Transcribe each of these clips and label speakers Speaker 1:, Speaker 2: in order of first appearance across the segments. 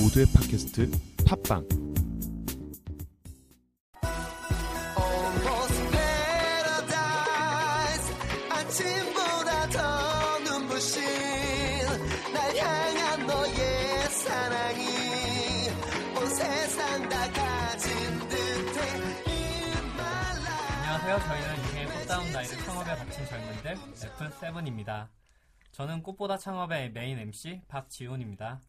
Speaker 1: 모두의 팟캐스트 팟빵
Speaker 2: almost paradise 아침보다 더 눈부신 날 향한 너의 사랑이 온 세상 다 가진 듯해 In my life
Speaker 3: 안녕하세요. 저희는 이해의 꽃다운 나이를 창업에 바친 젊은들 F7입니다. 저는 꽃보다 창업의 메인 MC 박지훈입니다.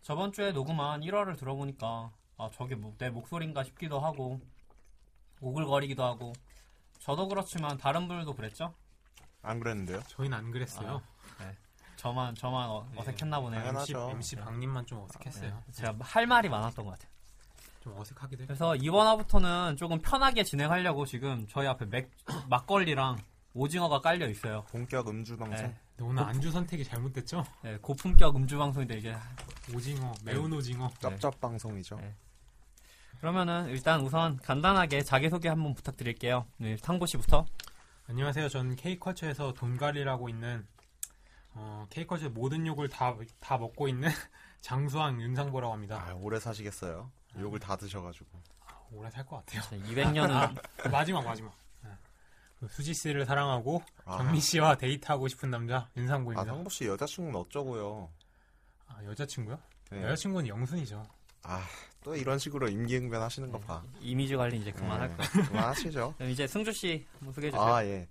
Speaker 3: 저번 주에 녹음한 1화를 들어보니까 아, 저게 뭐- 내 목소리인가 싶기도 하고 오글거리기도 하고 저도 그렇지만 다른 분들도 그랬죠?
Speaker 4: 안 그랬는데요?
Speaker 5: 저희는 안 그랬어요.
Speaker 3: 저만 저만 어, 색했나 보네요.
Speaker 4: 아, 당연하-
Speaker 5: MC,
Speaker 4: 맞아.
Speaker 5: MC 박님만 좀 어색했어요.
Speaker 4: 네.
Speaker 3: 제가 할 말이 많았던 것 같아요.
Speaker 5: 좀 어색하기도 했고.
Speaker 3: 그래서 이번 화부터는 조금 편하게 진행하려고 지금 저희 앞에 맥, 막걸리랑 오징어가 깔려 있어요.
Speaker 4: 본격 음주 방송.
Speaker 3: 네.
Speaker 5: 근데 오늘 안주 선택이 잘못됐죠?
Speaker 3: 네, 고품격 음주 방송인데 이게
Speaker 5: 오징어,
Speaker 4: 네.
Speaker 5: 매운 오징어.
Speaker 4: 쩝쩝 방송이죠.
Speaker 3: 네. 그러면은 일단 우선 간단하게 자기소개 한번 부탁드릴게요. 네, 탕보 씨부터.
Speaker 5: 안녕하세요. 전 K컬처에서 돈갈이라고 있는 어, K컬처의 모든 욕을 다, 다 먹고 있는 장수왕 윤상보라고 합니다.
Speaker 4: 아, 오래 사시겠어요. 욕을 다 드셔가지고.
Speaker 5: 오래 살 것 같아요. 아,
Speaker 3: 200년은
Speaker 5: 마지막 마지막. 네. 그 수지 씨를 사랑하고
Speaker 4: 아,
Speaker 5: 경민 씨와 데이트하고 싶은 남자
Speaker 4: 아
Speaker 5: 윤상보입니다.
Speaker 4: 상보 씨 여자친구는 어쩌고요?
Speaker 5: 아, 여자친구요?
Speaker 4: 네.
Speaker 5: 여자친구는 영순이죠.
Speaker 4: 아, 또 이런 식으로 임기응변 하시는 거 봐.
Speaker 3: 이미지 관리 이제 그만할 거.
Speaker 4: 네, 그만하시죠.
Speaker 3: 그럼 이제 승주 씨 한번 소개해 주세요.
Speaker 4: 아, 예.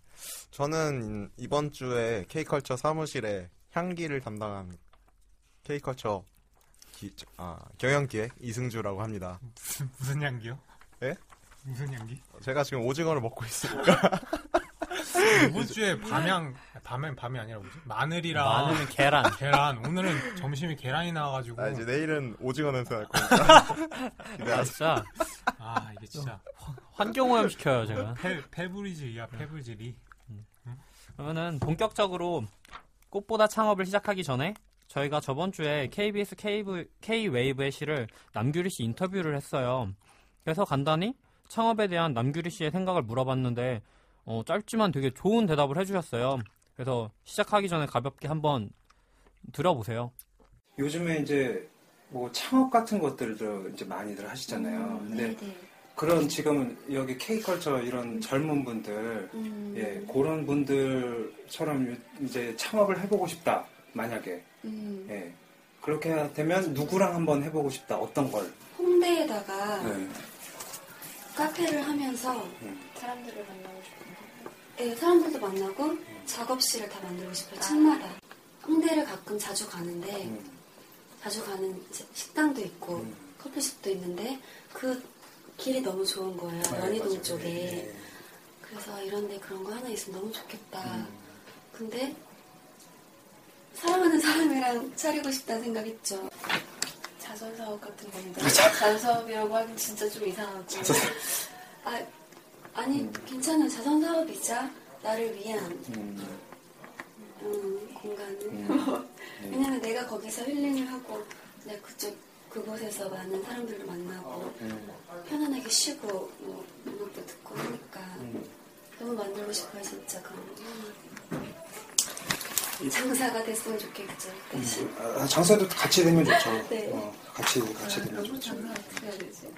Speaker 4: 저는 이번 주에 K컬처 사무실에 향기를 담당한 K컬처 기, 아, 경영기획 이승주라고 합니다.
Speaker 5: 무슨, 무슨 향기요?
Speaker 4: 예?
Speaker 5: 무슨 향기?
Speaker 4: 제가 지금 오징어를 먹고 있어요.
Speaker 5: 이번 주에
Speaker 4: 네.
Speaker 5: 밤양 밤양 밤이 아니라 뭐지? 마늘이랑
Speaker 3: 마늘은 계란.
Speaker 5: 계란 오늘은 점심에 계란이 나와가지고
Speaker 4: 아,
Speaker 5: 아,
Speaker 4: 이제 내일은 오징어 냄새 날 거예요.
Speaker 3: 아, 진짜
Speaker 5: 아, 이게 진짜
Speaker 3: 환경오염 시켜요 제가.
Speaker 5: 페, 페브리즈야
Speaker 4: 네.
Speaker 5: 페브리즈리
Speaker 3: 그러면은 본격적으로 꽃보다 창업을 시작하기 전에 저희가 저번 주에 KBS K 웨이브의 시를 남규리 씨 인터뷰를 했어요. 그래서 간단히 창업에 대한 남규리 씨의 생각을 물어봤는데 어, 짧지만 되게 좋은 대답을 해주셨어요. 그래서 시작하기 전에 가볍게 한번 들어보세요.
Speaker 6: 요즘에 이제 뭐 창업 같은 것들을 이제 많이들 하시잖아요.
Speaker 7: 음,
Speaker 6: 근데 그런 지금 여기 K컬처 이런
Speaker 7: 음.
Speaker 6: 젊은 분들, 예, 그런 분들처럼 유- 이제 창업을 해보고 싶다. 만약에,
Speaker 7: 음.
Speaker 6: 예. 그렇게 되면 누구랑 한번 해보고 싶다. 어떤 걸.
Speaker 7: 홍대에다가
Speaker 6: 네.
Speaker 7: 카페를 하면서
Speaker 8: 사람들을 만나고 싶은 거.
Speaker 7: 예, 사람들도 만나고 작업실을 다 만들고 싶어요.
Speaker 8: 아.
Speaker 7: 층마다. 홍대를 가끔 자주 가는데
Speaker 6: 음.
Speaker 7: 자주 가는 이제 식당도 있고
Speaker 6: 음.
Speaker 7: 커피숍도 있는데 그 길이 너무 좋은 거예요.
Speaker 6: 네,
Speaker 7: 연희동
Speaker 6: 맞아요.
Speaker 7: 쪽에.
Speaker 6: 예,
Speaker 7: 그래서 이런데 그런 거 하나 있으면 너무 좋겠다.
Speaker 6: 음.
Speaker 7: 근데 사랑하는 사람이랑 차리고 싶다는 생각 있죠.
Speaker 8: 자선 사업 같은
Speaker 6: 아,
Speaker 8: 건데 자선 사업이라고 하긴 진짜 좀 이상하고
Speaker 7: 아, 아니 괜찮아 자선 사업이자 나를 위한
Speaker 6: 음.
Speaker 7: 음, 공간은
Speaker 6: 네.
Speaker 7: 왜냐면 내가 거기서 힐링을 하고 내가 그쪽 그곳에서 많은 사람들을 만나고
Speaker 6: 음.
Speaker 7: 편안하게 쉬고 뭐 음악도 듣고 하니까
Speaker 6: 음.
Speaker 7: 너무 만들고 싶어요 진짜 그런 거.
Speaker 6: 음.
Speaker 7: 장사가 됐으면 좋겠죠 대신
Speaker 6: 아, 장사도 같이 되면 좋죠.
Speaker 7: 네.
Speaker 6: 어, 같이, 같이 되면
Speaker 8: 아, 너무
Speaker 6: 좋죠.
Speaker 8: 장난 어떻게 해야 되지?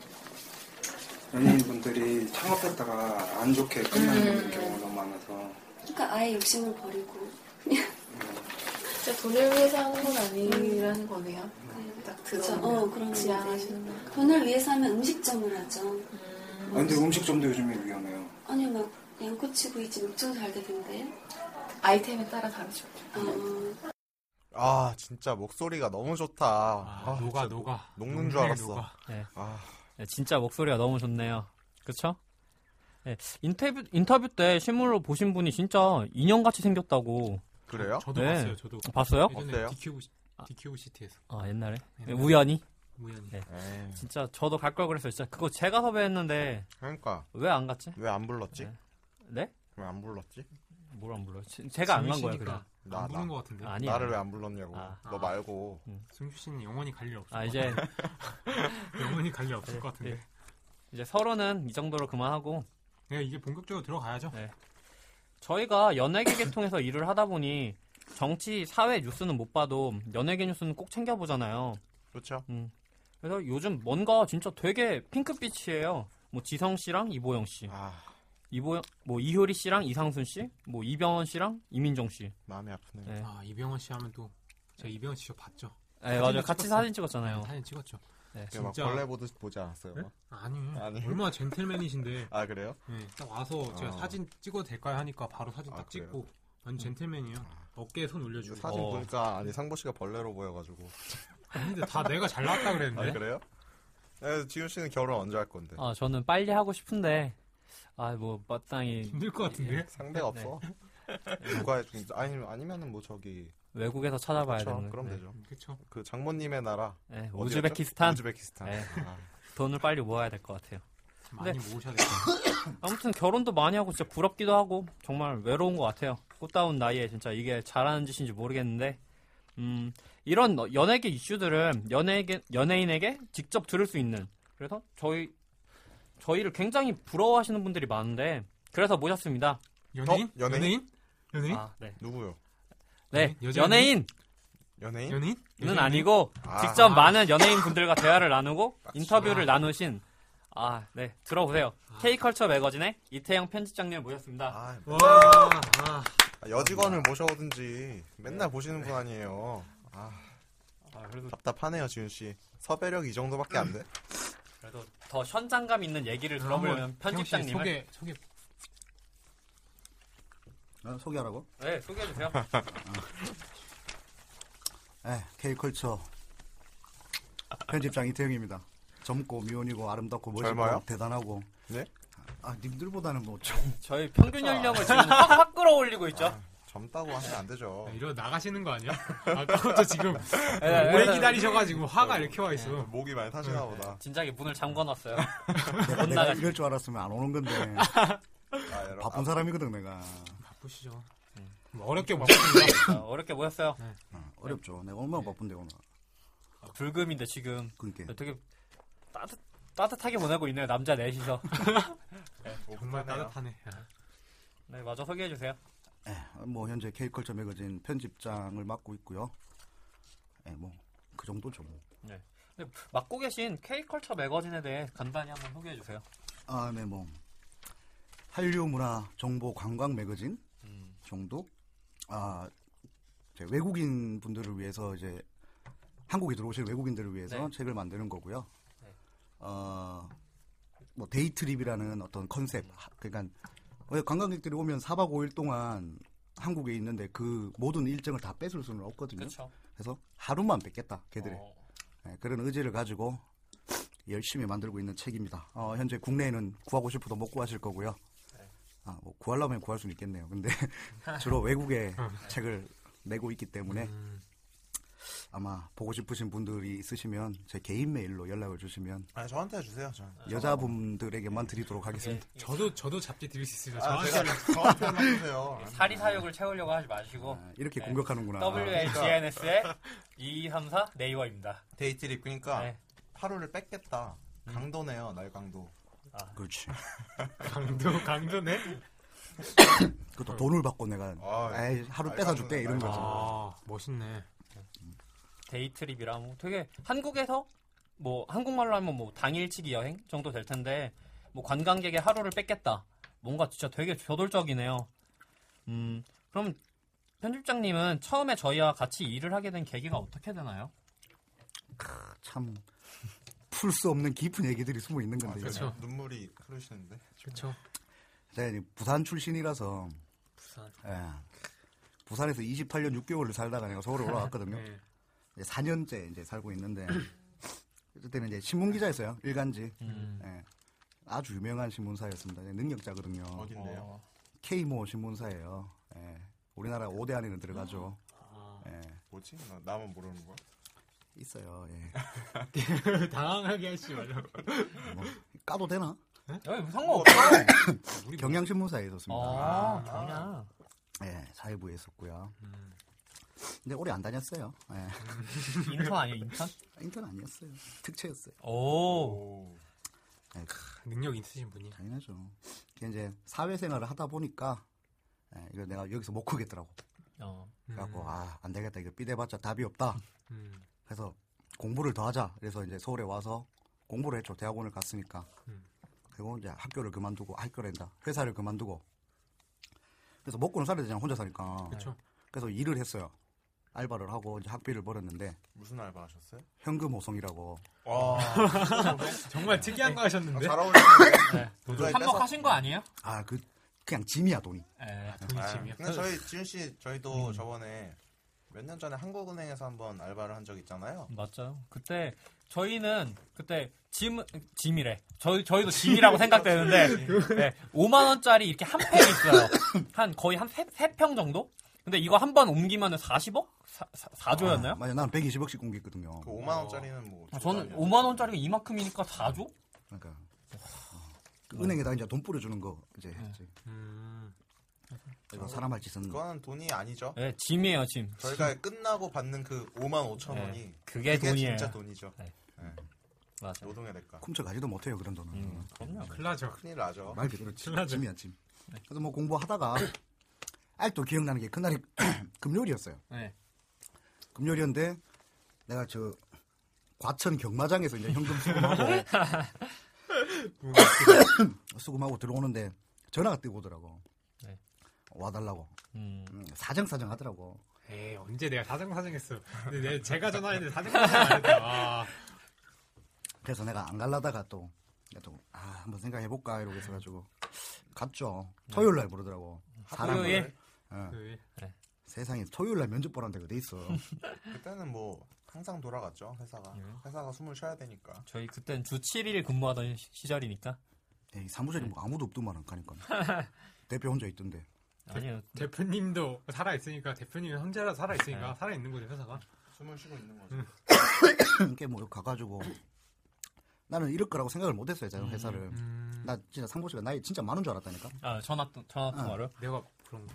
Speaker 6: 연예인 분들이 창업했다가 안 좋게
Speaker 8: 음.
Speaker 6: 끝나는 경우가 너무 많아서.
Speaker 7: 그러니까 아예 욕심을 버리고
Speaker 8: 진짜 돈을 위해서 하는 건 아니라는 거네요. 그냥 딱
Speaker 7: 그죠
Speaker 8: 들어오면
Speaker 7: 어 그런
Speaker 8: 지나가시는
Speaker 7: 건데
Speaker 8: 거.
Speaker 7: 돈을 위해서 하면 음식점을 하죠
Speaker 6: 아, 근데 음식점도 요즘에 위험해요.
Speaker 7: 아니 막 양꼬치구이집 엄청 잘 되던데
Speaker 8: 아이템에 따라 다르죠.
Speaker 7: 어,
Speaker 4: 아, 진짜 목소리가 너무 좋다.
Speaker 5: 아,
Speaker 4: 아,
Speaker 5: 녹아
Speaker 4: 진짜
Speaker 5: 녹아
Speaker 4: 녹는 줄 알았어.
Speaker 5: 녹아.
Speaker 4: 아,
Speaker 3: 네, 진짜 목소리가 너무 좋네요. 그쵸? 네, 인터뷰, 인터뷰 때 실물로 보신 분이 진짜 인형같이 생겼다고
Speaker 4: 그래요?
Speaker 5: 저도
Speaker 3: 네.
Speaker 5: 봤어요 저도
Speaker 3: 봤어요?
Speaker 5: 예전에
Speaker 4: 어때요?
Speaker 5: DQ, DQ 시티에서
Speaker 3: 아, 옛날에?
Speaker 5: 옛날에.
Speaker 3: 우연히?
Speaker 5: 우연히
Speaker 3: 네.
Speaker 4: 에이,
Speaker 3: 진짜 저도 갈 걸 그랬어요. 진짜 그거 제가 섭외했는데
Speaker 4: 예. 그러니까
Speaker 3: 왜 안 갔지?
Speaker 4: 왜 안 불렀지?
Speaker 3: 네?
Speaker 4: 왜 안 불렀지?
Speaker 3: 뭘 안 불러요? 지- 제가 안 간 거예요, 그냥.
Speaker 4: 나,
Speaker 5: 안 부른
Speaker 4: 나.
Speaker 5: 것 같은데
Speaker 3: 아니.
Speaker 4: 나를 왜 안 불렀냐고.
Speaker 3: 아.
Speaker 4: 너 말고.
Speaker 5: 승규 씨는 영원히 갈 일 없을
Speaker 3: 아,
Speaker 5: 것
Speaker 3: 이제
Speaker 5: 같아 영원히 갈 일 없을
Speaker 3: 네,
Speaker 5: 것 같은데
Speaker 3: 네. 이제 서로는 이 정도로 그만하고
Speaker 5: 네, 이게 본격적으로 들어가야죠
Speaker 3: 네. 저희가 연예계계 통해서 일을 하다 보니 정치, 사회 뉴스는 못 봐도 연예계 뉴스는 꼭 챙겨 보잖아요.
Speaker 4: 그렇죠?
Speaker 3: 그래서 요즘 뭔가 진짜 되게 핑크빛이에요. 뭐 지성 씨랑 이보영 씨,
Speaker 4: 아
Speaker 3: 이보영 뭐 이효리 씨랑 이상순 씨, 뭐 이병헌 씨랑 이민정 씨.
Speaker 4: 마음이 아프네요.
Speaker 3: 네,
Speaker 5: 아 이병헌 씨 하면 또 제가 이병헌 씨 저 봤죠.
Speaker 3: 네, 맞아요. 같이
Speaker 5: 찍었어요.
Speaker 3: 사진 찍었잖아요.
Speaker 5: 사진 찍었죠.
Speaker 3: 네.
Speaker 4: 그냥 막
Speaker 5: 진짜.
Speaker 4: 벌레 보듯 보지 않았어요? 막?
Speaker 5: 아니,
Speaker 4: 아니.
Speaker 5: 얼마나 젠틀맨이신데
Speaker 4: 아 그래요?
Speaker 5: 예, 딱 와서 제가
Speaker 4: 아.
Speaker 5: 사진 찍어도 될까요 하니까 바로 사진
Speaker 4: 아,
Speaker 5: 딱
Speaker 4: 그래요?
Speaker 5: 찍고 완전 젠틀맨이에요. 어깨에 손
Speaker 4: 이제
Speaker 5: 올려주고
Speaker 4: 사진
Speaker 3: 어.
Speaker 4: 보니까 아니 상보 씨가 벌레로 보여가지고.
Speaker 5: 근데 다 내가 잘 나왔다
Speaker 4: 아
Speaker 5: 그랬는데
Speaker 4: 그래요? 네, 지훈 씨는 결혼 언제 할 건데?
Speaker 3: 아 저는 빨리 하고 싶은데 아 뭐 마땅히
Speaker 5: 힘들 것 같은데
Speaker 4: 상대가
Speaker 3: 네.
Speaker 4: 없어. 누가 해준 아니면 아니면은 뭐 저기
Speaker 3: 외국에서 찾아봐야
Speaker 4: 그쵸,
Speaker 3: 되는.
Speaker 4: 그럼
Speaker 3: 네.
Speaker 4: 되죠.
Speaker 5: 그쵸?
Speaker 4: 그 장모님의 나라
Speaker 3: 네,
Speaker 4: 어디였죠?
Speaker 3: 우즈베키스탄
Speaker 4: 우즈베키스탄.
Speaker 3: 네.
Speaker 4: 아,
Speaker 3: 돈을 빨리 모아야 될 것 같아요.
Speaker 5: 많이 모으셔야
Speaker 4: 어?
Speaker 5: 돼요.
Speaker 3: 아무튼 결혼도 많이 하고 진짜 부럽기도 하고 정말 외로운 것 같아요. 꽃다운 나이에 진짜 이게 잘하는 짓인지 모르겠는데 음, 이런 어- 연예계 이슈들은 연예계 연예인에게 직접 들을 수 있는 그래서 저희 저희를 굉장히 부러워하시는 분들이 많은데 그래서 모셨습니다.
Speaker 5: 연예인?
Speaker 4: 어, 연예인?
Speaker 5: 연예인? 연예인?
Speaker 3: 아, 네.
Speaker 4: 누구요?
Speaker 3: 네,
Speaker 5: 여자
Speaker 3: 연예인은
Speaker 4: 연예인?
Speaker 5: 연예인? 연예인?
Speaker 3: 아니고
Speaker 4: 아.
Speaker 3: 직접 많은 연예인 분들과 대화를 나누고
Speaker 4: 아,
Speaker 3: 인터뷰를
Speaker 5: 아.
Speaker 3: 나누신 아, 네. 들어보세요. K컬처 매거진의 이태영 편집장님을 모셨습니다.
Speaker 4: 아,
Speaker 5: 와, 아,
Speaker 4: 여직원을 모셔오든지 맨날 보시는 분 아니에요. 아,
Speaker 3: 아, 그래도
Speaker 4: 답답하네요, 지훈 씨. 섭외력 이 정도밖에 안 돼?
Speaker 3: 그래도 더 현장감 있는 얘기를 들어보려면
Speaker 5: 아, 한번
Speaker 3: 편집장님을
Speaker 5: 태영 씨 소개 소개
Speaker 9: 어, 소개하라고?
Speaker 3: 네 소개해 주세요.
Speaker 9: 에, K컬처 편집장 이태영입니다. 젊고 미혼이고 아름답고 멋있고
Speaker 4: 젊어요?
Speaker 9: 대단하고
Speaker 4: 네?
Speaker 9: 아 님들보다는 뭐좀
Speaker 3: 저희 평균 연령을 지금 확, 확 끌어올리고 있죠.
Speaker 4: 젊다고 하면 안 되죠.
Speaker 5: 아, 이러다 나가시는 거 아니야? 아까부터 지금
Speaker 3: 네,
Speaker 5: 오래
Speaker 3: 네.
Speaker 5: 기다리셔가지고 화가 이렇게 와 있어.
Speaker 4: 목이 많이 타시나 보다.
Speaker 3: 진작에 문을 잠궈 놨어요. 네,
Speaker 9: 내가, 내가
Speaker 3: 나가지.
Speaker 9: 이럴 줄 알았으면 안 오는 건데
Speaker 4: 아, 여러분.
Speaker 9: 바쁜 사람이거든 내가
Speaker 5: 바쁘시죠? 뭐 어렵게 바쁘신가?
Speaker 3: 아, 어렵게 모였어요.
Speaker 9: 어, 어렵죠. 내가
Speaker 3: 네.
Speaker 9: 얼마나 바쁜데 오늘
Speaker 3: 아, 불금인데 지금 네,
Speaker 9: 그러니까
Speaker 3: 되게 따뜻 따뜻하게 보내고 있네요. 남자 넷이서.
Speaker 5: 정말 따뜻하네. 아,
Speaker 3: 네 마저 소개해 주세요.
Speaker 9: 에, 뭐 현재 K컬처 매거진 편집장을 맡고 있고요. 뭐 그 정도죠 뭐.
Speaker 3: 근데 맡고 계신 K컬처 매거진에 대해 간단히 한번 소개해 주세요.
Speaker 9: 아, 네, 뭐 한류 문화 정보 관광 매거진
Speaker 3: 음.
Speaker 9: 정도. 아, 이제 외국인 분들을 위해서 이제 한국에 들어오실 외국인들을 위해서
Speaker 3: 네.
Speaker 9: 책을 만드는 거고요.
Speaker 3: 네.
Speaker 9: 어, 뭐 데이트립이라는 어떤 컨셉. 하- 그러니까 왜 관광객들이 오면 4박 5일 동안 한국에 있는데 그 모든 일정을 다 뺏을 수는 없거든요.
Speaker 3: 그렇죠.
Speaker 9: 그래서 하루만 뺏겠다, 걔들의.
Speaker 3: 어,
Speaker 9: 예, 그런 의지를 가지고 열심히 만들고 있는 책입니다. 어, 현재 국내에는 구하고 싶어도 못 구하실 거고요.
Speaker 4: 네.
Speaker 9: 아, 뭐 구하려면 구할 수는 있겠네요. 근데 주로 외국의 책을 내고 있기 때문에
Speaker 4: 음.
Speaker 9: 아마 보고 싶으신 분들이 있으시면 제 개인 메일로 연락을 주시면
Speaker 4: 아, 예. 저한테 해주세요, 저.
Speaker 9: 여자분들에게만 드리도록 하겠습니다.
Speaker 3: 이게
Speaker 5: 저도 저도 잡지 드릴 수 있습니다.
Speaker 4: 아,
Speaker 5: 저한테
Speaker 4: 제가 저한테 해주세요.
Speaker 3: 사리 사욕을 채우려고 하지 마시고
Speaker 4: 예.
Speaker 9: 아, 이렇게
Speaker 3: 네.
Speaker 9: 공격하는구나.
Speaker 3: WHNS의 2234 네이버입니다.
Speaker 4: 데이트립,
Speaker 9: 아.
Speaker 4: 그러니까
Speaker 3: 네.
Speaker 4: 하루를 뺏겠다. 강도네요, 날 강도.
Speaker 9: 그렇지.
Speaker 5: 강도 강도네.
Speaker 9: 그것도 돈을 받고 내가
Speaker 4: 아,
Speaker 9: 에이, 하루
Speaker 4: 알겠습니다.
Speaker 9: 뺏어 줄게 이런 거죠.
Speaker 5: 아 멋있네.
Speaker 3: 데이트립이라 뭐 되게 한국에서 뭐 한국말로 하면 뭐 당일치기 여행 정도 될 텐데 뭐 관광객의 하루를 뺏겠다. 뭔가 진짜 되게 저돌적이네요. 음, 그럼 편집장님은 처음에 저희와 같이 일을 하게 된 계기가 어떻게 되나요?
Speaker 9: 참 풀 수 없는 깊은 얘기들이 숨어 있는
Speaker 4: 아,
Speaker 9: 건데. 요
Speaker 5: 그렇죠.
Speaker 4: 눈물이 흐르시는데.
Speaker 5: 그렇죠.
Speaker 9: 제가 네, 이제 부산 출신이라서
Speaker 5: 부산.
Speaker 9: 예. 부산에서 28년 6개월을 살다가 내가 서울에 올라왔거든요.
Speaker 5: 네.
Speaker 9: 이제 4년째 이제 살고 있는데 그때는 이제 신문 기자였어요. 일간지.
Speaker 5: 음.
Speaker 9: 예. 아주 유명한 신문사였습니다. 이제 능력자거든요.
Speaker 4: 어딘데요?
Speaker 9: K모 신문사예요. 예. 우리나라 5대 안에는 들어가죠.
Speaker 5: 음.
Speaker 9: 예.
Speaker 4: 뭐지? 나- 나만 모르는 거야?
Speaker 9: 있어요. 예.
Speaker 5: 당황하게 하시지 말라고.
Speaker 9: 뭐, 까도 되나?
Speaker 5: 네?
Speaker 3: 여기 상관없어요.
Speaker 9: 뭐 경향신문사에
Speaker 5: 어,
Speaker 9: 있었습니다.
Speaker 3: 아, 그냥.
Speaker 9: 예, 사회부에 있었고요.
Speaker 5: 음.
Speaker 9: 근데 오래 안 다녔어요. 예.
Speaker 3: 인턴 아니에요, 인턴?
Speaker 9: 인턴 아니었어요. 특채였어요.
Speaker 3: 오.
Speaker 4: 오.
Speaker 5: 능력 있으신 분이.
Speaker 9: 당연하죠. 이게 이제 사회생활을 하다 보니까 예, 이거 내가 여기서 못 크겠더라고.
Speaker 3: 어.
Speaker 9: 그래갖고 아 안 되겠다 이거 삐대봤자 답이 없다.
Speaker 5: 음.
Speaker 9: 그래서 공부를 더 하자. 그래서 이제 서울에 와서 공부를 했죠. 대학원을 갔으니까.
Speaker 5: 음.
Speaker 9: 그리고 이제 학교를 그만두고 아, 학교를 한다. 회사를 그만두고. 그래서 먹고는 살아야 되잖아. 혼자 사니까.
Speaker 5: 그쵸.
Speaker 9: 그래서 일을 했어요. 알바를 하고 이제 학비를 벌었는데
Speaker 4: 무슨 알바 하셨어요?
Speaker 9: 현금 호송이라고
Speaker 4: 와,
Speaker 3: 어.
Speaker 5: 정말 특이한 거 하셨는데.
Speaker 4: 잘 어울리는데.
Speaker 5: 도저히
Speaker 4: 뺏어-
Speaker 3: 한몫하신 거 아니에요?
Speaker 9: 아 그 그냥 짐이야 돈이
Speaker 3: 예.
Speaker 5: 돈이
Speaker 4: 아,
Speaker 5: 짐이야.
Speaker 4: 근데 저희 지윤 씨 저희도
Speaker 3: 음.
Speaker 4: 저번에 몇 년 전에 한국은행에서 한번 알바를 한 적 있잖아요.
Speaker 3: 맞죠. 그때 저희는 그때 짐 짐이래. 저희 저희도 짐이라고 생각되는데 네, 5만 원짜리 이렇게 한 팩 있어요. 한 거의 한세평 정도? 근데 이거 한 번 옮기면은 40억? 4, 조였나요
Speaker 9: 아, 맞아 난 120억씩 옮겼거든요
Speaker 4: 그 5만 원짜리는 뭐
Speaker 3: 어. 아, 저는
Speaker 4: 조단위였죠.
Speaker 3: 5만 원짜리가 이만큼이니까 4조?
Speaker 9: 그러니까 어, 그 은행에다 이제 돈 뿌려주는 거 이제
Speaker 3: 네.
Speaker 9: 했지.
Speaker 5: 음. 아.
Speaker 9: 이거 사람 할 짓은
Speaker 4: 그건 돈이 아니죠.
Speaker 3: 네, 짐이에요, 짐.
Speaker 4: 저희가 끝나고 받는 그 5만 5천
Speaker 3: 네.
Speaker 4: 원이
Speaker 3: 그게 돈이에요.
Speaker 4: 진짜 돈이죠.
Speaker 3: 네.
Speaker 4: 네.
Speaker 3: 맞아요.
Speaker 4: 노동의 대가.
Speaker 9: 훔쳐가지도 못해요 그런 돈은
Speaker 3: 음, 그럼요.
Speaker 5: 클라죠.
Speaker 4: 큰일 나죠.
Speaker 9: 말 그대로 짐,
Speaker 5: 맞아.
Speaker 9: 짐이야 짐 그래서 뭐 공부하다가 아직도 기억나는 게 그날이 금요일이었어요
Speaker 3: 네.
Speaker 9: 금요일이었는데 내가 저 과천 경마장에서 이제 현금 수금하고 수금하고 들어오는데 전화가 뜨고 오더라고
Speaker 3: 네.
Speaker 9: 와달라고
Speaker 3: 음.
Speaker 9: 음, 사정사정 하더라고
Speaker 5: 에이 언제 내가 사정사정했어. 근데 내- 제가 전화했는데 사정사정 안 했다. 아,
Speaker 9: 그래서 내가 안 갈라다가 또, 내가 또 아, 한번 생각해볼까 이러고 있어가지고 갔죠. 토요일 날 부르더라고. 사람
Speaker 3: 토요일?
Speaker 9: 어,
Speaker 5: 그,
Speaker 9: 세상에 토요일 날 면접 보라는 데가 돼 있어.
Speaker 4: 그때는 뭐 항상 돌아갔죠
Speaker 3: 예.
Speaker 4: 회사가. 회사가 숨을 쉬어야 되니까.
Speaker 3: 저희 그땐 주 7일 근무하던 시- 시절이니까.
Speaker 9: 에이,
Speaker 5: 네.
Speaker 9: 사무실에 뭐 아무도 없더만 안 가니까. 대표 혼자 있던데.
Speaker 4: 그-
Speaker 3: 아니요.
Speaker 5: 대표님도 살아 있으니까 대표님은 혼자라 살아
Speaker 9: 네.
Speaker 5: 있으니까 살아 있는 거죠 회사가.
Speaker 4: 숨을 쉬고 있는 거죠.
Speaker 3: 음.
Speaker 9: 이렇게 뭐 가가지고 나는 이럴 거라고 생각을 못했어요. 자기 회사를.
Speaker 5: 음,
Speaker 9: 나 진짜 상보 씨가 나이 진짜 많은 줄 알았다니까.
Speaker 3: 아, 전화 전화
Speaker 4: 어.
Speaker 3: 통화를.
Speaker 5: 내가 그런 거.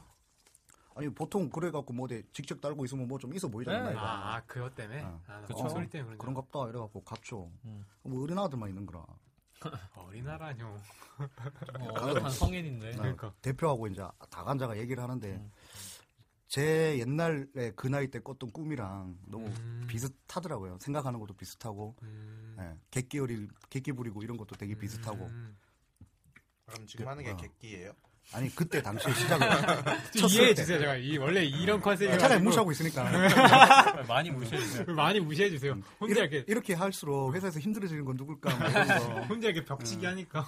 Speaker 9: 아니 보통 그래갖고 뭐 어디 직접 달고 있으면 뭐 좀 있어 보이잖아.
Speaker 3: 네.
Speaker 9: 나이가.
Speaker 5: 아, 그것 때문에.
Speaker 9: 어.
Speaker 5: 아, 나
Speaker 3: 그쵸.
Speaker 5: 목소리 때문에 그런 거.
Speaker 9: 그런갑다 이래갖고 갔죠.
Speaker 3: 음.
Speaker 9: 뭐 어린 아들만 있는 거라.
Speaker 5: 어린아라뇨.
Speaker 3: 어,
Speaker 9: 아, 네.
Speaker 3: 어엿한 성인인데.
Speaker 5: 그러니까.
Speaker 9: 대표하고 이제 다간자가 얘기를 하는데
Speaker 5: 음,
Speaker 9: 제 옛날에 그 나이 때 꿨던 꿈이랑 너무
Speaker 5: 음.
Speaker 9: 비슷하더라고요. 생각하는 것도 비슷하고
Speaker 5: 음.
Speaker 9: 예, 객기어리 객기 부리고 이런 것도 되게 비슷하고
Speaker 5: 음.
Speaker 4: 그럼 지금 하는 게
Speaker 9: 어.
Speaker 3: 네.
Speaker 4: 객기예요?
Speaker 9: 아니 그때 당시에 시작을
Speaker 5: 좀
Speaker 9: 쳤을
Speaker 5: 이해해
Speaker 9: 때. 네.
Speaker 5: 주세요. 제가 이 원래 이런 컨셉이
Speaker 9: 차라리 무시하고 있으니까 네.
Speaker 3: 많이 무시해주세요.
Speaker 5: 많이 무시해 주세요. 혼자 이렇게
Speaker 9: 음. 이렇게 할수록 회사에서 힘들어지는 건 누굴까 뭐 이런 거.
Speaker 5: 혼자 이렇게 벽치기
Speaker 9: 음.
Speaker 5: 하니까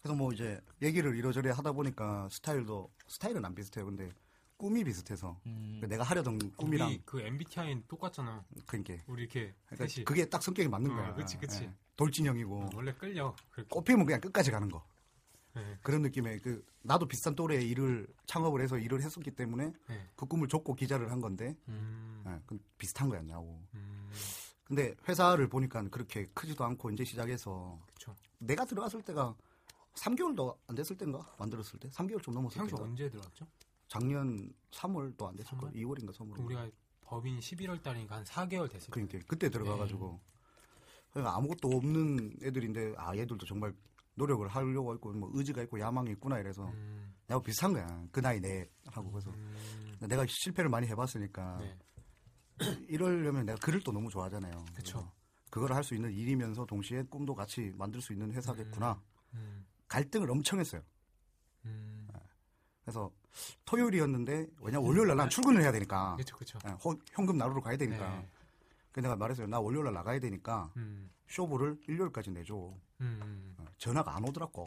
Speaker 9: 그래서 뭐 이제 얘기를 이러저래 하다 보니까 스타일도 스타일은 안 비슷해요. 근데 꿈이 비슷해서 그
Speaker 3: 음.
Speaker 9: 내가 하려던
Speaker 5: 우리
Speaker 9: 꿈이랑
Speaker 5: 그 MBTI는 똑같잖아.
Speaker 9: 그러니까,
Speaker 5: 우리 이렇게
Speaker 9: 그러니까
Speaker 5: 셋이
Speaker 9: 그게 딱 성격이 맞는
Speaker 5: 어,
Speaker 9: 거야.
Speaker 5: 그치, 어. 그치.
Speaker 9: 예, 돌진형이고
Speaker 5: 원래 끌려. 그-
Speaker 9: 꽃피면 그냥 끝까지 가는 거.
Speaker 5: 네.
Speaker 9: 그런 느낌의 그 나도 비싼 또래에 일을 창업을 해서 일을 했었기 때문에
Speaker 5: 네.
Speaker 9: 그 꿈을 줬고 기자를 한 건데
Speaker 5: 음,
Speaker 9: 예, 그 비슷한 거였냐고.
Speaker 5: 음,
Speaker 9: 근데 회사를 보니까 그렇게 크지도 않고 이제 시작해서
Speaker 5: 그쵸.
Speaker 9: 내가 들어갔을 때가 3개월도 안 됐을 때인가 만들었을 때 3개월 좀 넘었을
Speaker 5: 태영 씨
Speaker 9: 때인가
Speaker 5: 언제 들어왔죠?
Speaker 9: 작년 3월도 안 됐을 거
Speaker 5: 삼월?
Speaker 9: 2월인가 3월인가
Speaker 5: 우리가 예. 법인 11월 달이니까 한 4개월 됐을 때.
Speaker 9: 그러니까 그때 들어가가지고 그러니까 아무것도 없는 애들인데 아 얘들도 정말 노력을 하려고 했고 뭐 의지가 있고 야망이 있구나 이래서
Speaker 5: 음,
Speaker 9: 나하고 비슷한 거야 그 나이 내 하고 그래서
Speaker 5: 음,
Speaker 9: 내가 실패를 많이 해봤으니까
Speaker 5: 네.
Speaker 9: 이러려면 내가 글을 또 너무 좋아하잖아요.
Speaker 5: 그쵸.
Speaker 9: 그걸 할 수 있는 일이면서 동시에 꿈도 같이 만들 수 있는 회사겠구나.
Speaker 5: 음,
Speaker 9: 갈등을 엄청 했어요.
Speaker 5: 음,
Speaker 9: 그래서 토요일이었는데 왜냐 면 월요일 날난 출근을 해야 되니까
Speaker 5: 그쵸, 그쵸.
Speaker 9: 예, 호- 현금 나루러 가야 되니까.
Speaker 5: 네.
Speaker 9: 그래서 내가 말했어요. 나 월요일 날 나가야 되니까
Speaker 5: 음,
Speaker 9: 쇼부를 일요일까지 내줘. 어,
Speaker 5: 음, 음,
Speaker 9: 전화가 안 오더라고.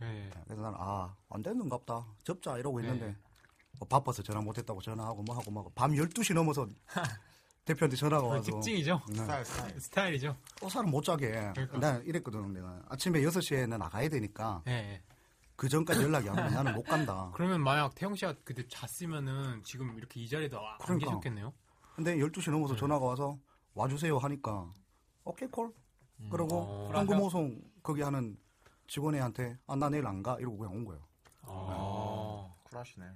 Speaker 5: 네.
Speaker 9: 예, 그래서 나는 아안 되는가 보다. 접자 이러고
Speaker 5: 네.
Speaker 9: 있는데 뭐 바빠서 전화 못했다고 전화하고 뭐 하고 막 밤 12시 넘어서 대표한테 전화가
Speaker 5: 어,
Speaker 9: 와서
Speaker 5: 특징이죠.
Speaker 9: 네.
Speaker 4: 스타일 스타일.
Speaker 5: 스타일이죠.
Speaker 9: 또 사람 못 자게.
Speaker 5: 그러니까.
Speaker 9: 난 이랬거든. 내가 아침에 6시에 나 나가야 되니까
Speaker 5: 예. 네.
Speaker 9: 그 전까지 연락이 안 오면 나는 못 간다.
Speaker 5: 그러면 만약 태영 씨가 그때 잤으면은 지금 이렇게 이 자리에도 안
Speaker 9: 그러니까.
Speaker 5: 계셨겠네요.
Speaker 9: 근데 12시 넘어서
Speaker 5: 네.
Speaker 9: 전화가 와서 와주세요 하니까 오케이 콜. 그러고
Speaker 5: 어.
Speaker 9: 현금호송 거기 하는 직원애한테 아 나 내일 안 가 이러고 그냥 온 거예요.
Speaker 5: 아,
Speaker 4: 쿨하시네.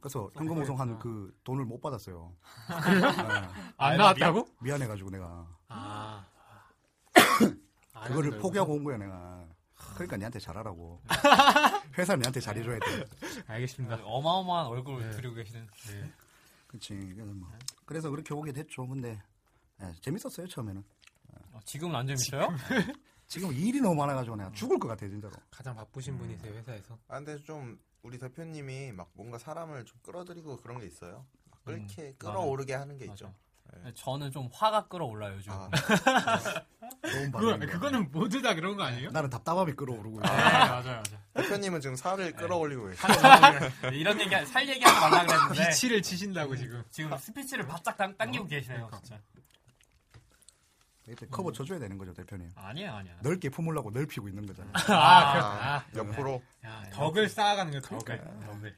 Speaker 9: 그래서
Speaker 3: 아,
Speaker 9: 현금호송 한 그 돈을 못 받았어요.
Speaker 5: 안 나왔다고?
Speaker 9: 미안해가지고 내가
Speaker 5: 아. 아,
Speaker 9: 그거를
Speaker 3: 네,
Speaker 5: 그래서
Speaker 9: 포기하고 온 거야 내가. 그러니까 니한테 잘하라고. 회사는 니한테 잘해줘야 돼.
Speaker 5: 알겠습니다.
Speaker 3: 어마어마한
Speaker 9: 네.
Speaker 5: 네.
Speaker 3: 얼굴을 들이고 계시는.
Speaker 9: 그치. 그래서, 뭐. 그래서 그렇게 오게 됐죠. 근데 예, 재밌었어요 처음에는.
Speaker 3: 어, 지금은 안 재밌어요?
Speaker 9: 지금 일이 너무 많아가지고 내가 죽을 것 같아 요 진짜로.
Speaker 5: 가장 바쁘신 분이세요 회사에서.
Speaker 4: 아, 근데 좀 우리 대표님이 막 뭔가 사람을 좀 끌어들이고 그런 게 있어요. 막 끌게 끌어오르게 하는 게 있죠.
Speaker 3: 맞아. 네, 저는 좀 화가 끌어올라요 요즘.
Speaker 4: 아,
Speaker 9: 좋은 반응인
Speaker 5: 그
Speaker 9: 것
Speaker 5: 그거는 모두 다 그런 거 아니에요?
Speaker 9: 같아요. 나는 답답함이 끌어오르고 있어.
Speaker 5: 네 맞아요
Speaker 4: 대표님은 지금 살을 끌어올리고 계세요.
Speaker 3: 한- 네, 이런 얘기 살 얘기하지 말라
Speaker 5: 맞아요.
Speaker 3: 그랬는데
Speaker 5: 비치를 치신다고 지금.
Speaker 3: 지금 스피치를 바짝 당,
Speaker 9: 어?
Speaker 3: 당기고 계시네요
Speaker 9: 그러니까.
Speaker 3: 진짜. 음.
Speaker 9: 이때 커버 쳐줘야 되는 거죠 대표님.
Speaker 3: 아니에요 아니야.
Speaker 9: 넓게 품으려고 넓히고 있는 거잖아요.
Speaker 5: 아,
Speaker 4: 아, 옆으로
Speaker 5: 야, 덕을 쌓아가는 거예요. 네. 덕을. 덕을.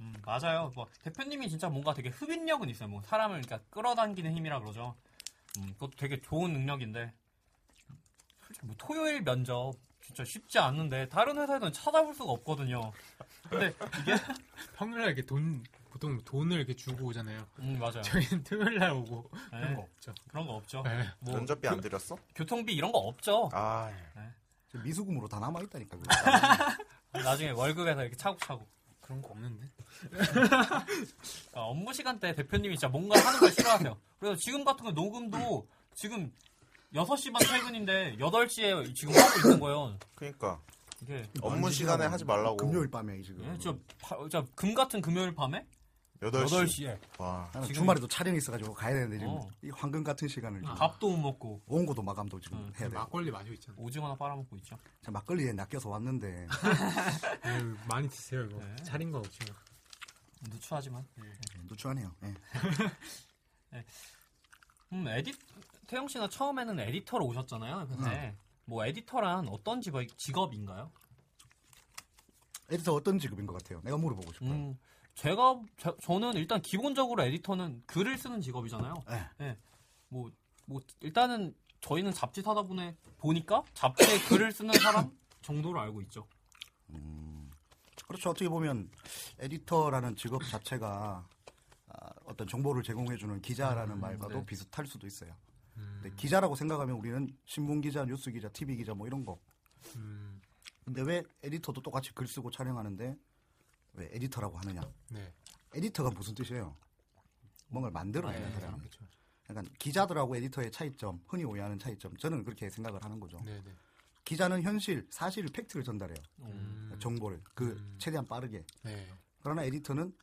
Speaker 3: 음, 맞아요. 뭐 대표님이 진짜 뭔가 되게 흡인력은 있어요. 뭐 사람을 그러니까 끌어당기는 힘이라 그러죠. 음, 그것도 되게 좋은 능력인데 솔직히 뭐 토요일 면접 진짜 쉽지 않은데 다른 회사에서는 찾아볼 수가 없거든요. 근데 이게
Speaker 5: 평일날 이렇게 돈 보통 돈을 이렇게 주고 오잖아요.
Speaker 3: 음, 맞아요.
Speaker 5: 저희는 토요일날 오고
Speaker 3: 네,
Speaker 5: 네. 그런 거 없죠.
Speaker 3: 그런 거 없죠.
Speaker 5: 네.
Speaker 3: 뭐
Speaker 4: 면접비 안 드렸어?
Speaker 3: 교통비 이런 거 없죠.
Speaker 4: 아, 예.
Speaker 9: 지금 미수금으로 다 남아 있다니까.
Speaker 3: 나중에 월급에서 이렇게 차곡차곡.
Speaker 5: 그런 거 없는데.
Speaker 3: 아, 업무 시간 때 대표님이 진짜 뭔가 하는 걸 싫어하세요. 그래서 지금 같은 거 녹음도 지금 6시 반 퇴근인데 8시에 지금 하고 있는 거예요.
Speaker 4: 그러니까
Speaker 3: 이게
Speaker 4: 업무 시간에 하지 말라고.
Speaker 9: 금요일 밤에 지금.
Speaker 3: 예, 진짜, 파- 진짜 금 같은 금요일 밤에
Speaker 9: 네,
Speaker 4: 8시.
Speaker 3: 8시에
Speaker 4: 와,
Speaker 9: 나는
Speaker 3: 지금-
Speaker 9: 주말에도 촬영이 있어가지고 가야 되는데 지금
Speaker 3: 어.
Speaker 9: 이 황금 같은 시간을 지금
Speaker 3: 밥도 못 먹고
Speaker 9: 원고도 마감도 지금
Speaker 3: 음,
Speaker 9: 해야 돼. 막...
Speaker 5: 막걸리 마시고 있잖아요.
Speaker 3: 오징어나 빨아먹고 있죠.
Speaker 9: 막걸리에 낚여서 왔는데 네,
Speaker 5: 에휴, 네, 많이 드세요 이거.
Speaker 3: 네.
Speaker 5: 차린 거 없지만.
Speaker 3: 누추하지만.
Speaker 9: 누추하네요. 예.
Speaker 3: 음, 에디 태영 씨는 처음에는 에디터로 오셨잖아요. 근데
Speaker 9: 네.
Speaker 3: 뭐 에디터란 어떤 직업, 직업인가요?
Speaker 9: 에디터 어떤 직업인 것 같아요? 내가 물어보고 싶어요.
Speaker 3: 음, 제가 저, 저는 일단 기본적으로 에디터는 글을 쓰는 직업이잖아요.
Speaker 9: 네.
Speaker 3: 예. 뭐, 뭐 일단은 저희는 잡지 사다 보네 보니까 잡지에 글을 쓰는 사람 정도로 알고 있죠.
Speaker 9: 그렇죠. 어떻게 보면 에디터라는 직업 자체가 아, 어떤 정보를 제공해주는 기자라는 말과도
Speaker 3: 네.
Speaker 9: 비슷할 수도 있어요.
Speaker 5: 음.
Speaker 9: 근데 기자라고 생각하면 우리는 신문 기자, 뉴스 기자, TV 기자 뭐 이런 거.
Speaker 5: 음,
Speaker 9: 근데 왜 에디터도 똑같이 글 쓰고 촬영하는데 왜 에디터라고 하느냐?
Speaker 5: 네.
Speaker 9: 에디터가 무슨 뜻이에요? 뭔가를 만들어내는
Speaker 5: 네,
Speaker 9: 사람.
Speaker 5: 그렇죠.
Speaker 9: 약간 기자들하고 에디터의 차이점, 흔히 오해하는 차이점. 저는 그렇게 생각을 하는 거죠.
Speaker 5: 네, 네.
Speaker 9: 기자는 현실, 사실, 팩트를 전달해요.
Speaker 5: 음,
Speaker 9: 정보를 그
Speaker 5: 음.
Speaker 9: 최대한 빠르게.
Speaker 5: 네,
Speaker 9: 그러나 에디터는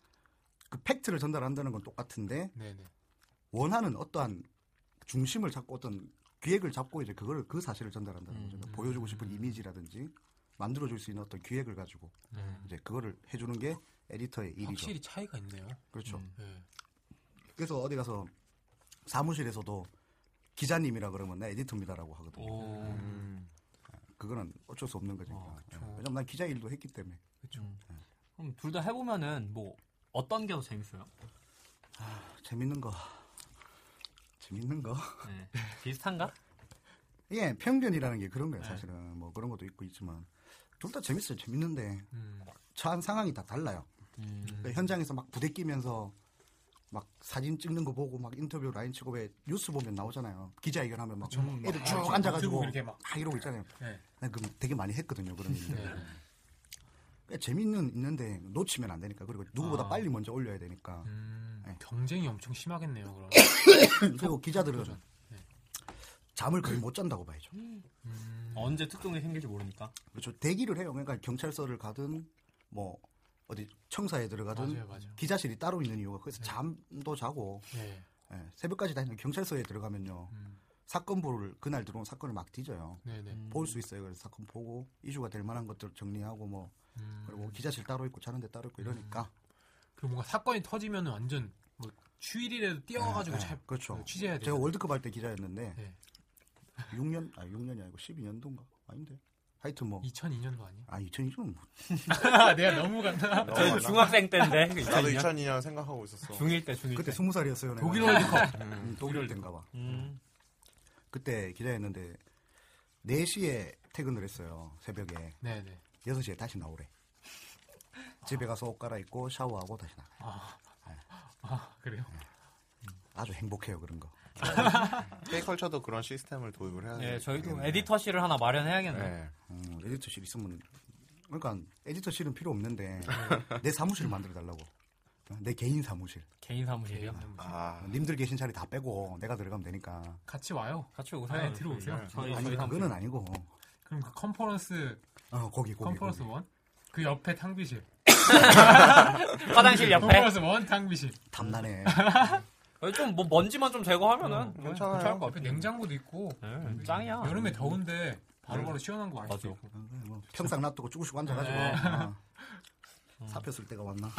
Speaker 9: 그 팩트를 전달한다는 건 똑같은데
Speaker 5: 네, 네.
Speaker 9: 원하는 어떠한 중심을 잡고 어떤 기획을 잡고 이제 그거를 그 사실을 전달한다는 거죠.
Speaker 5: 음.
Speaker 9: 그러니까 보여주고 싶은 이미지라든지 만들어줄 수 있는 어떤 기획을 가지고
Speaker 5: 음.
Speaker 9: 이제 그거를 해주는 게 에디터의 일이죠.
Speaker 5: 확실히 차이가 있네요.
Speaker 9: 그렇죠.
Speaker 3: 음.
Speaker 5: 네.
Speaker 9: 그래서 어디 가서 사무실에서도 기자님이라 그러면 나 에디터입니다라고 하거든요.
Speaker 3: 오.
Speaker 4: 음.
Speaker 9: 그거는 어쩔 수 없는 거죠.
Speaker 5: 아, 그쵸.
Speaker 9: 왜냐면 난 기자 일도 했기 때문에.
Speaker 5: 그렇죠.
Speaker 3: 음. 그럼 둘 다 해보면은 뭐 어떤 게 더 재밌어요?
Speaker 9: 재밌는 거. 재밌는 거.
Speaker 3: 예. 비슷한가?
Speaker 9: 예, 편견이라는 게 그런 거예요,
Speaker 5: 네.
Speaker 9: 사실은. 뭐 그런 것도 있고 있지만. 둘 다 재밌어요. 재밌는데.
Speaker 5: 음,
Speaker 9: 처한 상황이 다 달라요.
Speaker 5: 예.
Speaker 9: 그러니까 현장에서 막 부대끼면서 막 사진 찍는 거 보고 막 인터뷰 라인 치고 왜 뉴스 보면 나오잖아요. 기자회견하면 막 애들 음. 쭉
Speaker 5: 막 들고
Speaker 9: 앉아가지고
Speaker 5: 이렇게 막.
Speaker 9: 아 이러고 있잖아요.
Speaker 5: 네.
Speaker 9: 난 그거 되게 많이 했거든요. 그런 일.
Speaker 5: 네.
Speaker 9: 재미는 있는데 놓치면 안 되니까 그리고 누구보다
Speaker 5: 아.
Speaker 9: 빨리 먼저 올려야 되니까
Speaker 5: 음,
Speaker 9: 네.
Speaker 5: 경쟁이 엄청 심하겠네요. 그럼.
Speaker 9: 그리고 기자들은
Speaker 5: 도전. 네.
Speaker 9: 잠을 거의 못 잔다고 봐야죠.
Speaker 5: 음,
Speaker 3: 언제 특종이 생길지 모르니까.
Speaker 9: 그렇죠. 대기를 해요. 그러니까 경찰서를 가든 뭐 어디 청사에 들어가든
Speaker 5: 맞아요, 맞아요. 예.
Speaker 9: 기자실이 따로 있는 이유가 그래서 잠도 자고
Speaker 5: 네.
Speaker 9: 예, 새벽까지 다니는 경찰서에 들어가면요
Speaker 5: 음,
Speaker 9: 사건 보를 그날 들어온 사건을 막 뒤져요.
Speaker 5: 네, 네.
Speaker 9: 볼 수 있어요. 그래서 사건 보고 이슈가 될 만한 것들 정리하고 뭐
Speaker 5: 음.
Speaker 9: 그리고 기자실 따로 있고 자는 데 따로 있고 이러니까
Speaker 5: 그리고 뭔가 사건이 터지면 완전 뭐 추일이라도 뛰어가지고
Speaker 9: 예, 예,
Speaker 5: 잘뭐
Speaker 9: 그렇죠.
Speaker 5: 취재해야 돼요.
Speaker 9: 제가 월드컵 할 때 기자였는데
Speaker 5: 네.
Speaker 9: 6년 아 6년이 아니고 12년도인가 아닌데 하여튼 뭐
Speaker 5: 2002년도 아니에요?
Speaker 9: 아, 2002년
Speaker 5: 아, 내가 너무 갔나?
Speaker 3: 어, 저희
Speaker 4: 나도
Speaker 3: 중학생 때인데. 2002년?
Speaker 4: 2002년 생각하고 있었어.
Speaker 3: 중1 때, 중1
Speaker 9: 그때
Speaker 3: 때.
Speaker 9: 20살이었어요. 내가.
Speaker 5: 독일 월드컵.
Speaker 9: 음, 독일 때인가 봐.
Speaker 3: 음.
Speaker 9: 그때 기자였는데 4시에 퇴근을 했어요. 새벽에.
Speaker 5: 네, 네.
Speaker 9: 6시에 다시 나오래. 집에 가서 옷 갈아입고 샤워하고 다시 나가요.
Speaker 5: 아, 그래요?
Speaker 9: 아주 행복해요, 그런 거.
Speaker 4: K컬처도 그런 시스템을 도입을 해야
Speaker 3: 예,
Speaker 4: 돼.
Speaker 3: 저희도 에디터실을 하나 마련해야겠네요.
Speaker 4: 네.
Speaker 9: 음, 에디터실 있으면 그러니까 에디터실은 필요 없는데 내 사무실을 만들어 달라고. 내 개인 사무실.
Speaker 3: 개인 사무실이요?
Speaker 4: 아,
Speaker 9: 님들 계신 자리 다 빼고 내가 들어가면 되니까.
Speaker 5: 같이 와요.
Speaker 3: 같이 오세요.
Speaker 5: 아예 들어오세요.
Speaker 3: 저희
Speaker 9: 아니
Speaker 3: 저희 사무실.
Speaker 9: 그거는 아니고.
Speaker 5: 그럼 그 컨퍼런스
Speaker 9: 어 거기 거기.
Speaker 5: 컨퍼런스
Speaker 9: 거기.
Speaker 5: 원? 그 옆에 탕비실. 그
Speaker 3: 화장실 옆에.
Speaker 5: 컨퍼런스 원 탕비실.
Speaker 9: 담나네.
Speaker 3: 좀 뭐 먼지만 좀 제거하면은 네,
Speaker 4: 괜찮아요.
Speaker 3: 괜찮을 것
Speaker 5: 그 옆에
Speaker 3: 같아요.
Speaker 5: 냉장고도 있고.
Speaker 3: 네, 짱이야.
Speaker 5: 여름에 더운데 바로바로 시원한 거 맛있어.
Speaker 3: 맞아요.
Speaker 9: 뭐 평상 놔두고 쭈구쭈구 앉아가지고
Speaker 5: 네.
Speaker 9: 아, 사표 쓸 때가 왔나?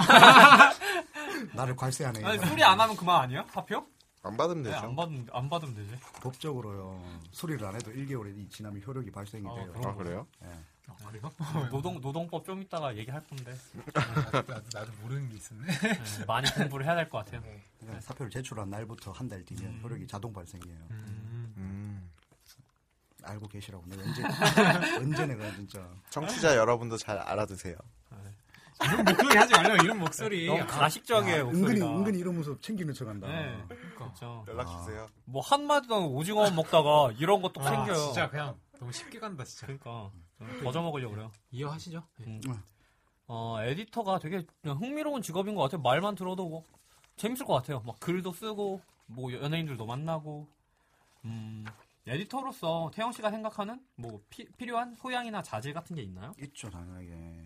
Speaker 9: 나를 괄세하네.
Speaker 3: 아니, 수리 안 하면 그만 아니야? 사표?
Speaker 4: 안 받으면
Speaker 3: 네,
Speaker 4: 되죠.
Speaker 3: 안 받으면 안 받으면 되지.
Speaker 9: 법적으로요. 수리를 안 해도 1개월이 지나면 효력이 발생이
Speaker 5: 아,
Speaker 9: 돼요.
Speaker 5: 그럼.
Speaker 4: 아, 그래요?
Speaker 5: 아, 그래요?
Speaker 3: 노동 노동법 좀 이따가 얘기할 건데
Speaker 5: 아, 나도, 나도, 나도 모르는 게 있었네.
Speaker 3: 네, 많이 공부를 해야 될 것 같아요.
Speaker 9: 그러니까 사표를 제출한 날부터 한 달 뒤면 효력이 자동 발생이에요.
Speaker 5: 음,
Speaker 4: 음.
Speaker 9: 알고 계시라고. 내가 언제 언제 내가 진짜
Speaker 4: 청취자 여러분도 잘 알아두세요.
Speaker 5: 이런 목소리 하지 말래요. 이런 목소리.
Speaker 3: 너무 가식적이에요.
Speaker 9: 아, 야, 은근히
Speaker 3: 목소리가.
Speaker 9: 은근히 이러면서 챙기는 척한다. 어.
Speaker 5: 네. 그러니까.
Speaker 3: 그렇죠.
Speaker 4: 연락주세요.
Speaker 3: 뭐 한마디도 오징어 먹다가 이런 것도
Speaker 5: 아,
Speaker 3: 생겨요.
Speaker 5: 진짜 그냥 너무 쉽게 간다 진짜.
Speaker 3: 그러니까 거저 먹으려고 그래요.
Speaker 5: 이해하시죠? 네.
Speaker 3: 어, 에디터가 되게 그냥 흥미로운 직업인 것 같아요. 말만 들어도 뭐 재밌을 것 같아요. 막 글도 쓰고 뭐 연예인들도 만나고 음, 에디터로서 태영 씨가 생각하는 뭐 피- 필요한 소양이나 자질 같은 게 있나요?
Speaker 9: 있죠 당연하게.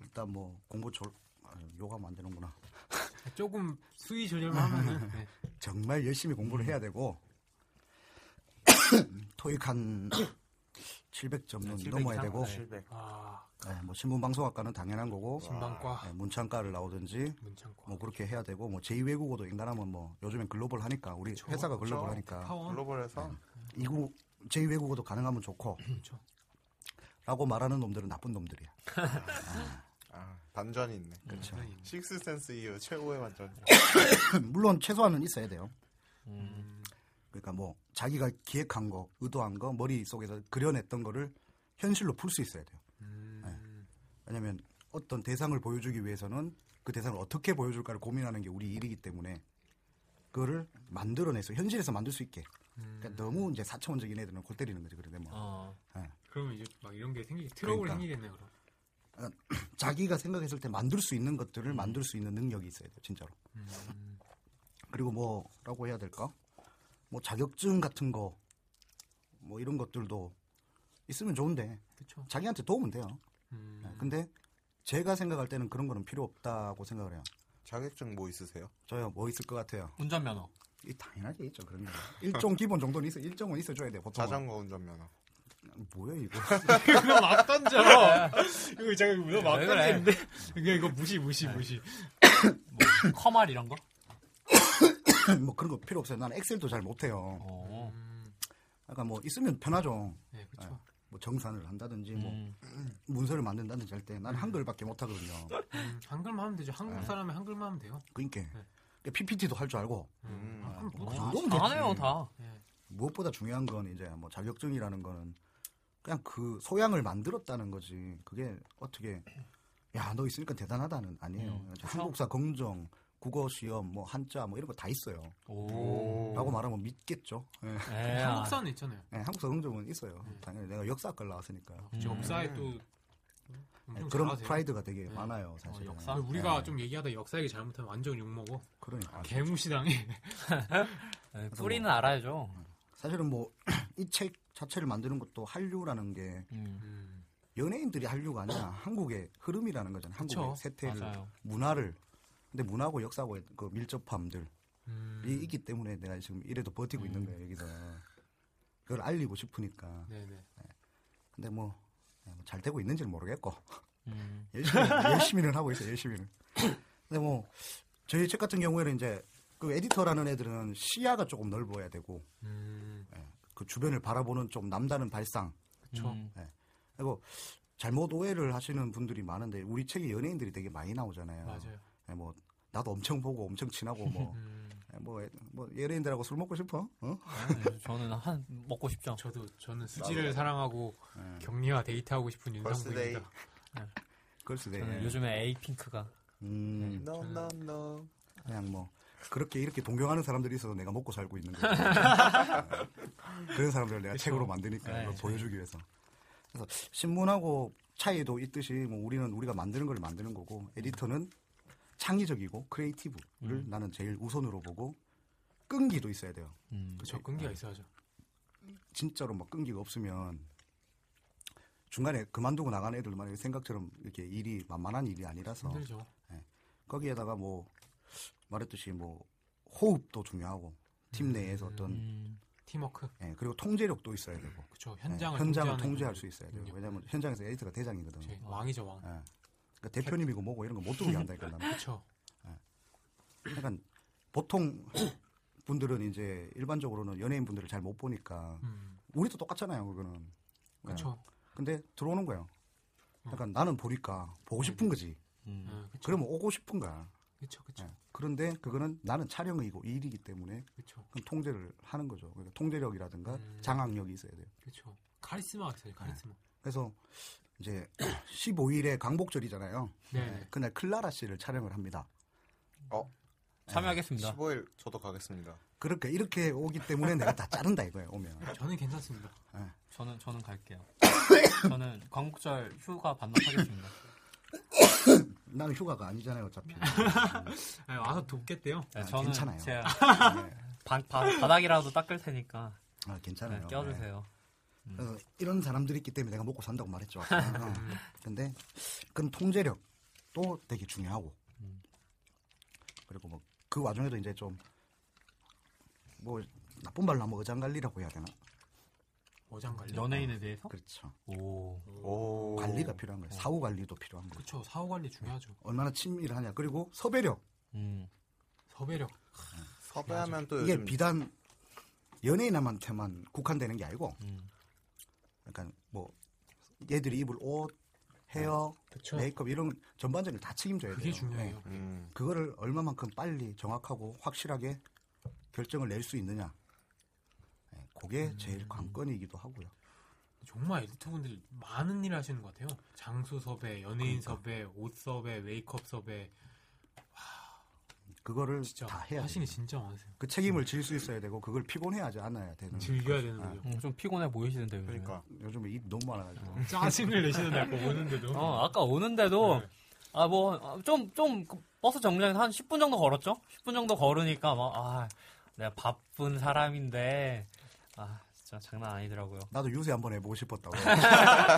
Speaker 9: 일단 뭐 공부 졸 아, 요가면 안 되는구나.
Speaker 5: 아, 조금 수위
Speaker 9: 아,
Speaker 5: 조절만 하면은 네.
Speaker 9: 정말 열심히 공부를
Speaker 5: 음.
Speaker 9: 해야 되고 토익 한 700점은
Speaker 3: 네, 700
Speaker 9: 넘어야
Speaker 3: 이상?
Speaker 9: 되고
Speaker 3: 네.
Speaker 4: 700.
Speaker 5: 아
Speaker 9: 네, 뭐 신문방송학과는 당연한 거고
Speaker 5: 신방과
Speaker 9: 네, 문창과를 나오든지
Speaker 5: 문창과
Speaker 9: 뭐 그렇게 해야 되고 뭐 제2외국어도 인간하면 뭐 요즘엔 글로벌 하니까 우리 그 회사가
Speaker 6: 그렇죠.
Speaker 9: 글로벌 하니까
Speaker 5: 파원
Speaker 4: 글로벌에서
Speaker 9: 이국 제2외국어도 가능하면 좋고
Speaker 5: 그렇죠.
Speaker 9: 라고 말하는 놈들은 나쁜 놈들이야.
Speaker 4: 아, 반전이 있네.
Speaker 9: 그렇죠.
Speaker 4: 식스센스 이후 최고의 반전.
Speaker 3: 음.
Speaker 9: 물론 최소한은 있어야 돼요.
Speaker 5: 음,
Speaker 9: 그러니까 뭐 자기가 기획한 거, 의도한 거, 머릿속에서 그려냈던 거를 현실로 풀 수 있어야 돼요. 네.
Speaker 5: 음,
Speaker 9: 왜냐면 어떤 대상을 보여주기 위해서는 그 대상을 어떻게 보여줄까를 고민하는 게 우리 일이기 때문에 그거를 만들어내서 현실에서 만들 수 있게.
Speaker 5: 음.
Speaker 9: 그러니까 너무 이제 사차원적인 애들은 골 때리는 거죠. 그런데 뭐
Speaker 3: 어,
Speaker 5: 그러면 이제 막 이런 게 생기 트러블
Speaker 9: 그러니까.
Speaker 5: 생기겠네요. 그럼.
Speaker 9: 자기가 생각했을 때 만들 수 있는 것들을 만들 수 있는 능력이 있어야 돼요. 진짜로.
Speaker 5: 음,
Speaker 9: 그리고 뭐라고 해야 될까? 뭐 자격증 같은 거, 뭐 이런 것들도 있으면 좋은데
Speaker 5: 그렇죠.
Speaker 9: 자기한테 도움은 돼요.
Speaker 5: 음,
Speaker 9: 네, 근데 제가 생각할 때는 그런 거는 필요 없다고 생각을 해요.
Speaker 4: 자격증 뭐 있으세요?
Speaker 9: 저요 뭐 있을 것 같아요?
Speaker 3: 운전면허.
Speaker 9: 이 당연하게 있죠 그런 거. 일정 기본 정도는 있어 일정은 있어줘야 돼 보통.
Speaker 4: 자전거 운전면허.
Speaker 9: 뭐야 이거?
Speaker 5: 그럼 막 던져. 이거 제가 이거 막
Speaker 3: 네. 왜 그래? 네.
Speaker 5: 던지는데 그냥 이거 무시 무시 무시.
Speaker 3: 뭐 커말 이런 거?
Speaker 9: 뭐 그런 거 필요 없어요. 나는 엑셀도 잘 못해요.
Speaker 3: 어,
Speaker 5: 음,
Speaker 9: 그러니까 뭐 있으면 편하죠.
Speaker 5: 네 그렇죠.
Speaker 9: 뭐 정산을 한다든지 뭐
Speaker 3: 음,
Speaker 9: 문서를 만든다든지 할 때 난
Speaker 3: 네.
Speaker 9: 한글밖에 못하거든요.
Speaker 5: 음, 한글만 하면 되죠.
Speaker 9: 네.
Speaker 5: 한국 사람이 한글만 하면 돼요.
Speaker 9: 그러니까
Speaker 3: 네.
Speaker 9: PPT도 할 줄 알고
Speaker 5: 음,
Speaker 4: 음.
Speaker 5: 아, 그럼
Speaker 9: 그
Speaker 5: 뭐,
Speaker 3: 아,
Speaker 9: 정도면
Speaker 3: 잘하네요
Speaker 9: 되지.
Speaker 3: 다.
Speaker 9: 무엇보다 중요한 건 이제 뭐 자격증이라는 거는 그냥 그 소양을 만들었다는 거지. 그게 어떻게 야 너 있으니까 대단하다는 아니에요.
Speaker 3: 음,
Speaker 9: 이제 한국사 검정, 국어 시험, 뭐 한자 뭐 이런 거 다 있어요.
Speaker 3: 오,
Speaker 9: 라고 말하면 믿겠죠. 예.
Speaker 3: 에, 아,
Speaker 5: 네, 한국사는 있잖아요.
Speaker 9: 예, 한국사 검정은 있어요.
Speaker 3: 음.
Speaker 9: 당연히 내가 역사학과
Speaker 3: 아,
Speaker 9: 나왔으니까.
Speaker 5: 그렇죠. 역사에 또 음,
Speaker 9: 예,
Speaker 5: 엄청
Speaker 9: 그런
Speaker 5: 잘하세요.
Speaker 9: 프라이드가 되게 많아요,
Speaker 3: 어,
Speaker 9: 사실. 은 네. 예,
Speaker 3: 역사?
Speaker 5: 우리가 좀 얘기하다 역사 얘기 잘못하면 완전 욕먹어.
Speaker 9: 그러니까
Speaker 5: 개무시당해.
Speaker 3: 에, 네, 뿌리는 알아야죠.
Speaker 9: 사실은 뭐 이 책 자체를 만드는 것도 한류라는 게
Speaker 3: 음,
Speaker 5: 음,
Speaker 9: 연예인들이 한류가 아니라 한국의 흐름이라는 거잖아요. 한국의
Speaker 5: 그쵸.
Speaker 9: 세태를
Speaker 3: 맞아요.
Speaker 9: 문화를 근데 문화하고 역사하고의 그 밀접함들이
Speaker 5: 음,
Speaker 9: 있기 때문에 내가 지금 이래도 버티고 있는 거예요 여기서 그걸 알리고 싶으니까
Speaker 5: 네네.
Speaker 9: 근데 뭐 잘 되고 있는지는 모르겠고
Speaker 3: 음,
Speaker 9: 열심히, 열심히는 하고 있어요 열심히는 근데 뭐 저희 책 같은 경우에는 이제 그 에디터라는 애들은 시야가 조금 넓어야 되고
Speaker 5: 음,
Speaker 9: 그 주변을 바라보는 좀 남다른 발상
Speaker 5: 그쵸.
Speaker 3: 음,
Speaker 9: 그리고 잘못 오해를 하시는 분들이 많은데 우리 책에 연예인들이 되게 많이 나오잖아요
Speaker 5: 맞아요.
Speaker 9: 예, 뭐 나도 엄청 보고 엄청 친하고 뭐
Speaker 5: 음,
Speaker 9: 예, 뭐, 애- 뭐 연예인들하고 술 먹고 싶어? 어?
Speaker 3: 아, 저는 한 먹고 싶죠.
Speaker 5: 저도 저는 수지를 사랑하고
Speaker 9: 네.
Speaker 5: 격리와 데이트하고 싶은
Speaker 4: 걸스데이.
Speaker 5: 윤상부입니다.
Speaker 9: 걸스데이.
Speaker 3: 저는 요즘에 에이핑크가
Speaker 9: 음,
Speaker 4: No, no, no.
Speaker 9: 그냥 뭐 그렇게 이렇게 동경하는 사람들이 있어서 내가 먹고 살고 있는 거예요. 예. 그런 사람들을 내가 책으로 만드니까
Speaker 3: 네,
Speaker 9: 이걸 보여주기 위해서. 그래서 음. 신문하고 차이도 있듯이 뭐 우리는 우리가 만드는 걸 만드는 거고 에디터는 창의적이고 크리에이티브를 나는 제일 우선으로 보고 끈기도 있어야 돼요.
Speaker 3: 음.
Speaker 5: 그렇죠. 끈기가 있어야죠.
Speaker 9: 진짜로 막 끈기가 없으면 중간에 그만두고 나간 애들만 생각처럼 이렇게 일이 만만한 일이 아니라서
Speaker 5: 힘들죠.
Speaker 9: 거기에다가 뭐 말했듯이 뭐 호흡도 중요하고
Speaker 5: 음.
Speaker 9: 팀 내에서 어떤
Speaker 5: 팀워크.
Speaker 9: 예, 그리고 통제력도 있어야 되고
Speaker 5: 그렇죠.
Speaker 9: 예,
Speaker 5: 현장을
Speaker 9: 현장을
Speaker 5: 통제하는
Speaker 9: 통제할
Speaker 5: 능력.
Speaker 9: 수 있어야 돼요. 왜냐하면 현장에서 에디터가 대장이거든. 요
Speaker 5: 그렇지. 왕이죠 왕.
Speaker 9: 그러니까 대표님이고 뭐고 이런 거 못 들어오게 한다니까. 나는.
Speaker 5: 그렇죠.
Speaker 9: 약간 보통 분들은 이제 일반적으로는 연예인 분들을 잘 못 보니까
Speaker 5: 음,
Speaker 9: 우리도 똑같잖아요. 그거는.
Speaker 5: 그렇죠.
Speaker 9: 예. 근데 들어오는 거예요. 약간 나는 보니까 보고 싶은 거지.
Speaker 5: 음, 그렇죠.
Speaker 9: 그러면 오고 싶은 거야.
Speaker 5: 그렇죠. 그렇죠.
Speaker 9: 예. 그런데 그거는 나는 촬영이고 일이기 때문에
Speaker 5: 그렇죠.
Speaker 9: 그럼 통제를 하는 거죠. 그러니까 통제력이라든가
Speaker 5: 음.
Speaker 9: 장악력이 있어야 돼요.
Speaker 5: 그렇죠. 카리스마가 있어요. 카리스마.
Speaker 9: 그래서 이제 15일에 강복절이잖아요.
Speaker 5: 네.
Speaker 9: 예, 그날 클라라 씨를 촬영을 합니다. 음.
Speaker 3: 참여하겠습니다.
Speaker 4: 15일 저도 가겠습니다.
Speaker 9: 그렇게 이렇게 오기 때문에 내가 다 자른다 이거예요. 오면.
Speaker 5: 네. 저는 괜찮습니다.
Speaker 3: 저는 저는 갈게요. 저는 광복절 휴가 반납하겠습니다.
Speaker 9: 나는 휴가가 아니잖아요, 어차피.
Speaker 5: 네, 와서 돕겠대요.
Speaker 3: 네,
Speaker 9: 아,
Speaker 3: 저는
Speaker 9: 괜찮아요.
Speaker 3: 제가
Speaker 9: 네.
Speaker 3: 바, 닥이라도 닦을 테니까
Speaker 9: 아,
Speaker 3: 네,
Speaker 9: 괜찮아요. 네.
Speaker 3: 껴주세요.
Speaker 9: 그래서 이런 사람들이 있기 때문에 내가 먹고 산다고 말했죠. 아까. 어. 근데 그 통제력도 되게 중요하고 그리고 뭐 그 와중에도 이제 좀 뭐 나쁜 말로 하면 어장관리라고 해야 되나?
Speaker 5: 어장 관리.
Speaker 3: 연예인에 대해서?
Speaker 9: 그렇죠.
Speaker 3: 오.
Speaker 4: 오.
Speaker 9: 관리가 필요한
Speaker 5: 네.
Speaker 9: 거예요. 사후 관리도 필요한 거예요.
Speaker 5: 그렇죠. 사후 관리 중요하죠.
Speaker 9: 얼마나 친밀하냐. 그리고 섭외력.
Speaker 3: 음.
Speaker 5: 섭외력.
Speaker 4: 섭외하면 또
Speaker 9: 이게
Speaker 4: 요즘
Speaker 9: 비단 연예인한테만 국한되는 게 아니고
Speaker 3: 음.
Speaker 9: 약간 뭐 얘들이 입을 옷, 헤어,
Speaker 5: 그렇죠.
Speaker 9: 메이크업 이런 전반적인 다 책임져야 돼요.
Speaker 5: 그게 중요해요.
Speaker 9: 네.
Speaker 4: 음,
Speaker 9: 그거를 얼마만큼 빨리 정확하고 확실하게 결정을 낼 수 있느냐. 네, 그게
Speaker 5: 음.
Speaker 9: 제일 관건이기도 하고요.
Speaker 5: 정말 에디터분들이 많은 일을 하시는 것 같아요. 장소 섭외, 연예인
Speaker 9: 그러니까.
Speaker 5: 섭외, 옷 섭외, 메이크업 섭외.
Speaker 9: 그거를
Speaker 5: 진짜 음.
Speaker 9: 다 해야
Speaker 5: 하시는
Speaker 9: 돼요.
Speaker 5: 진짜 많으세요.
Speaker 9: 그 책임을 질 수 있어야 되고 그걸 피곤해하지 않아야 되는.
Speaker 5: 즐겨야 되는 거죠.
Speaker 3: 음, 좀 피곤해 보이시는데요. 요즘에.
Speaker 4: 그러니까
Speaker 9: 요즘에 입 너무
Speaker 5: 음.
Speaker 9: 많아가지고.
Speaker 5: 뭐 짜증을 내시는 날거 오는데도.
Speaker 3: 어, 아까 오는데도
Speaker 5: 네.
Speaker 3: 아 뭐 좀 좀 버스 정류장에서 한 10분 정도 걸었죠? 10분 정도 걸으니까 막 아, 내가 바쁜 사람인데 아, 진짜 장난 아니더라고요.
Speaker 9: 나도 유세 한번 해보고 싶었다고.
Speaker 3: 아,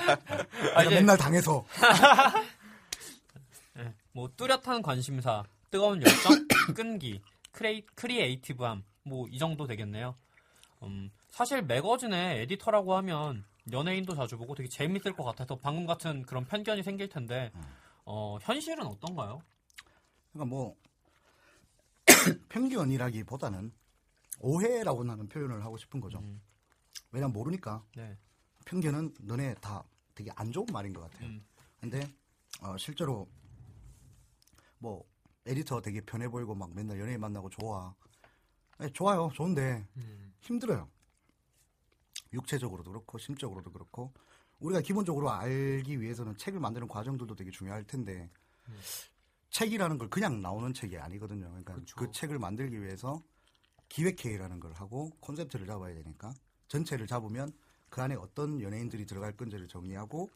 Speaker 9: 내가
Speaker 3: 이제
Speaker 9: 맨날 당해서.
Speaker 3: 뭐 뚜렷한 관심사, 뜨거운 열정, 끈기, 크레이, 크리에이티브함 뭐 이 정도 되겠네요. 음, 사실 매거진의 에디터라고 하면 연예인도 자주 보고 되게 재밌을 것 같아서 방금 같은 그런 편견이 생길 텐데
Speaker 5: 음.
Speaker 3: 어, 현실은 어떤가요?
Speaker 9: 그러니까 뭐 편견이라기보다는 오해라고 나는 표현을 하고 싶은 거죠.
Speaker 3: 음.
Speaker 9: 왜냐면 모르니까
Speaker 3: 네.
Speaker 9: 편견은 너네 다 되게 안 좋은 말인 것 같아요.
Speaker 3: 음.
Speaker 9: 근데 어, 실제로 뭐 에디터 되게 편해 보이고 막 맨날 연예인 만나고 좋아. 네, 좋아요. 좋은데
Speaker 5: 음,
Speaker 9: 힘들어요. 육체적으로도 그렇고 심적으로도 그렇고 우리가 기본적으로 알기 위해서는 책을 만드는 과정들도 되게 중요할 텐데
Speaker 5: 음.
Speaker 9: 책이라는 걸 그냥 나오는 책이 아니거든요. 그러니까 그
Speaker 5: 그쵸.
Speaker 9: 책을 만들기 위해서 기획회의라는 걸 하고 콘셉트를 잡아야 되니까 전체를 잡으면 그 안에 어떤 연예인들이 들어갈 건지를 정의하고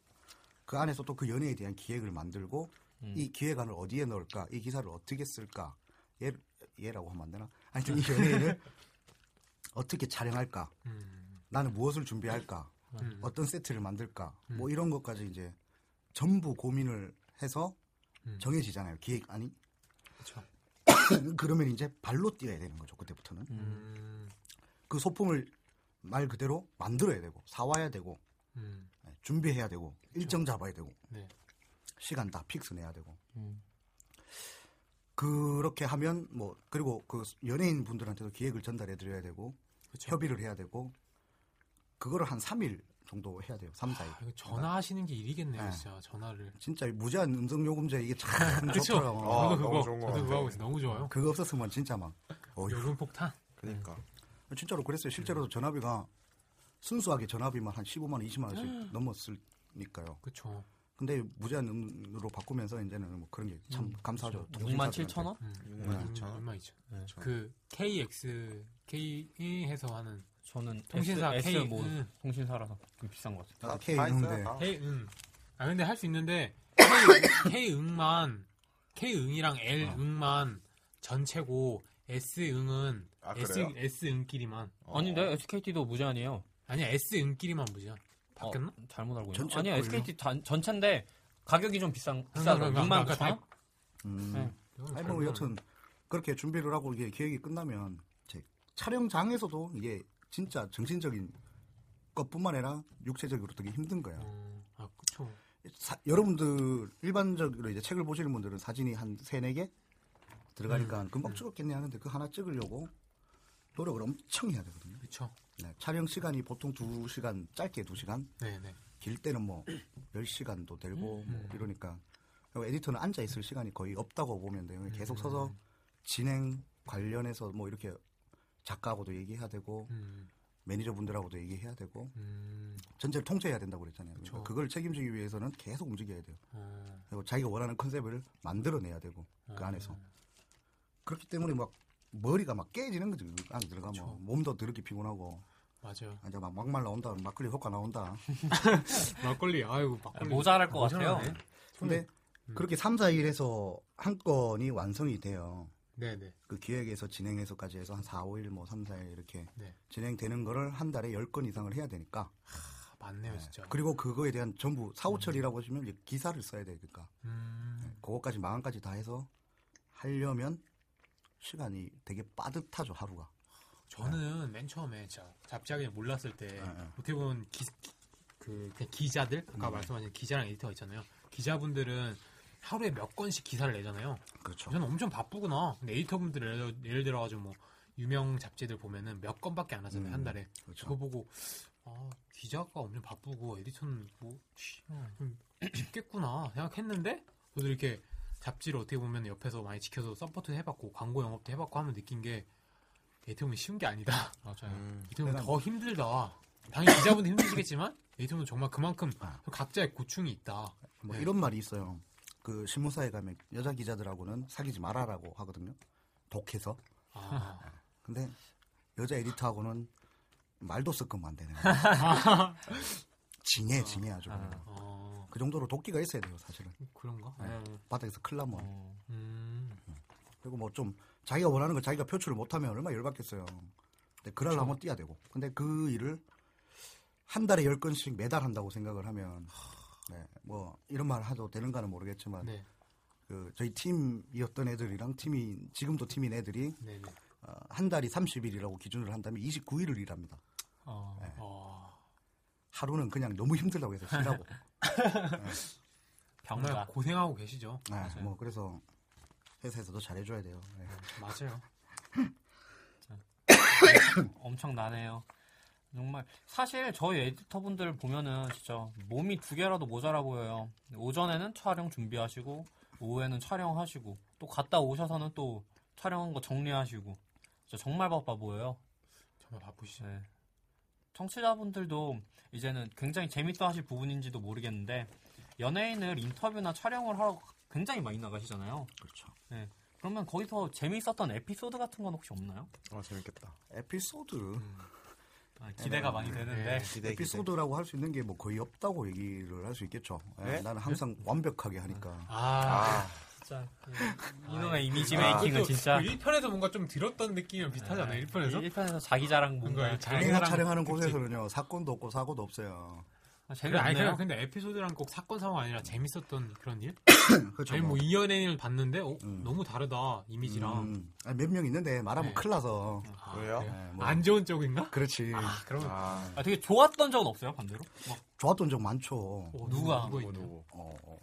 Speaker 9: 그 안에서 또 그 연예에 대한 기획을 만들고 이 기획안을 어디에 넣을까 이 기사를 어떻게 쓸까 얘, 얘라고 하면 안 되나 하여튼 이 연예인을 어떻게 촬영할까
Speaker 5: 음,
Speaker 9: 나는 무엇을 준비할까?
Speaker 5: 음.
Speaker 9: 어떤 세트를 만들까? 뭐 이런 것까지 이제 전부 고민을 해서
Speaker 5: 음.
Speaker 9: 정해지잖아요. 기획 아니
Speaker 5: 그렇죠.
Speaker 9: 그러면 이제 발로 뛰어야 되는 거죠. 그때부터는
Speaker 5: 음,
Speaker 9: 그 소품을 말 그대로 만들어야 되고 사와야 되고
Speaker 5: 음,
Speaker 9: 예, 준비해야 되고 일정 잡아야 되고
Speaker 5: 네.
Speaker 9: 시간 다 픽스 내야 되고
Speaker 3: 음.
Speaker 9: 그렇게 하면 뭐 그리고 그 연예인 분들한테도 기획을 전달해 드려야 되고
Speaker 5: 그렇죠.
Speaker 9: 협의를 해야 되고 그거를 한 3일 정도 해야 돼요. 3, 4일.
Speaker 5: 아, 이거 전화하시는 게 일이겠네요,
Speaker 9: 네.
Speaker 5: 진짜 전화를.
Speaker 9: 진짜 무제한 음성 요금제 이게 참
Speaker 5: 그쵸?
Speaker 9: 좋더라고.
Speaker 4: 아, 너무
Speaker 5: 저도 그거,
Speaker 4: 좋은 것
Speaker 5: 저도 그거
Speaker 4: 같아요.
Speaker 5: 하고 있어요. 너무 좋아요.
Speaker 9: 그거 없었으면 진짜 막 어휴
Speaker 5: 요금 네. 폭탄.
Speaker 4: 그러니까
Speaker 9: 네. 진짜로 그랬어요. 실제로도 전화비가 순수하게 전화비만 한 15만 원, 20만 원씩 넘었으니까요.
Speaker 5: 그렇죠.
Speaker 9: 근데 무제한으로 바꾸면서 이제는 뭐 그런 게 참 감사하죠.
Speaker 3: 6만 7천 그렇죠. 원?
Speaker 5: 음,
Speaker 4: 6만 2천 원.
Speaker 5: 6만 2천.
Speaker 3: 네.
Speaker 5: 그 KX K에서 하는
Speaker 3: 저는
Speaker 5: 통신사
Speaker 3: S,
Speaker 5: K
Speaker 3: 뭐
Speaker 5: 음.
Speaker 3: 통신사라서 좀 비싼 것 같아요.
Speaker 9: 아,
Speaker 4: 다 있어요,
Speaker 9: K인데
Speaker 4: 다.
Speaker 5: K 응. 아 근데 할 수 있는데 K, K 응만 K응이랑
Speaker 4: 어.
Speaker 5: L응만 전체고 S응은
Speaker 4: 아,
Speaker 5: S,
Speaker 4: 그래요?
Speaker 5: S응끼리만
Speaker 4: 어.
Speaker 3: 아니 네, 내 SKT도 무제한이에요.
Speaker 5: 아니 S응끼리만 무지야 바뀌었나?
Speaker 3: 어, 잘못 알고 있나?
Speaker 9: 전체
Speaker 3: 아니
Speaker 9: 걸요?
Speaker 3: SKT 단, 전체인데 가격이 좀 비싼 비싸서
Speaker 5: 그러니까
Speaker 3: 6만
Speaker 5: 아까
Speaker 3: 9천 원?
Speaker 9: 음.
Speaker 3: 네.
Speaker 4: 어.
Speaker 5: 이건
Speaker 9: 아니
Speaker 5: 잘
Speaker 9: 뭐
Speaker 5: 모르겠네.
Speaker 9: 여튼 그렇게 준비를 하고 이게 계획이 끝나면 제 촬영장에서도 이게 진짜 정신적인 것뿐만 아니라 육체적으로 되게 힘든 거야.
Speaker 5: 어, 아 그쵸
Speaker 9: 사- 여러분들 일반적으로 이제 책을 보시는 분들은 사진이 한 세네 개 들어가니까 금방 찍었겠네 하는데 그 하나 찍으려고 노력을 엄청 해야 되거든요.
Speaker 5: 그쵸
Speaker 9: 네, 촬영 시간이 보통 두 시간 짧게 두 시간
Speaker 5: 네네
Speaker 9: 길 때는 뭐 10시간도 되고 뭐
Speaker 5: 음.
Speaker 9: 이러니까 그리고 에디터는 앉아 있을 시간이 거의 없다고 보면
Speaker 5: 음.
Speaker 9: 돼요. 계속 서서 진행 관련해서 뭐 이렇게 작가하고도 얘기해야 되고
Speaker 5: 음,
Speaker 9: 매니저분들하고도 얘기해야 되고
Speaker 5: 음,
Speaker 9: 전체를 통제해야 된다고 그랬잖아요.
Speaker 5: 그쵸.
Speaker 9: 그걸 책임지기 위해서는 계속 움직여야 돼요.
Speaker 3: 아.
Speaker 5: 어,
Speaker 9: 그리고 자기가 원하는 컨셉을 만들어내야 되고
Speaker 5: 아.
Speaker 9: 그 안에서 그렇기 때문에 막 머리가 막 깨지는 거죠. 그 안에 들어가면 몸도 더럽게 피곤하고
Speaker 5: 맞아요
Speaker 9: 이제 막 막말 나온다, 막걸리 효과 나온다.
Speaker 5: 막걸리 아이고 막걸리
Speaker 3: 모자랄 것 같아요.
Speaker 5: 음. 모자라네.
Speaker 9: 근데 그렇게 3, 4일에서 한 건이 완성이 돼요.
Speaker 5: 네네
Speaker 9: 그 기획에서 진행해서까지 해서 한 4, 5일, 뭐 3, 4일 이렇게
Speaker 5: 네.
Speaker 9: 진행되는 거를 한 달에 10건 이상을 해야 되니까.
Speaker 5: 아, 맞네요 진짜
Speaker 9: 그리고 그거에 대한 전부 사후 처리라고 하시면 이제 기사를 써야 되니까. 네.
Speaker 5: 음,
Speaker 9: 그거까지 망안까지 다 해서 하려면 시간이 되게 빠듯하죠, 하루가.
Speaker 5: 저는 맨 처음에 진짜 잡지하게 몰랐을 때
Speaker 9: 그렇죠. 네, 네.
Speaker 5: 어떻게 보면 기, 기- 그 그냥 기자들 아까
Speaker 9: 음.
Speaker 5: 말씀하신 기자랑 에디터가 있잖아요 기자분들은 하루에 몇 건씩 기사를 내잖아요
Speaker 9: 그렇죠.
Speaker 5: 저는 엄청 바쁘구나 근데 에디터분들 예를, 예를 들어가지고 뭐 유명 잡지들 보면은 몇 건밖에 안 하잖아요
Speaker 9: 음,
Speaker 5: 한 달에
Speaker 9: 그렇죠.
Speaker 5: 그거 보고 아 기자가 엄청 바쁘고 에디터는 뭐 쉬- 좀 쉽겠구나 생각했는데 저도 이렇게 잡지를 어떻게 보면 옆에서 많이 지켜서 서포트 해봤고 광고 영업도 해봤고 하면 느낀 게 에디터 보면 쉬운 게 아니다 맞아요
Speaker 4: 음,
Speaker 5: 에디터 보면
Speaker 9: 내가-
Speaker 5: 더 힘들다 당연히 기자분들 힘드시겠지만 에디터는 정말 그만큼
Speaker 9: 아.
Speaker 5: 각자의 고충이 있다
Speaker 9: 뭐
Speaker 5: 네.
Speaker 9: 이런 말이 있어요. 그 신문사에 가면 여자 기자들하고는 사귀지 말아라고 하거든요. 독해서. 예.
Speaker 5: 아,
Speaker 9: 근데 여자 에디터하고는 말도 섞으면 안 되는 거예요. 징해, 징해 아주. 그냥.
Speaker 5: 어,
Speaker 9: 그 정도로 도끼가 있어야 돼요, 사실은.
Speaker 5: 그런가
Speaker 9: 네. 어.
Speaker 5: 네.
Speaker 9: 바닥에서 큰일 나면.
Speaker 5: 음,
Speaker 9: 그리고 뭐 좀 자기가 원하는 걸 자기가 표출을 못하면 얼마나 열받겠어요. 근데 그럴라면 뛰어야 되고. 근데 그 일을 한 달에 열 건씩 매달 한다고 생각을 하면, 네, 뭐 이런 말 해도 되는가는 모르겠지만,
Speaker 5: 네,
Speaker 9: 그 저희 팀이었던 애들이랑 팀이 지금도 팀인 애들이
Speaker 5: 네, 네.
Speaker 9: 어, 한 달이 30일이라고 기준을 한다면 29일을 일합니다.
Speaker 5: 어, 어,
Speaker 9: 하루는 그냥 너무 힘들다고 해서 쉬라고.
Speaker 5: 정말
Speaker 3: 병가.
Speaker 5: 고생하고 계시죠.
Speaker 9: 네, 뭐 그래서 회사에서도 잘해줘야 돼요. 네.
Speaker 5: 맞아요.
Speaker 3: 엄청 나네요. 정말 사실 저희 에디터분들 보면은 진짜 몸이 두 개라도 모자라 보여요. 오전에는 촬영 준비하시고 오후에는 촬영하시고 또 갔다 오셔서는 또 촬영한 거 정리하시고 진짜 정말 바빠 보여요.
Speaker 5: 정말 바쁘시죠.
Speaker 3: 네. 청취자분들도 이제는 굉장히 재밌다 하실 부분인지도 모르겠는데 연예인을 인터뷰나 촬영을 하러 굉장히 많이 나가시잖아요.
Speaker 9: 그렇죠.
Speaker 3: 그러면 거기서 재미있었던 에피소드 같은 건 혹시 없나요?
Speaker 4: 어 재밌겠다.
Speaker 9: 에피소드
Speaker 3: 아, 기대가 많이 되는데
Speaker 4: 기대 기대.
Speaker 9: 에피소드라고 할 수 있는 게 뭐 거의 없다고 얘기를 할 수 있겠죠. 예,
Speaker 4: 네?
Speaker 9: 나는 항상 완벽하게 하니까.
Speaker 5: 아,
Speaker 4: 아,
Speaker 3: 진짜 그 이놈의 이미지 메이킹은 아, 진짜 네.
Speaker 5: 1편에서 그 뭔가 좀 들었던 느낌이랑 비슷하지 않아요? 1편에서?
Speaker 3: 1편에서 자기 자랑 뭔가
Speaker 5: 뭔가
Speaker 3: 자-
Speaker 5: 자기
Speaker 9: 내가
Speaker 5: 사랑
Speaker 9: 촬영하는
Speaker 5: 특집.
Speaker 9: 곳에서는요 사건도 없고 사고도 없어요.
Speaker 3: 아,
Speaker 5: 그래, 아니
Speaker 3: 재미없네요.
Speaker 5: 그냥 근데 에피소드랑 꼭 사건 상황 아니라 재밌었던 그런 일?
Speaker 9: 그렇죠.
Speaker 5: 저희
Speaker 9: 뭐.
Speaker 5: 뭐이 연예인을 봤는데 어,
Speaker 9: 음.
Speaker 5: 너무 다르다 이미지랑
Speaker 9: 음, 몇명 있는데 말하면
Speaker 5: 네.
Speaker 9: 큰일 나서.
Speaker 5: 아,
Speaker 4: 왜요?
Speaker 5: 그래요?
Speaker 9: 네, 뭐.
Speaker 5: 안 좋은 쪽인가?
Speaker 9: 그렇지.
Speaker 5: 그러면
Speaker 4: 아,
Speaker 3: 아, 되게 좋았던 적은 없어요 반대로? 막
Speaker 9: 좋았던 적 많죠.
Speaker 5: 어,
Speaker 3: 누가?
Speaker 5: 누가
Speaker 4: 뭐
Speaker 5: 있나요?
Speaker 4: 누구?
Speaker 9: 어, 어,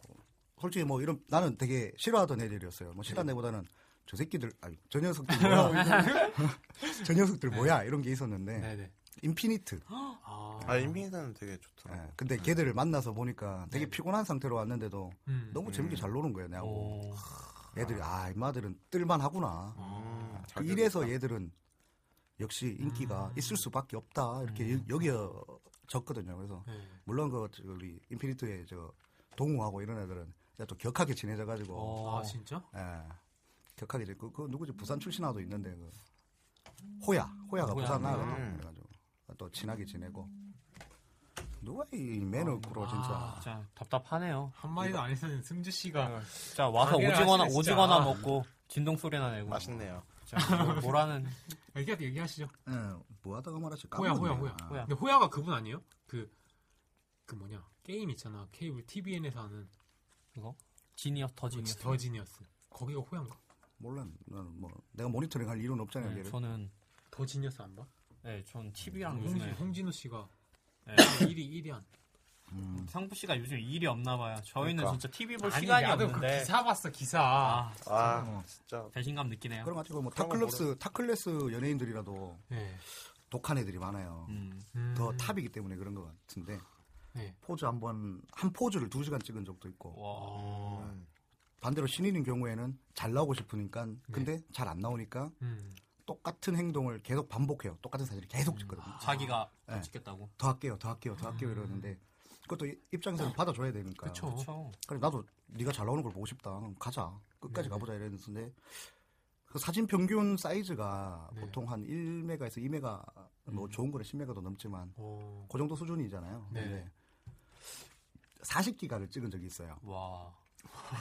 Speaker 9: 솔직히 뭐 이런 나는 되게 싫어하던 애들이었어요. 뭐 싫어한 애보다는 저 새끼들, 아니 저 녀석들 뭐야, 저 녀석들 뭐야 이런 게 있었는데
Speaker 5: 네네.
Speaker 9: 인피니트.
Speaker 5: 아,
Speaker 4: 아 인피니트는 되게
Speaker 9: 예,
Speaker 4: 좋더라고.
Speaker 9: 근데 걔들을 만나서 보니까 되게 피곤한 상태로 왔는데도
Speaker 5: 음.
Speaker 9: 너무 재밌게
Speaker 4: 음.
Speaker 9: 잘 노는 거예요. 내가 고
Speaker 3: 오,
Speaker 9: 얘들이 아 이마들은 뜰만하구나.
Speaker 5: 어. 아.
Speaker 4: 음,
Speaker 9: 그
Speaker 4: 자격이
Speaker 9: 이래서
Speaker 4: 있다.
Speaker 9: 얘들은 역시 인기가
Speaker 5: 음.
Speaker 9: 있을 수밖에 없다 이렇게 여- 여겨졌거든요. 그래서
Speaker 5: 네.
Speaker 9: 물론 그 저- 우리 인피니트의 저 동우하고 이런 애들은 이제 또 격하게 친해져 가지고
Speaker 3: 어.
Speaker 5: 아 진짜?
Speaker 9: 예. 격하게 이제 그, 그 누구지 부산 출신화도 있는데 그 호야 호야가
Speaker 3: 호야.
Speaker 5: 네.
Speaker 9: 부산 나가
Speaker 4: 음.
Speaker 9: 그래가지고 또 친하게 지내고 누가 이
Speaker 5: 아,
Speaker 9: 매너꾸로 진짜.
Speaker 3: 진짜 답답하네요.
Speaker 5: 한마디도 안 했으면 승주 씨가
Speaker 3: 진짜 아. 와서
Speaker 5: 가게를
Speaker 3: 오징어나
Speaker 5: 하시네, 진짜.
Speaker 3: 오징어나 먹고 진동 소리나 내고
Speaker 4: 맛있네요.
Speaker 9: 음.
Speaker 3: 진짜 뭐- 뭐라는
Speaker 5: 아, 얘기하도 얘기하시죠.
Speaker 9: 응, 뭐 하다가 말았지?
Speaker 5: 호야, 호야, 호야.
Speaker 9: 아,
Speaker 3: 호야.
Speaker 5: 근데 호야가 그분 아니에요? 그, 그 뭐냐. 게임 있잖아. 케이블 TVN에서 하는
Speaker 3: 이거 지니어스 더 지니어스.
Speaker 5: 더 지니어스. 거기가 호야인가?
Speaker 9: 몰라. 나는 뭐 내가 모니터링 할 일은 없잖아요.
Speaker 3: 네,
Speaker 9: 얘를.
Speaker 3: 저는
Speaker 5: 더 지니어스 안 봐?
Speaker 3: 네, 전 TV랑
Speaker 5: 홍진,
Speaker 3: 요즘에
Speaker 5: 홍진우 씨가
Speaker 3: 네,
Speaker 5: 1위, 1위 한.
Speaker 9: 음.
Speaker 3: 성부 씨가 요즘 일이 없나 봐요. 저희는
Speaker 4: 그러니까.
Speaker 3: 진짜 TV 볼
Speaker 5: 아니,
Speaker 3: 시간이
Speaker 5: 나도 그
Speaker 3: 없는데
Speaker 5: 기사 봤어, 기사.
Speaker 3: 아,
Speaker 9: 어.
Speaker 4: 아 진짜
Speaker 3: 배신감 느끼네요.
Speaker 9: 그럼 아직 뭐
Speaker 4: 그런 거
Speaker 9: 탑클래스 탑클래스 연예인들이라도
Speaker 5: 네.
Speaker 9: 독한 애들이 많아요.
Speaker 3: 음.
Speaker 5: 음.
Speaker 9: 더 탑이기 때문에 그런 것 같은데
Speaker 5: 네.
Speaker 9: 포즈 한번 한 포즈를 두 시간 찍은 적도 있고
Speaker 3: 와.
Speaker 4: 음,
Speaker 9: 반대로 신인인 경우에는 잘 나오고 싶으니까 근데
Speaker 5: 네.
Speaker 9: 잘 안 나오니까
Speaker 5: 음.
Speaker 9: 똑같은 행동을 계속 반복해요. 똑같은 사진을 계속
Speaker 5: 아,
Speaker 9: 찍거든요.
Speaker 3: 자기가 더
Speaker 9: 네.
Speaker 3: 찍겠다고.
Speaker 9: 더 할게요, 더 할게요, 더 할게요 이러는데 그것도 이- 입장에서는 받아줘야 되니까.
Speaker 5: 그쵸.
Speaker 3: 그렇죠.
Speaker 9: 그래 나도 네가 잘 나오는 걸 보고 싶다. 그럼 가자. 끝까지
Speaker 5: 네.
Speaker 9: 가보자 이랬는데 그 사진 평균 사이즈가
Speaker 5: 네.
Speaker 9: 보통 한 1메가에서 2메가 뭐 좋은 거는 10메가도 넘지만
Speaker 5: 어.
Speaker 9: 그 정도 수준이잖아요.
Speaker 5: 네.
Speaker 9: 근데 40기가를 찍은 적이 있어요.
Speaker 3: 와.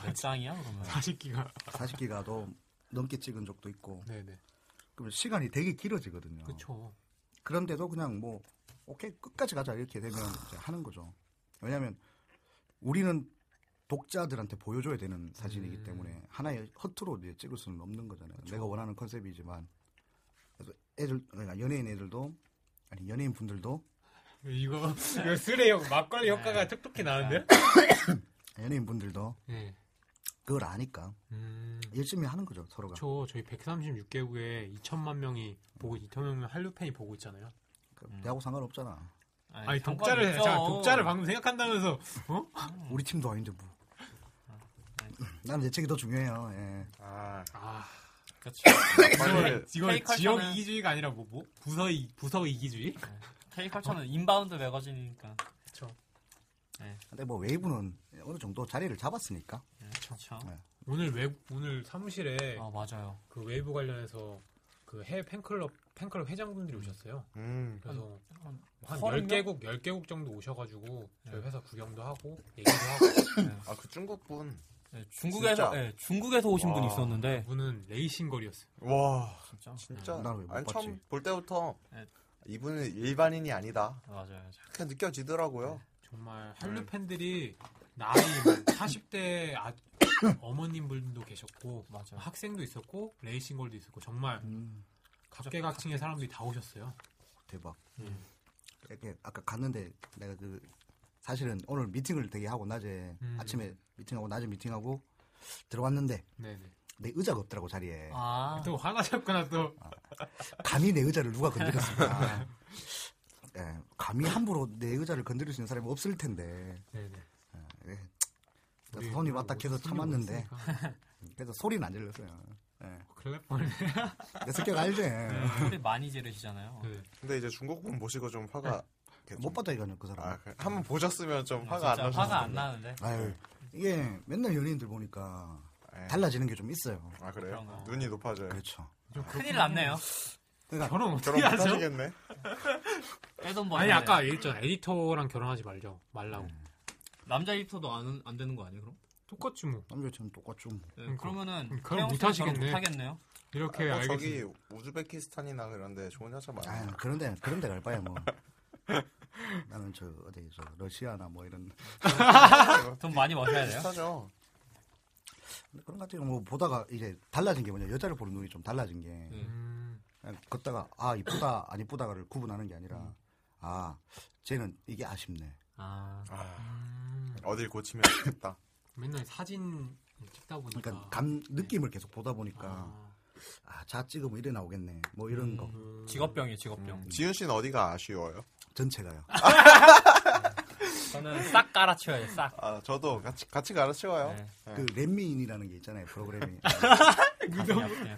Speaker 3: 몇 장이야 그러면?
Speaker 5: 40기가.
Speaker 9: 40기가도 넘게 찍은 적도 있고
Speaker 5: 네네.
Speaker 9: 그럼 시간이 되게 길어지거든요.
Speaker 5: 그쵸.
Speaker 9: 그런데도 그냥 뭐 오케이 끝까지 가자 이렇게 되면 이제 하는 거죠. 왜냐하면 우리는 독자들한테 보여줘야 되는 사진이기
Speaker 5: 음.
Speaker 9: 때문에 하나의 허투루 이제 찍을 수는 없는 거잖아요. 내가 원하는 컨셉이지만 그래서 애들 그러니까 연예인 애들도 아니 연예인 분들도
Speaker 5: 이거, 이거 쓰레 형, 막걸리 효과가 톡톡히 나는데요?
Speaker 9: 연예인 분들도
Speaker 5: 네.
Speaker 9: 그걸 아니까
Speaker 5: 음.
Speaker 9: 열심히 하는 거죠 서로가.
Speaker 5: 저 저희 136개국에 2천만 명이 보고 2천만 명 한류 팬이 보고 있잖아요.
Speaker 9: 그 내하고 상관없잖아.
Speaker 5: 아니 독자를
Speaker 3: 상관없죠.
Speaker 5: 자, 독자를 방금 생각한다면서 어?
Speaker 9: 우리 팀도 아닌데 아. 뭐. 나는 내 책이 더 중요해요. 예.
Speaker 4: 아
Speaker 5: 아,
Speaker 3: 그렇죠.
Speaker 4: 빨리
Speaker 5: 이거
Speaker 3: K-culture는-
Speaker 5: 지역 이기주의가 아니라 뭐, 뭐? 부서 이 부서 이기주의?
Speaker 3: K컬처는 인바운드 매거진이니까.
Speaker 5: 그렇죠.
Speaker 9: 근데 뭐 웨이브는 어느 정도 자리를 잡았으니까.
Speaker 3: 그렇죠.
Speaker 5: 오늘 외 오늘
Speaker 4: 네.
Speaker 5: 사무실에
Speaker 3: 아 맞아요.
Speaker 5: 그 웨이브 관련해서 그 해외 팬클럽 팬클럽 회장분들이 오셨어요.
Speaker 4: 음
Speaker 5: 그래서
Speaker 3: 한-
Speaker 5: 한
Speaker 3: 서른
Speaker 5: 10개국 10개국 정도 오셔가지고 저희
Speaker 3: 네.
Speaker 5: 회사 구경도 하고 얘기도 하고
Speaker 4: 아 그 중국 분와
Speaker 3: 네, 중국에서
Speaker 4: 진짜?
Speaker 3: 네, 중국에서 오신
Speaker 4: 와.
Speaker 3: 분이 있었는데
Speaker 5: 그분은 레이싱걸이었어요.
Speaker 3: 진짜
Speaker 4: 진짜
Speaker 9: 난왜못 아,
Speaker 4: 아니
Speaker 9: 봤지?
Speaker 4: 처음 볼 때부터
Speaker 3: 네.
Speaker 4: 이분은 일반인이 아니다
Speaker 3: 맞아요.
Speaker 4: 그냥 느껴지더라고요.
Speaker 3: 네.
Speaker 5: 정말
Speaker 4: 음.
Speaker 5: 한류 팬들이 나이 뭐 40대 아, 어머님 분도 계셨고
Speaker 3: 맞아. 요
Speaker 5: 학생도 있었고 레이싱걸도 있었고 정말
Speaker 9: 음.
Speaker 5: 각계각층의 사람들이 다 오셨어요.
Speaker 9: 대박.
Speaker 5: 음.
Speaker 9: 이렇게 아까 갔는데 내가 그 사실은 오늘 미팅을 되게 하고 낮에
Speaker 5: 음.
Speaker 9: 아침에 미팅하고 낮에 미팅하고 들어왔는데
Speaker 5: 네네.
Speaker 9: 내 의자가 없더라고
Speaker 4: 네.
Speaker 9: 자리에
Speaker 3: 아,
Speaker 5: 또 화나셨구나 또.
Speaker 9: 감히 내 의자를 누가 건드렸을까? 예, 감히 함부로 내 의자를 건드릴 수 있는 사람이 없을 텐데
Speaker 5: 네네.
Speaker 9: 예. 그래서 손이 왔다 해서 참았는데 그래서 소리는 안 들렸어요. 예.
Speaker 5: 클랩 뻔
Speaker 9: 내 성격 알지?
Speaker 3: 소리 많이 지르시잖아요.
Speaker 5: 네.
Speaker 4: 근데 이제 중국 분 보시고 좀 화가 이렇게
Speaker 9: 못
Speaker 4: 좀-
Speaker 9: 봤다니까요 그 사람.
Speaker 4: 아, 그래. 한번 보셨으면 좀 화가 안
Speaker 3: 네. 진짜
Speaker 4: 나셨을
Speaker 3: 화가 안
Speaker 4: 텐데.
Speaker 3: 나는데.
Speaker 9: 아유 이게 맨날 연예인들 보니까
Speaker 4: 예.
Speaker 9: 달라지는 게 좀 있어요.
Speaker 4: 아
Speaker 3: 그런
Speaker 4: 그래요?
Speaker 3: 거.
Speaker 4: 눈이 높아져요.
Speaker 9: 그렇죠.
Speaker 3: 큰일 났네요.
Speaker 9: 그러니까
Speaker 5: 결혼 어떻게
Speaker 4: 결혼 못
Speaker 5: 하죠?
Speaker 4: 하시겠네.
Speaker 3: 빼돈 버.
Speaker 5: 아니 아까 얘기했잖아 에디터랑 결혼하지 말죠 말라고
Speaker 3: 남자 입터도 안, 안 되는 거 아니에요? 그럼?
Speaker 5: 똑같지 뭐
Speaker 9: 남자처럼 똑같죠. 뭐.
Speaker 3: 네,
Speaker 5: 음,
Speaker 3: 그러면은
Speaker 5: 음,
Speaker 3: 태영 씨는
Speaker 5: 그럼 못하시겠네.
Speaker 3: 결혼 못하겠네요.
Speaker 5: 이렇게
Speaker 4: 뭐 저기
Speaker 5: 알겠습니다
Speaker 4: 우즈베키스탄이나 그런데 좋은 여자
Speaker 9: 아
Speaker 4: 많아요.
Speaker 9: 그런 데 그런 데갈 바야 뭐. 나는 저 어디 저 러시아나 뭐 이런
Speaker 3: 돈 많이
Speaker 9: 아,
Speaker 3: 버셔야 돼요.
Speaker 4: 비슷하죠.
Speaker 9: 근데 그런 것 같아요. 뭐 보다가 이제 달라진 게 뭐냐 여자를 보는 눈이 좀 달라진 게
Speaker 5: 음,
Speaker 9: 그냥 걷다가 아 이쁘다 안 이쁘다를 구분하는 게
Speaker 5: 음.
Speaker 9: 아니라 아 쟤는 이게 아쉽네.
Speaker 3: 아,
Speaker 4: 아,
Speaker 5: 음,
Speaker 4: 어딜 고치면 좋겠다.
Speaker 5: 맨날 사진 찍다 보니까
Speaker 9: 그러니까 감 느낌을 계속 보다 보니까
Speaker 5: 아,
Speaker 9: 아 자 찍으면 이래 나오겠네. 뭐 이런 거
Speaker 3: 어.
Speaker 5: 음,
Speaker 3: 직업병이에요, 직업병.
Speaker 4: 지윤 씨는 어디가 아쉬워요?
Speaker 9: 전체가요.
Speaker 3: 저는 싹 깔아치워야 돼, 싹.
Speaker 4: 아 저도 같이 같이 가르치워요.
Speaker 3: 네.
Speaker 9: 그 렛미인이라는 게 있잖아요 프로그램이.
Speaker 3: 가슴이 아프네요.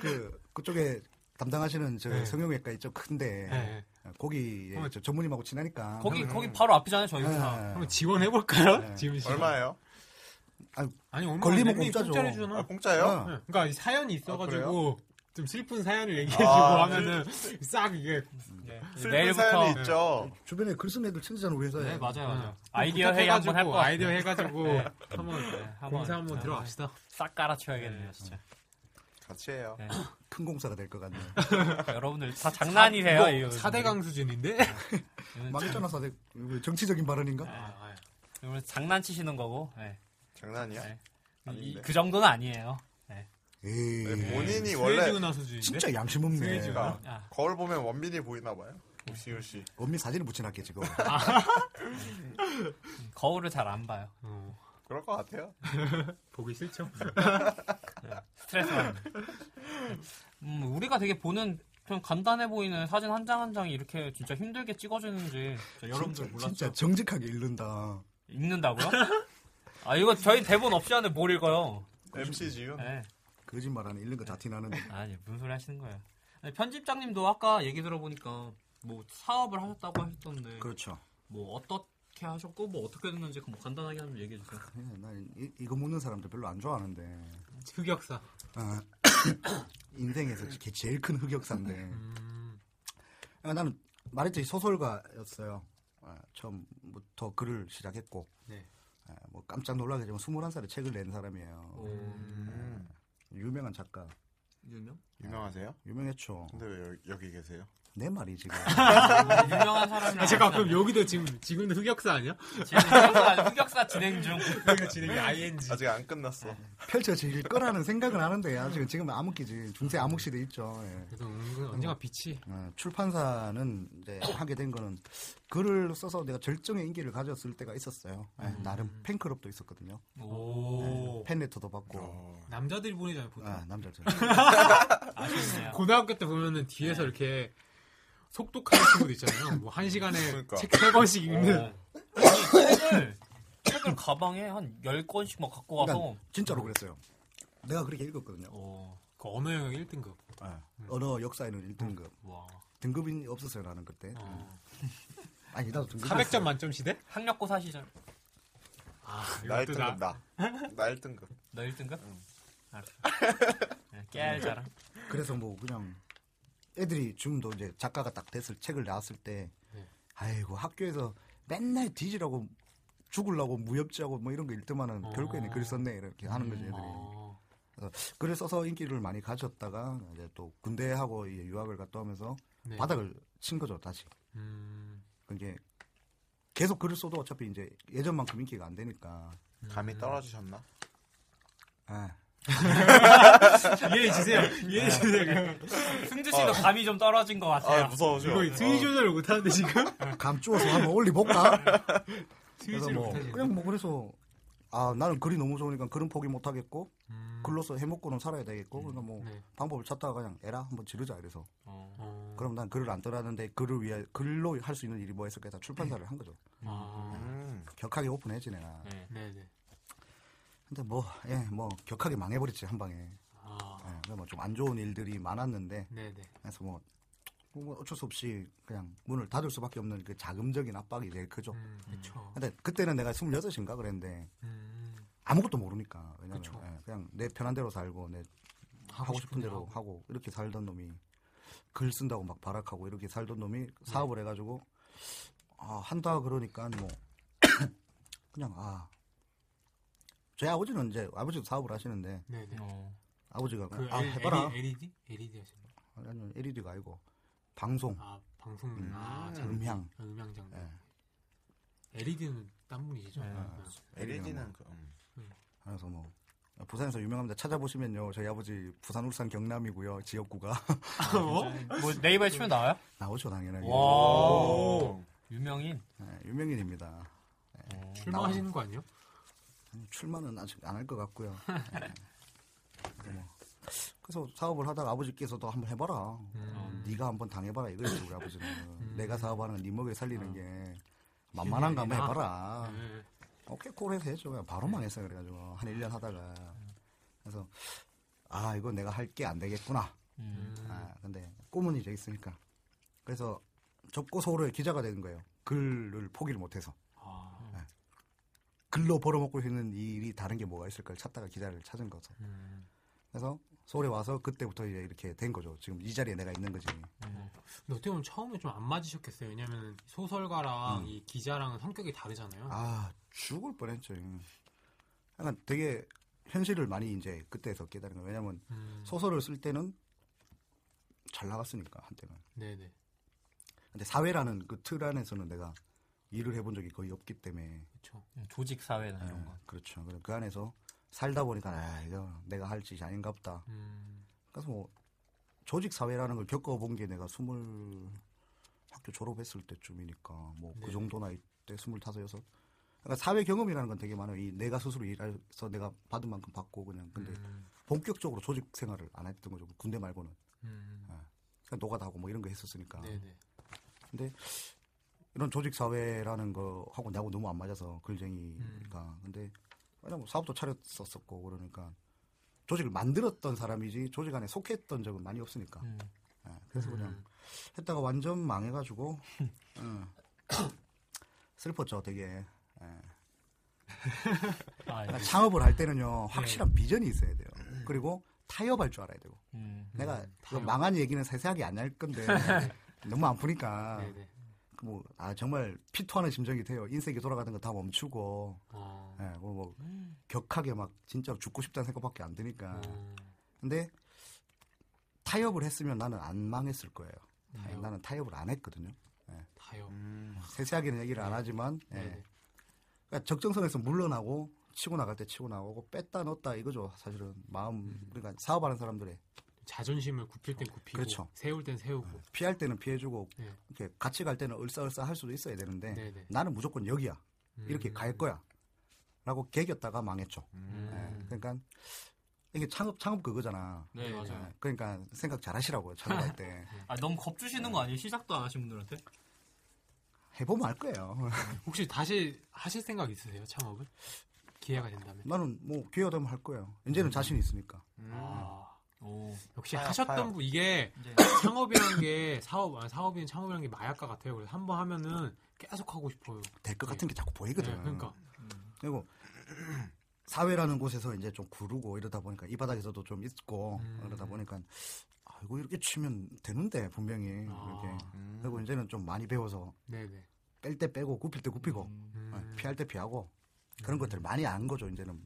Speaker 9: 그 그쪽에 담당하시는 저
Speaker 5: 네.
Speaker 9: 성형외과 있죠 큰데
Speaker 5: 네.
Speaker 9: 거기
Speaker 5: 어.
Speaker 9: 저 전문님하고 친하니까
Speaker 3: 거기 거기 바로 앞이잖아요, 저희 회사.
Speaker 5: 한번 지원해 볼까요
Speaker 9: 네.
Speaker 5: 지금 씨
Speaker 4: 얼마예요?
Speaker 5: 아니 얼마
Speaker 9: 걸리면
Speaker 5: 랩이
Speaker 9: 공짜죠.
Speaker 5: 공짜로 주잖아
Speaker 4: 아 공짜예요?
Speaker 9: 어.
Speaker 5: 네, 그러니까 이 사연이
Speaker 4: 아,
Speaker 5: 있어가지고 좀 슬픈 사연을 얘기해주고 하면은 싹 이게
Speaker 3: 네.
Speaker 4: 슬픈
Speaker 3: 내일부터
Speaker 4: 사연이 있죠.
Speaker 9: 주변에 글 쓴 애들 친구잖아 우리 회사에.
Speaker 3: 네, 맞아요, 맞아요.
Speaker 5: 좀
Speaker 3: 아이디어 회의 한번
Speaker 5: 뭐 부탁해가지고,
Speaker 3: 할 거야.
Speaker 5: 아이디어 해가지고
Speaker 3: 네,
Speaker 5: 한번
Speaker 3: 한번
Speaker 5: 공사 한번
Speaker 3: 한번
Speaker 5: 들어갑시다.
Speaker 3: 싹 깔아쳐야겠네요, 진짜.
Speaker 4: 같이 해요.
Speaker 3: 네.
Speaker 9: 큰 공사가 될 것 같네요.
Speaker 3: 그러니까 여러분들 다
Speaker 5: 뭐
Speaker 3: 장난이세요, 이거.
Speaker 5: 4대강 수준인데?
Speaker 9: 망했잖아 사대. 이거 정치적인 발언인가?
Speaker 5: 아,
Speaker 3: 여러분 장난치시는 거고. 네.
Speaker 4: 장난이야?
Speaker 3: 네. 이,
Speaker 4: 아닌데.
Speaker 3: 그 정도는 아니에요.
Speaker 9: 에이.
Speaker 4: 네, 본인이
Speaker 5: 원래
Speaker 4: 원래 그러니까
Speaker 5: 지우나 수준인데?
Speaker 9: 진짜 양심 없네.
Speaker 5: 스웨지가.
Speaker 3: 아,
Speaker 4: 거울 보면 원빈이 보이나 봐요. 혹시 혹시.
Speaker 9: 엄밀 사진을 붙여놨게 지금.
Speaker 3: 거울을 잘 안 봐요.
Speaker 5: 어,
Speaker 4: 그럴 것 같아요.
Speaker 5: 보기 싫죠?
Speaker 3: 스트레스 받는. 음, 우리가 되게 보는 그냥 간단해 보이는 사진 한 장 한 장이 이렇게 진짜 힘들게 찍어주는지 진짜 여러분들
Speaker 9: 진짜,
Speaker 3: 몰랐죠?
Speaker 9: 진짜 정직하게 읽는다.
Speaker 3: 읽는다고요? 아 이거 저희 대본 없이 하는데 뭘 읽어요?
Speaker 4: MC 지윤.
Speaker 3: 네.
Speaker 9: 거짓말하는 읽는 거 다 티나는데.
Speaker 3: 아니 무슨 소리 하시는 거예요? 아니, 편집장님도 아까 얘기 들어보니까 뭐 사업을 하셨다고 하셨던데
Speaker 9: 그렇죠.
Speaker 3: 뭐 어떻게 하셨고 뭐 어떻게 됐는지 뭐 간단하게 한번 얘기해 주세요.
Speaker 9: 그냥 난 이, 이거 묻는 사람들 별로 안 좋아하는데.
Speaker 5: 흑역사.
Speaker 9: 아, 인생에서
Speaker 3: 네.
Speaker 9: 이게 제일 큰 흑역사인데.
Speaker 5: 음,
Speaker 9: 아, 나는 말했지 소설가였어요. 아, 처음부터 글을 시작했고.
Speaker 5: 네.
Speaker 9: 아, 뭐 깜짝 놀라게 되면 21살에 책을 낸 사람이에요.
Speaker 4: 음,
Speaker 9: 유명한 작가.
Speaker 3: 어, 유명?
Speaker 4: 유명하세요?
Speaker 9: 유명했죠.
Speaker 4: 근데 왜 여기, 여기 계세요?
Speaker 9: 내 말이 지금.
Speaker 3: 유명한 사람이랑
Speaker 5: 아, 잠깐, 그럼 여기도 지금, 지금도 흑역사 아니야? 네.
Speaker 3: 지금 흑역사, 흑역사 진행 중.
Speaker 5: 여기가 진행이 ING.
Speaker 4: 아직 안 끝났어.
Speaker 9: 펼쳐질 거라는 생각은 하는데 아직은 지금 암흑기지. 중세 암흑시대 있죠. 예.
Speaker 5: 그래도 은근 언젠가 빛이.
Speaker 9: 어, 출판사는 이제 하게 된 거는 글을 써서 내가 절정의 인기를 가졌을 때가 있었어요. 예, 나름 팬클럽도 있었거든요. 예,
Speaker 5: 오.
Speaker 9: 팬레터도 받고.
Speaker 5: 어. 남자들이 보내잖아요, 보통.
Speaker 9: 아, 남자들.
Speaker 3: 아쉽네요.
Speaker 5: 고등학교 때 보면은 뒤에서 이렇게 속독하는 친구도 있잖아요. 뭐 한 시간에
Speaker 4: 그러니까.
Speaker 5: 책 세 권씩 읽는.
Speaker 3: 아니, 책을 책을 가방에 한 10권씩 막 갖고 와서
Speaker 9: 그러니까 진짜로 그랬어요. 내가 그렇게 읽었거든요.
Speaker 3: 어,
Speaker 5: 그 언어 영역 1등급.
Speaker 9: 예. 언어 역사에는 1등급.
Speaker 3: 와.
Speaker 9: 등급이 없었어요, 나는 그때. 음. 아니, 나도 등급.
Speaker 5: 400점 만점 시대?
Speaker 3: 학력고사 시절
Speaker 5: 아,
Speaker 4: 나
Speaker 5: 이것도
Speaker 4: 1등급 나. 나 1등급.
Speaker 3: 너 1등급? 아, 네, 깨알 자랑.
Speaker 9: 그래서 뭐 그냥 애들이 지금도 이제 작가가 딱 됐을 책을 나왔을 때
Speaker 5: 네.
Speaker 9: 아이고 학교에서 맨날 뒤지라고 죽으려고 무협지하고 뭐 이런 거 읽더만은
Speaker 5: 어.
Speaker 9: 결국에는 글 썼네 이렇게 하는 거지 애들이
Speaker 5: 어.
Speaker 9: 글을 써서 인기를 많이 가졌다가 이제 또 군대하고 이제 유학을 갔다 오면서
Speaker 5: 네.
Speaker 9: 바닥을 친 거죠 다시
Speaker 5: 음,
Speaker 9: 이게 계속 글을 써도 어차피 이제 예전만큼 인기가 안 되니까
Speaker 4: 감이 떨어지셨나?
Speaker 9: 아,
Speaker 5: 이해해주세요. 이해해주세요.
Speaker 3: 승주 씨도 감이 좀 떨어진 것 같아요.
Speaker 4: 아 무서워죠.
Speaker 5: 이거 수위 조절을 못하는데 지금?
Speaker 9: 감 쪼아서 한번 올리볼까
Speaker 5: 수위
Speaker 9: 그래서
Speaker 5: 조절
Speaker 9: 뭐
Speaker 5: 못하지.
Speaker 9: 그냥 뭐 그래서 아 나는 글이 너무 좋으니까 글은 포기 못 하겠고
Speaker 5: 음,
Speaker 9: 글로서 해먹고는 살아야 되겠고 그러니까 뭐
Speaker 5: 네.
Speaker 9: 방법을 찾다가 그냥 에라 한번 지르자 이래서
Speaker 3: 어.
Speaker 5: 어.
Speaker 9: 그럼 난 글을 안 떠나는데 글을 위해 글로 할 수 있는 일이 뭐였을까다 출판사를 한 거죠
Speaker 5: 아,
Speaker 4: 음.
Speaker 9: 격하게 오픈해지 내가
Speaker 3: 네.
Speaker 5: 네. 네네.
Speaker 9: 근데 뭐 예 뭐 격하게 망해버렸지 한 방에 예,
Speaker 5: 아,
Speaker 9: 뭐좀 안 좋은 일들이 많았는데
Speaker 5: 네네.
Speaker 9: 그래서 뭐, 뭐 어쩔 수 없이 그냥 문을 닫을 수밖에 없는 그 자금적인 압박이 제일 크죠
Speaker 5: 음, 그쵸.
Speaker 9: 근데 그때는 내가 26인가 그랬는데
Speaker 5: 음,
Speaker 9: 아무것도 모르니까 왜냐면
Speaker 5: 그쵸.
Speaker 9: 예, 그냥 내 편한 대로 살고 내 하고 싶은 대로 하고. 이렇게 살던 놈이 글 쓴다고 막 발악하고 이렇게 살던 놈이 사업을 해가지고 아, 한다 그러니까 뭐 그냥 아. 저희 아버지는 이제 아버지도 사업을 하시는데
Speaker 5: 네네.
Speaker 3: 어.
Speaker 9: 아버지가
Speaker 5: 그
Speaker 9: 아 해봐라
Speaker 5: LED? LED E 하시는 거.
Speaker 9: 아니, 아니 LED가 아니고 방송
Speaker 5: 아, 방송. 아, 자,
Speaker 9: 음. 향
Speaker 5: 아, 음향 장비.
Speaker 9: 예.
Speaker 5: LED는 E 딴 분이시죠?
Speaker 9: 어,
Speaker 3: 네.
Speaker 5: 아,
Speaker 4: LED는 그. 음.
Speaker 9: 그래서 뭐 부산에서 유명합니다 찾아보시면요 저희 아버지 부산 울산 경남이고요 지역구가
Speaker 3: 뭐 네이버에 치면 나와요?
Speaker 9: 나오죠 당연하게
Speaker 3: 와. 유명인.
Speaker 9: 예, 유명인입니다
Speaker 5: 출마하시는 거 아니에요?
Speaker 9: 아니, 출마는 아직 안 할 것 같고요. 예. 그래서 뭐, 그래서 사업을 하다가 아버지께서도 한번 해봐라. 어, 네가 한번 당해봐라 이거였지 우리 아버지는. 내가 사업하는 건네 먹여 살리는 게 만만한 거 한번
Speaker 5: 아니라.
Speaker 9: 해봐라.
Speaker 5: 네.
Speaker 9: 오케이 콜해서 했죠. 그냥 바로 망했어요. 그래가지고 한 1년 하다가 그래서 아 이거 내가 할 게 안 되겠구나.
Speaker 5: 음.
Speaker 9: 아 근데 꿈은 이제 있으니까 그래서 접고 서울에 기자가 된 거예요. 글을 포기를 못해서. 예.
Speaker 5: 아,
Speaker 9: 글로 벌어먹고 있는 일이 다른 게 뭐가 있을까를 찾다가 기자를 찾은 거죠.
Speaker 5: 음.
Speaker 9: 그래서 서울에 와서 그때부터 이제 이렇게 된 거죠. 지금 이 자리에 내가 있는
Speaker 5: 음.
Speaker 9: 거지.
Speaker 5: 근데 어떻게 보면 처음에 좀 안 맞으셨겠어요. 왜냐면 소설가랑 이 기자랑은 성격이 다르잖아요.
Speaker 9: 음. 아 죽을 뻔했죠. 이거는. 약간 되게 현실을 많이 이제 그때에서 깨달은 거예요. 왜냐면
Speaker 5: 음,
Speaker 9: 소설을 쓸 때는 잘 나갔으니까 한때는.
Speaker 5: 네네.
Speaker 9: 근데 사회라는 그 틀 안에서는 내가 일을 해본 적이 거의 없기 때문에
Speaker 5: 그렇죠.
Speaker 3: 조직 사회나
Speaker 4: 네.
Speaker 3: 이런
Speaker 9: 예,
Speaker 3: 거.
Speaker 9: 그렇죠. 그래, 그 안에서 살다 보니까 아 이거 내가 할 짓이 아닌가 보다.
Speaker 5: 음,
Speaker 9: 그래서 뭐 조직 사회라는 걸 겪어본 게 내가 스물 학교 졸업했을 때쯤이니까 뭐 그
Speaker 5: 네.
Speaker 9: 정도 나이 때 스물다섯 여섯. 그러니까 사회 경험이라는 건 되게 많아요. 이 내가 스스로 일해서 내가 받은 만큼 받고 그냥 근데
Speaker 5: 음,
Speaker 9: 본격적으로 조직 생활을 안 했던 거죠. 군대 말고는
Speaker 5: 음,
Speaker 9: 그냥 노가다하고 뭐 이런 거 했었으니까.
Speaker 5: 네네.
Speaker 9: 근데 이런 조직 사회라는 거 하고 나하고 너무 안 맞아서 글쟁이니까 근데 왜냐 뭐 사업도 차렸었었고 그러니까 조직을 만들었던 사람이지 조직 안에 속했던 적은 많이 없으니까
Speaker 3: 음.
Speaker 9: 예, 그래서 그냥 했다가 완전 망해가지고 응. 슬펐죠 되게 예.
Speaker 3: 아,
Speaker 9: 그러니까
Speaker 3: 이제,
Speaker 9: 창업을 할 때는요 확실한 비전이 있어야 돼요 그리고 타협할 줄 알아야 되고
Speaker 3: 음.
Speaker 9: 내가 그
Speaker 5: 타협.
Speaker 9: 망한 얘기는 세세하게 안 할 건데 너무 아프니까
Speaker 5: 네네.
Speaker 9: 그 뭐, 아, 정말 피토하는 심정이 돼요. 인생이 돌아가는 거 다 멈추고,
Speaker 5: 어,
Speaker 9: 예, 뭐, 뭐, 격하게 막 진짜 죽고 싶다는 생각밖에 안 드니까.
Speaker 5: 음,
Speaker 9: 근데 타협을 했으면 나는 안 망했을 거예요.
Speaker 5: 타협.
Speaker 9: 나는 타협을 안 했거든요.
Speaker 5: 타협.
Speaker 9: 음. 세세하게는 얘기를 안 하지만, 예.
Speaker 5: 네네.
Speaker 9: 그러니까 적정선에서 물러나고, 치고 나갈 때 치고 나오고, 뺐다 넣었다 이거죠. 사실은 마음, 그러니까 사업하는 사람들의
Speaker 5: 자존심을 굽힐 땐 굽히고,
Speaker 9: 그렇죠.
Speaker 5: 세울 땐 세우고.
Speaker 9: 피할 때는 피해주고,
Speaker 5: 네.
Speaker 9: 이렇게 같이 갈 때는 얼싸얼싸 할 수도 있어야 되는데,
Speaker 5: 네네.
Speaker 9: 나는 무조건 여기야. 이렇게
Speaker 5: 음,
Speaker 9: 갈 거야. 라고 개겼다가 망했죠.
Speaker 5: 음,
Speaker 9: 예, 그러니까 이게 창업 창업 그거잖아.
Speaker 3: 네, 맞아요.
Speaker 9: 예, 그러니까 생각 잘 하시라고요. 창업할 때
Speaker 5: 네.
Speaker 3: 아, 너무 겁주시는 거 아니에요? 시작도 안 하신 분들한테?
Speaker 9: 해보면 알 거예요.
Speaker 5: 혹시 다시 하실 생각 있으세요? 창업을? 기회가 된다면.
Speaker 9: 나는 뭐 기회가 되면 할 거예요.
Speaker 5: 음.
Speaker 9: 이제는 자신이 있으니까.
Speaker 5: 아,
Speaker 3: 오.
Speaker 5: 역시
Speaker 4: 타협,
Speaker 5: 하셨던
Speaker 4: 타협.
Speaker 5: 분 이게
Speaker 3: 이제
Speaker 5: 창업이란 게 사업 아, 사업인 창업이란 게 마약과 같아요. 그래서 한번 하면은 계속 하고 싶어요.
Speaker 9: 될 것 같은 게 자꾸 보이거든.
Speaker 5: 네, 그러니까
Speaker 3: 음.
Speaker 9: 리고 사회라는 곳에서 이제 좀 구르고 이러다 보니까 이 바닥에서도 좀 있고
Speaker 5: 음.
Speaker 9: 그러다 보니까 아이고 이렇게 치면 되는데 분명히
Speaker 5: 아.
Speaker 9: 음, 이렇게 그리고 이제는 좀 많이 배워서
Speaker 5: 네네.
Speaker 9: 뺄 때 빼고 굽힐 때 굽히고
Speaker 5: 음,
Speaker 9: 예, 피할 때 피하고 그런 것들 많이 안 거죠 이제는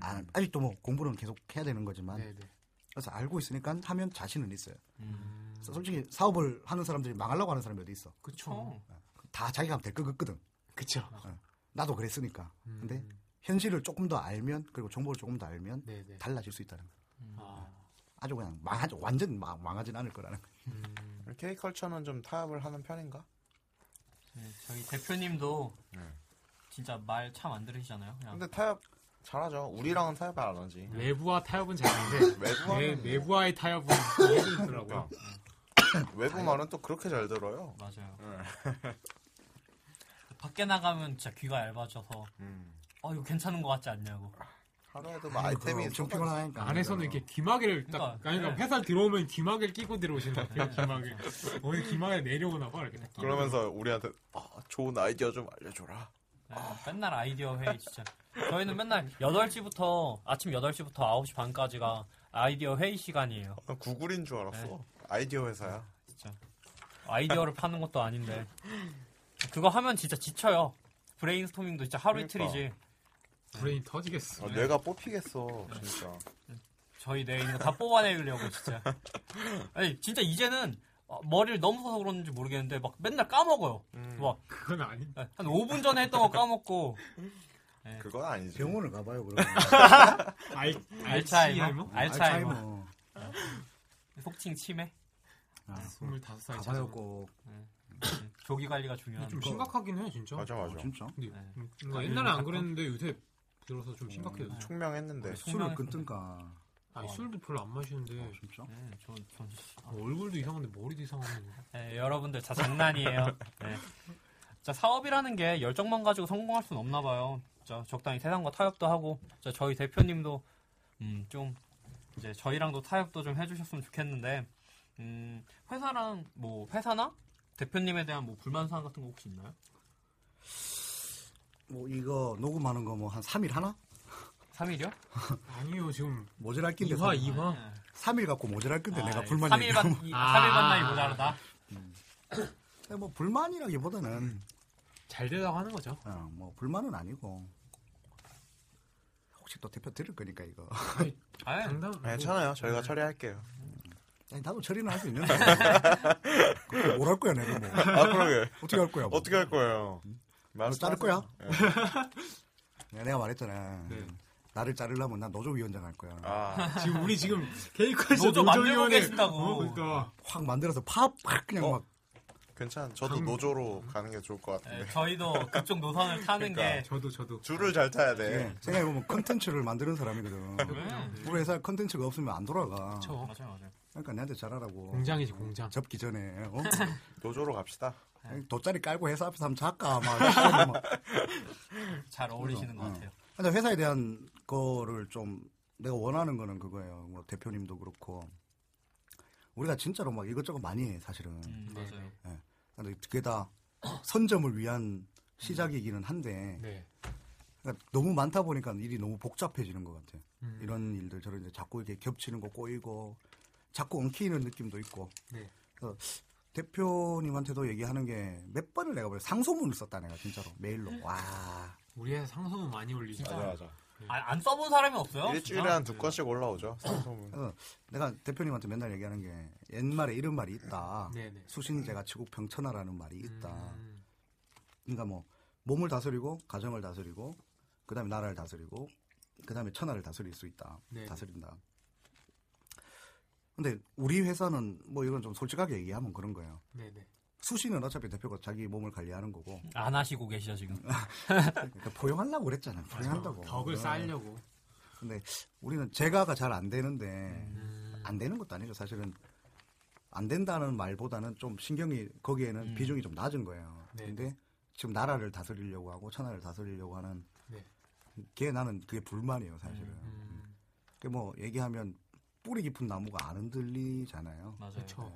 Speaker 9: 아, 아직도 뭐 공부는 계속 해야 되는 거지만
Speaker 5: 음. 네네.
Speaker 9: 그래서 알고 있으니까 하면 자신은 있어요.
Speaker 3: 음.
Speaker 9: 그래서 솔직히 사업을 하는 사람들이 망하려고 하는 사람이 어디 있어?
Speaker 5: 음. 그쵸.
Speaker 9: 다 자기가 하면 될것 같거든.
Speaker 5: 그쵸.
Speaker 9: 나도 그랬으니까.
Speaker 5: 음,
Speaker 9: 아, 근데 현실을 조금 더 알면 그리고 정보를 조금 더 알면
Speaker 5: 네네.
Speaker 9: 달라질 수 있다는 거.
Speaker 5: 아,
Speaker 9: 아주 그냥 망하지 완전 망, 망하진 않을 거라는 거.
Speaker 5: 음,
Speaker 4: K컬처는 좀 타협을 하는 편인가?
Speaker 3: 네, 저희 대표님도 진짜 말 참 안 들으시잖아요. 그냥
Speaker 4: 네. 근데 타협 잘하죠. 우리랑은 타협 안 하지.
Speaker 9: 네.
Speaker 5: 음. 외부와 타협은 잘하는데 내,
Speaker 4: 외부하는
Speaker 5: 내부와의 타협은
Speaker 9: 아,
Speaker 5: 계속
Speaker 9: 그러니까.
Speaker 5: 있더라고요.
Speaker 4: 외부 말은 또 그렇게 잘 들어요.
Speaker 3: 맞아요. 밖에 나가면 진짜 귀가 얇아져서
Speaker 4: 음.
Speaker 3: 어 이거 괜찮은 것 같지 않냐고.
Speaker 4: 하루에도 뭐 아이템이
Speaker 9: 좀
Speaker 4: 쏟아져.
Speaker 9: 피곤하니까.
Speaker 5: 그러니까 안에서는 이렇게 귀마개를 딱
Speaker 3: 그러니까,
Speaker 5: 아니 그러니까
Speaker 3: 네.
Speaker 5: 회사 들어오면 귀마개를 끼고 들어오시는 것 같아요. 귀마개. 어디 귀마개 내려오나 봐 이렇게. 딱 끼고.
Speaker 4: 그러면서
Speaker 9: 음.
Speaker 4: 우리한테 아, 좋은 아이디어 좀 알려줘라.
Speaker 3: 네, 맨날 아이디어 회의 진짜. 저희는 맨날 8시부터 아침 8시부터 9시 반까지가 아이디어 회의 시간이에요.
Speaker 4: 난 구글인 줄 알았어.
Speaker 9: 네.
Speaker 4: 아이디어 회사야.
Speaker 3: 진짜 아이디어를 파는 것도 아닌데 그거 하면 진짜 지쳐요. 브레인스토밍도 진짜 하루
Speaker 4: 그러니까.
Speaker 3: 이틀이지.
Speaker 5: 브레인 터지겠어.
Speaker 4: 아,
Speaker 9: 네.
Speaker 4: 뇌가 뽑히겠어
Speaker 9: 그러니까.
Speaker 4: 진짜.
Speaker 3: 저희 내일 이거 다 뽑아내려고 진짜. 아니 진짜 이제는 어, 머리를 너무 써서 그런지 모르겠는데 막 맨날 까먹어요.
Speaker 4: 음,
Speaker 3: 막 한
Speaker 5: 그건 아닌.
Speaker 3: 5분 전에 했던 거 까먹고
Speaker 4: 그건 아니지.
Speaker 9: 병원을 가봐요 그러면.
Speaker 5: 알
Speaker 3: 알츠하이머?
Speaker 5: 알츠하이머?
Speaker 3: 알츠하이머. 속칭 치매.
Speaker 9: 뭐. 아,
Speaker 5: 25살
Speaker 9: 가봐요 꼭.
Speaker 3: 음, 조기 관리가
Speaker 5: 좀
Speaker 3: 중요합니다.
Speaker 5: 심각하긴 해요 진짜.
Speaker 4: 맞아
Speaker 9: 어,
Speaker 4: 맞아.
Speaker 9: 진짜.
Speaker 5: 근데
Speaker 3: 네.
Speaker 5: 음, 그러니까 옛날에 안 그랬는데 요새 들어서 좀 심각해요.
Speaker 4: 네. 총명했는데.
Speaker 9: 술을 끊든가.
Speaker 5: 아니 술도 별로 안
Speaker 9: 어,
Speaker 5: 마시는데
Speaker 9: 진짜.
Speaker 3: 네, 저, 저,
Speaker 5: 아, 얼굴도 이상한데 머리도 이상하네.
Speaker 3: 네, 여러분들 다 장난이에요. 네. 자, 사업이라는 게 열정만 가지고 성공할 수는 없나 봐요. 자, 적당히 세상과 타협도 하고, 자, 저희 대표님도 음, 좀 이제 저희랑도 타협도 좀 해주셨으면 좋겠는데, 음, 회사랑 뭐 회사나 대표님에 대한 뭐 불만 사항 같은 거 혹시 있나요?
Speaker 9: 뭐 이거 녹음하는 거 뭐 한 3일 하나?
Speaker 3: 3일이요?
Speaker 5: 아니요 지금
Speaker 9: 모자랄 낀데
Speaker 5: 2화 아, 예. 2화
Speaker 3: 네.
Speaker 9: 3일 갖고 모자랄 낀데 내가 불만이
Speaker 3: 3일 반, 이-
Speaker 5: 아.
Speaker 3: 3일 반 나이 모자르다.
Speaker 9: 뭐 불만이라기보다는
Speaker 5: 잘 되라고 하는 거죠.
Speaker 9: 어, 뭐 불만은 아니고 혹시 또 대표 들을 거니까 이거
Speaker 3: 아유,
Speaker 5: 당당
Speaker 4: 괜찮아요.
Speaker 9: 네.
Speaker 4: 저희가 처리할게요.
Speaker 9: 아니, 나도 처리는 할 수 있는데 뭘할 거야 내가 뭐
Speaker 4: 아 그러게.
Speaker 9: 어떻게 할 거야 뭐.
Speaker 4: 어떻게 할 거예요?
Speaker 9: 나를
Speaker 4: 말씀
Speaker 9: 자를 거야
Speaker 4: 예.
Speaker 9: 내가 말했잖아
Speaker 5: 네.
Speaker 9: 나를 자르려면 나 노조위원장 할 거야
Speaker 4: 아
Speaker 5: 지금 우리 지금 케이컬에서
Speaker 3: 노조 만들고 계신다고.
Speaker 5: 그러니까
Speaker 9: 확 만들어서 팍 팍 그냥
Speaker 4: 어.
Speaker 9: 막
Speaker 4: 괜찮. 저도
Speaker 9: 음.
Speaker 4: 노조로 가는 게 좋을 것
Speaker 3: 네,
Speaker 4: 같은데.
Speaker 3: 저희도 그쪽 노선을 타는
Speaker 4: 그러니까.
Speaker 3: 게.
Speaker 5: 저도 저도
Speaker 4: 줄을 잘 타야
Speaker 9: 예,
Speaker 4: 돼.
Speaker 9: 생각해보면 컨텐츠를 만드는 사람이거든
Speaker 3: 음,
Speaker 9: 우리 회사 컨텐츠가 없으면 안 돌아가
Speaker 5: 저
Speaker 3: 맞아요, 맞아요.
Speaker 9: 그러니까 내한테 잘하라고
Speaker 5: 공장이지 공장.
Speaker 9: 접기 전에 어?
Speaker 4: 노조로 갑시다.
Speaker 5: 아.
Speaker 9: 돗자리 깔고 회사 앞에서 한번 작가 막 시켜서 막
Speaker 3: 잘 어울리시는 것 같아요.
Speaker 9: 근데 회사에 대한 거를 좀 내가 원하는 거는 그거예요. 뭐 대표님도 그렇고 우리가 진짜로 막 이것저것 많이 해 사실은.
Speaker 3: 음, 맞아요.
Speaker 9: 근데 그게 다 선점을 위한 시작이기는 한데
Speaker 5: 네.
Speaker 9: 그러니까 너무 많다 보니까 일이 너무 복잡해지는 것 같아. 요
Speaker 5: 음.
Speaker 9: 이런 일들 저런 이제 자꾸 이렇게 겹치는 거 꼬이고 자꾸 엉키는 느낌도 있고.
Speaker 5: 네.
Speaker 9: 그래서 대표님한테도 얘기하는 게 몇 번을 내가 벌써 상소문을 썼다 내가 진짜로 메일로 와
Speaker 5: 우리 회사 상소문 많이 올리죠.
Speaker 4: 맞아. 네.
Speaker 3: 아, 안 써본 사람이 없어요?
Speaker 4: 일주일에 한
Speaker 9: 네.
Speaker 4: 두 건씩 올라오죠. 상소문.
Speaker 9: 그래서 내가 대표님한테 맨날 얘기하는 게 옛말에 이런 말이 있다.
Speaker 5: 네네.
Speaker 9: 수신제가 치고 병천하라는 말이 있다.
Speaker 5: 음,
Speaker 9: 그러니까 뭐 몸을 다스리고 가정을 다스리고 그다음에 나라를 다스리고 그다음에 천하를 다스릴 수 있다.
Speaker 5: 네.
Speaker 9: 다스린다. 근데 우리 회사는 뭐 이건 좀 솔직하게 얘기하면 그런 거예요.
Speaker 5: 네네.
Speaker 9: 수신은 어차피 대표가 자기 몸을 관리하는 거고
Speaker 5: 네.
Speaker 3: 안 하시고 계시죠, 지금.
Speaker 9: 그러니까 포용하려고 그랬잖아. 포용한다고.
Speaker 5: 덕을 쌓으려고.
Speaker 9: 근데 우리는 제가가 잘 안 되는데
Speaker 5: 음.
Speaker 9: 안 되는 것도 아니죠. 사실은 안 된다는 말보다는 좀 신경이 거기에는
Speaker 3: 음.
Speaker 9: 비중이 좀 낮은 거예요.
Speaker 5: 네.
Speaker 9: 근데 지금 나라를 다스리려고 하고 천하를 다스리려고 하는
Speaker 5: 네.
Speaker 9: 게 나는 그게 불만이에요, 사실은.
Speaker 5: 음,
Speaker 9: 그게 뭐 얘기하면 뿌리 깊은 나무가 안 흔들리잖아요.
Speaker 3: 맞아요.
Speaker 5: 그렇죠.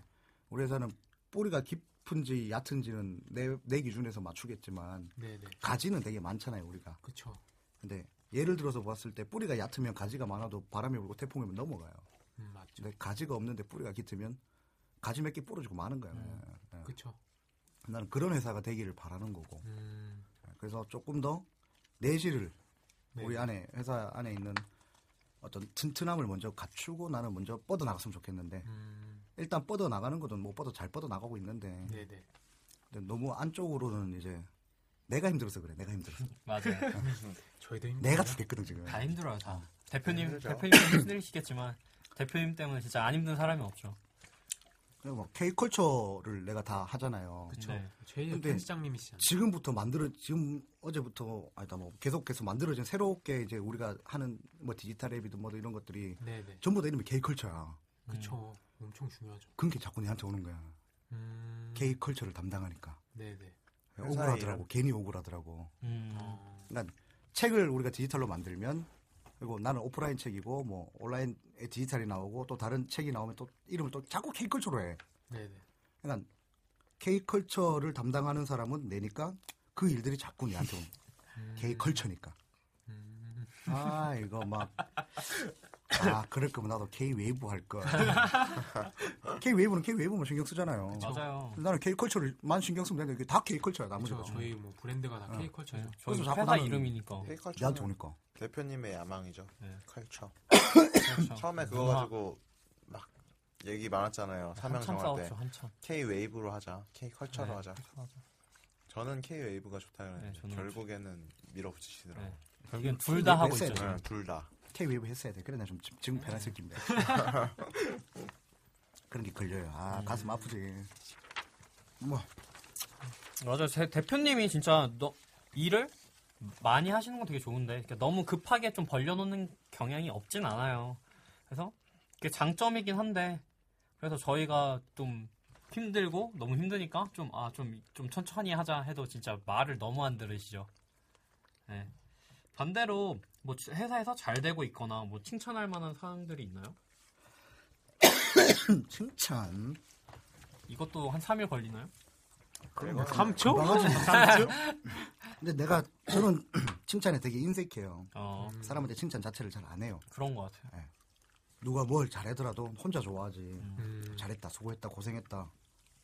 Speaker 9: 우리 회사는 뿌리가 깊은지 얕은지는 내, 내 기준에서 맞추겠지만
Speaker 5: 네네.
Speaker 9: 가지는 되게 많잖아요, 우리가.
Speaker 5: 그렇죠.
Speaker 9: 근데 예를 들어서 봤을 때 뿌리가 얕으면 가지가 많아도 바람이 불고 태풍이 오면 넘어가요.
Speaker 5: 음, 맞죠.
Speaker 9: 근데 가지가 없는데 뿌리가 깃으면 가지 몇 개 부러지고 마는 거야. 요
Speaker 5: 그렇죠.
Speaker 9: 나는 그런 회사가 되기를 바라는 거고. 예.
Speaker 5: 음,
Speaker 9: 그래서 조금 더 내실을
Speaker 5: 네.
Speaker 9: 우리 안에 회사 안에 있는 어떤 튼튼함을 먼저 갖추고 나는 먼저 뻗어 나갔으면 좋겠는데
Speaker 5: 음,
Speaker 9: 일단 뻗어 나가는 것도 못 뻗어 잘 뻗어 나가고 있는데
Speaker 5: 네네.
Speaker 9: 근데 너무 안쪽으로는 이제 내가 힘들어서 그래. 내가 힘들어서.
Speaker 5: 음.
Speaker 3: 맞아요.
Speaker 5: 저희도 힘.
Speaker 9: 내가 죽겠거든 지금.
Speaker 3: 다 힘들어요, 다. 대표님,
Speaker 4: 아, 힘들죠.
Speaker 3: 대표님 때문에 힘드시겠지만, 대표님 때문에 진짜 안 힘든 사람이 없죠.
Speaker 9: 그리고 뭐 K컬처를 내가 다 하잖아요.
Speaker 5: 그렇죠.
Speaker 3: 네.
Speaker 5: 저희
Speaker 9: 근데-
Speaker 5: 편집장님이시잖아요.
Speaker 9: 지금부터 만들어 지금 어제부터 아니다 뭐 계속해서 만들어진 새롭게 이제 우리가 하는 뭐 디지털 앱이든 뭐든 이런 것들이
Speaker 5: 네네.
Speaker 9: 전부 다 이름이 게이컬처야.
Speaker 5: 그렇죠. 엄청 중요하죠.
Speaker 9: 그런 게 자꾸 내한테 오는 거야.
Speaker 5: 음,
Speaker 9: 게이컬처를 담당하니까
Speaker 5: 네네.
Speaker 4: 회사의
Speaker 9: 억울하더라고. 괜히 억울하더라고.
Speaker 3: 음,
Speaker 5: 어,
Speaker 9: 그러니까 책을 우리가 디지털로 만들면 그리고 나는 오프라인 책이고 뭐 온라인 디지털이 나오고 또 다른 책이 나오면 또 이름을 또 자꾸 게이컬처로 해.
Speaker 5: 네네.
Speaker 9: 그러니까 게이컬처를 담당하는 사람은 내니까 그 일들이 자꾸 내한테 오는
Speaker 5: 음,
Speaker 9: 게이컬처니까.
Speaker 5: 음,
Speaker 9: 아 이거 막 아 그럴 거면 나도 K 웨이브 할 거. K 웨이브는 K 웨이브만 신경 쓰잖아요.
Speaker 3: 맞아요.
Speaker 9: 나는 K 컬처를만 신경 쓰면 되는데 이게 다 K 컬처야 나머지가.
Speaker 5: 그렇죠. 저희 뭐 브랜드가
Speaker 9: 어.
Speaker 5: 다 K컬처죠.
Speaker 3: 저희
Speaker 9: 그래서 자꾸
Speaker 3: 회사
Speaker 9: 나는-
Speaker 3: 이름이니까.
Speaker 4: 페이컬처
Speaker 9: 어, 나한테 오니까.
Speaker 4: 대표님의 야망이죠.
Speaker 3: 네.
Speaker 4: 컬처.
Speaker 3: 그렇죠.
Speaker 4: 처음에 그거
Speaker 3: 누나,
Speaker 4: 가지고 막 얘기 많았잖아요. 사명
Speaker 3: 한참
Speaker 4: 정할
Speaker 3: 싸웠죠,
Speaker 4: 때
Speaker 3: 한참.
Speaker 4: K 웨이브로 하자, K 컬처로
Speaker 3: 네,
Speaker 4: 하자.
Speaker 3: 그렇죠.
Speaker 4: 저는 K 웨이브가 좋다 그랬는데
Speaker 3: 네, 저는
Speaker 4: 결국에는 밀어붙이시더라고요.
Speaker 3: 네. 결국엔 둘 다 하고
Speaker 9: 네,
Speaker 3: 있죠.
Speaker 4: 네,
Speaker 3: 지금.
Speaker 4: 둘 다.
Speaker 9: K 웨이브 했어야 돼. 그래 나좀 지금
Speaker 5: 음.
Speaker 9: 변했을 깁니다. 그런 게 걸려요. 아 가슴 아프지. 뭐
Speaker 3: 맞아요. 제 대표님이 진짜 너, 일을 많이 하시는 건 되게 좋은데 그러니까 너무 급하게 좀 벌려놓는 경향이 없진 않아요. 그래서 그게 장점이긴 한데 그래서 저희가 좀 힘들고 너무 힘드니까 좀 아 좀 좀 천천히 하자 해도 진짜 말을 너무 안 들으시죠. 네. 반대로 뭐 주- 회사에서 잘 되고 있거나 뭐 칭찬할 만한 사항들이 있나요?
Speaker 9: 칭찬.
Speaker 3: 이것도 한 3일 걸리나요?
Speaker 9: 그런 거
Speaker 5: 뭐 감초?
Speaker 9: 건강하지. 근데 내가 저는 칭찬에 되게 인색해요.
Speaker 3: 어,
Speaker 9: 사람한테 칭찬 자체를 잘 안 해요.
Speaker 3: 그런 것 같아요.
Speaker 9: 누가 뭘 잘하더라도 혼자 좋아하지.
Speaker 5: 음.
Speaker 9: 잘했다, 수고했다, 고생했다.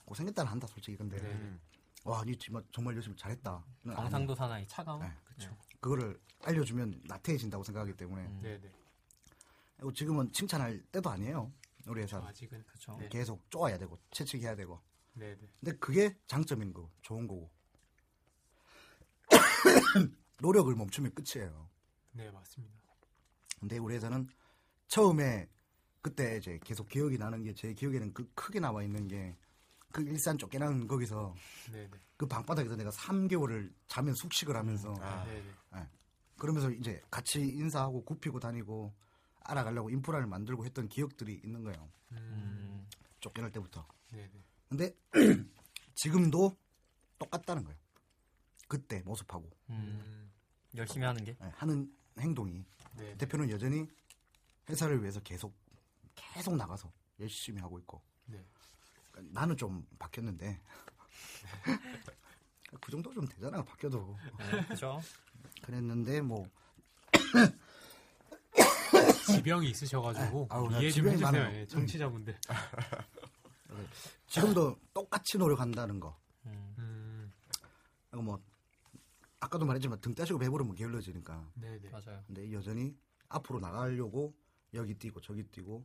Speaker 9: 고생했다는 한다 솔직히 근데
Speaker 5: 네.
Speaker 9: 와, 니뭐 정말, 정말 열심히 잘했다.
Speaker 3: 경상도 사나이.
Speaker 5: 차가운.
Speaker 9: 네.
Speaker 5: 그렇죠.
Speaker 9: 그거를 알려주면 나태해진다고 생각하기 때문에
Speaker 3: 음.
Speaker 5: 네, 네.
Speaker 9: 그리고 지금은 칭찬할 때도 아니에요. 우리 회사 는
Speaker 5: 아직은
Speaker 3: 그렇죠.
Speaker 5: 네.
Speaker 9: 계속 쪼아야 되고 채찍해야 되고
Speaker 5: 네, 네.
Speaker 9: 근데 그게 장점인 거, 좋은 거고. 노력을 멈추면 끝이에요.
Speaker 5: 네, 맞습니다.
Speaker 9: 근데 우리 회사는 처음에 그때 이제 계속 기억이 나는 게 제 기억에는 그 크게 남아 있는 게 그 일산 쫓겨나는 거기서
Speaker 5: 네, 네.
Speaker 9: 그 방바닥에서 내가 3개월을 자면 숙식을 하면서
Speaker 4: 아.
Speaker 5: 네, 네.
Speaker 9: 그러면서 이제 같이 인사하고 굽히고 다니고 알아가려고 인프라를 만들고 했던 기억들이 있는 거예요.
Speaker 5: 음.
Speaker 3: 음,
Speaker 9: 쫓겨날 때부터.
Speaker 5: 네, 네.
Speaker 9: 근데 지금도 똑같다는 거예요. 그때 모습하고
Speaker 3: 음,
Speaker 5: 음.
Speaker 3: 열심히 하는 게.
Speaker 9: 예, 하는 행동이
Speaker 5: 네. 네.
Speaker 9: 대표는 여전히 회사를 위해서 계속 계속 나가서 열심히 하고 있고
Speaker 5: 네.
Speaker 9: 그러니까 나는 좀 바뀌었는데 그 정도 좀 되잖아 바뀌어도
Speaker 3: 네, 그렇죠.
Speaker 9: 그랬는데 뭐
Speaker 5: 지병이 있으셔 가지고
Speaker 9: 아우, 나
Speaker 5: 이해 좀
Speaker 9: 지병이
Speaker 5: 해 주세요. 예,
Speaker 9: 많아요.
Speaker 5: 청취자분들.
Speaker 9: 지금도 똑같이 노력한다는 거
Speaker 3: 음,
Speaker 5: 음.
Speaker 9: 그리고 뭐 아까도 말했지만 등 따시고 배부르면 게을러지니까
Speaker 5: 네, 네.
Speaker 3: 맞아요.
Speaker 9: 근데 여전히 앞으로 나가려고 여기 뛰고 저기 뛰고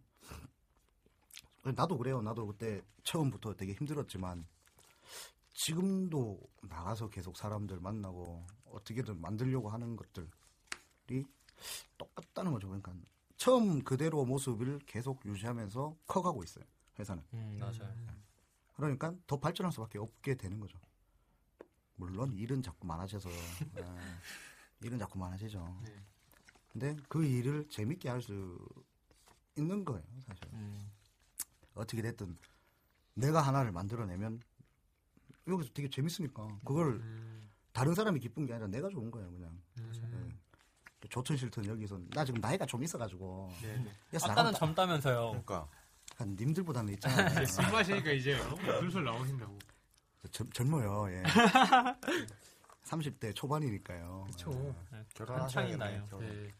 Speaker 9: 나도 그래요 나도 그때 처음부터 되게 힘들었지만 지금도 나가서 계속 사람들 만나고 어떻게든 만들려고 하는 것들이 똑같다는 거죠 그러니까 처음 그대로 모습을 계속 유지하면서 커가고 있어요 회사는
Speaker 3: 음, 맞아요.
Speaker 5: 음.
Speaker 9: 그러니까 더 발전할 수밖에 없게 되는 거죠 물론 일은 자꾸 많아져서 예, 일은 자꾸 많아지죠
Speaker 5: 네.
Speaker 9: 근데 그 일을 재밌게 할 수 있는 거예요, 사실.
Speaker 3: 음,
Speaker 9: 어떻게 됐든 내가 하나를 만들어내면 여기서 되게 재밌으니까 그걸
Speaker 5: 음.
Speaker 9: 다른 사람이 기쁜 게 아니라 내가 좋은 거예요, 그냥.
Speaker 5: 음.
Speaker 9: 예. 좋든 싫든 여기서 나 지금 나이가 좀 있어가지고
Speaker 5: 네, 네.
Speaker 9: 그래서
Speaker 3: 아까는
Speaker 9: 나는
Speaker 3: 젊다면서요.
Speaker 4: 그러니까
Speaker 9: 님들보다는 있잖아요. 네.
Speaker 5: 이제 술 마시니까 이제 술술 나오신다고.
Speaker 9: 젊, 젊어요, 예. 30대 초반이니까요. 예,
Speaker 5: 그쵸.
Speaker 3: 네, 한창인
Speaker 4: 결혼하셔야겠네요.
Speaker 3: 나요.
Speaker 4: 결혼.
Speaker 5: 네.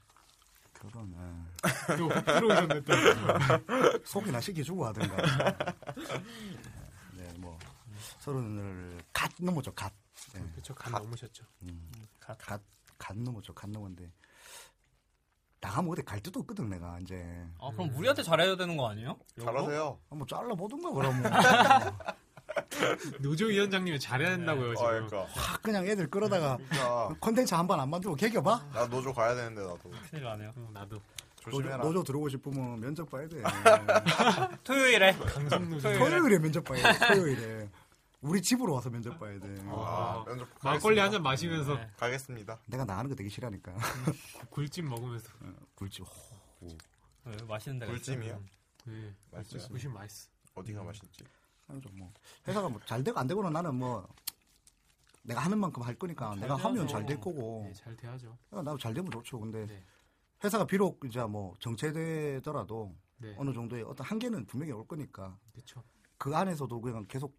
Speaker 9: 결혼, 예.
Speaker 5: 또 들어오셨네 또.
Speaker 9: 속이나 시켜주고 하든가. 네, 뭐 서른을 갓 넘었죠, 갓. 예.
Speaker 5: 그렇죠. 간 넘으셨죠.
Speaker 9: 음.
Speaker 3: 갓.
Speaker 9: 갓, 갓 넘었죠. 갓 넘었는데 나가면 어디 갈 데도 없거든 내가 이제
Speaker 3: 아, 그럼 우리한테 잘해야 되는 거 아니에요?
Speaker 4: 잘하세요.
Speaker 9: 아, 뭐 잘라 보든가 그럼
Speaker 5: 노조 위원장님이 잘해야 된다고요,
Speaker 4: 어,
Speaker 5: 지금.
Speaker 4: 그러니까.
Speaker 9: 확 그냥 애들 끌어다가
Speaker 4: 그러니까
Speaker 9: 컨텐츠 한 번 안 만들고 개겨봐.
Speaker 4: 나 노조 가야 되는데 나도
Speaker 3: 큰일 나네요.
Speaker 5: 어, 나도.
Speaker 9: 노조,
Speaker 4: 조심해라.
Speaker 9: 노조 들어오고 싶으면 면접 봐야 돼. 네.
Speaker 3: 토요일에
Speaker 5: 강성 노조.
Speaker 9: 토요일에 면접 봐야 돼. 토요일에 우리 집으로 와서 면접 봐야 돼.
Speaker 4: 아,
Speaker 5: 아,
Speaker 4: 면접
Speaker 5: 막걸리
Speaker 4: 가겠습니다.
Speaker 5: 한 잔 마시면서
Speaker 3: 네.
Speaker 4: 가겠습니다.
Speaker 9: 내가 나가는 거 되게 싫어하니까.
Speaker 5: 굴찜 먹으면서.
Speaker 9: 굴지. 호.
Speaker 3: 네, 맛있는 데가 있어요.
Speaker 4: 꿀찜이요?
Speaker 3: 음.
Speaker 5: 네.
Speaker 4: 맛있어요.
Speaker 5: 굴찜 맛있어.
Speaker 4: 어디가 맛있지?
Speaker 9: 아니, 좀뭐 회사가 뭐 잘 되고 안 되고는 나는 뭐 내가 하는 만큼 할 거니까
Speaker 5: 잘
Speaker 9: 내가 하면
Speaker 5: 돼야죠.
Speaker 9: 잘 될 거고.
Speaker 5: 네, 잘 돼야죠.
Speaker 9: 아, 나도 잘 되면 좋죠. 근데
Speaker 5: 네.
Speaker 9: 회사가 비록 이제 뭐 정체되더라도
Speaker 5: 네.
Speaker 9: 어느 정도의 어떤 한계는 분명히 올 거니까
Speaker 5: 그렇죠.
Speaker 9: 그 안에서도 그냥 계속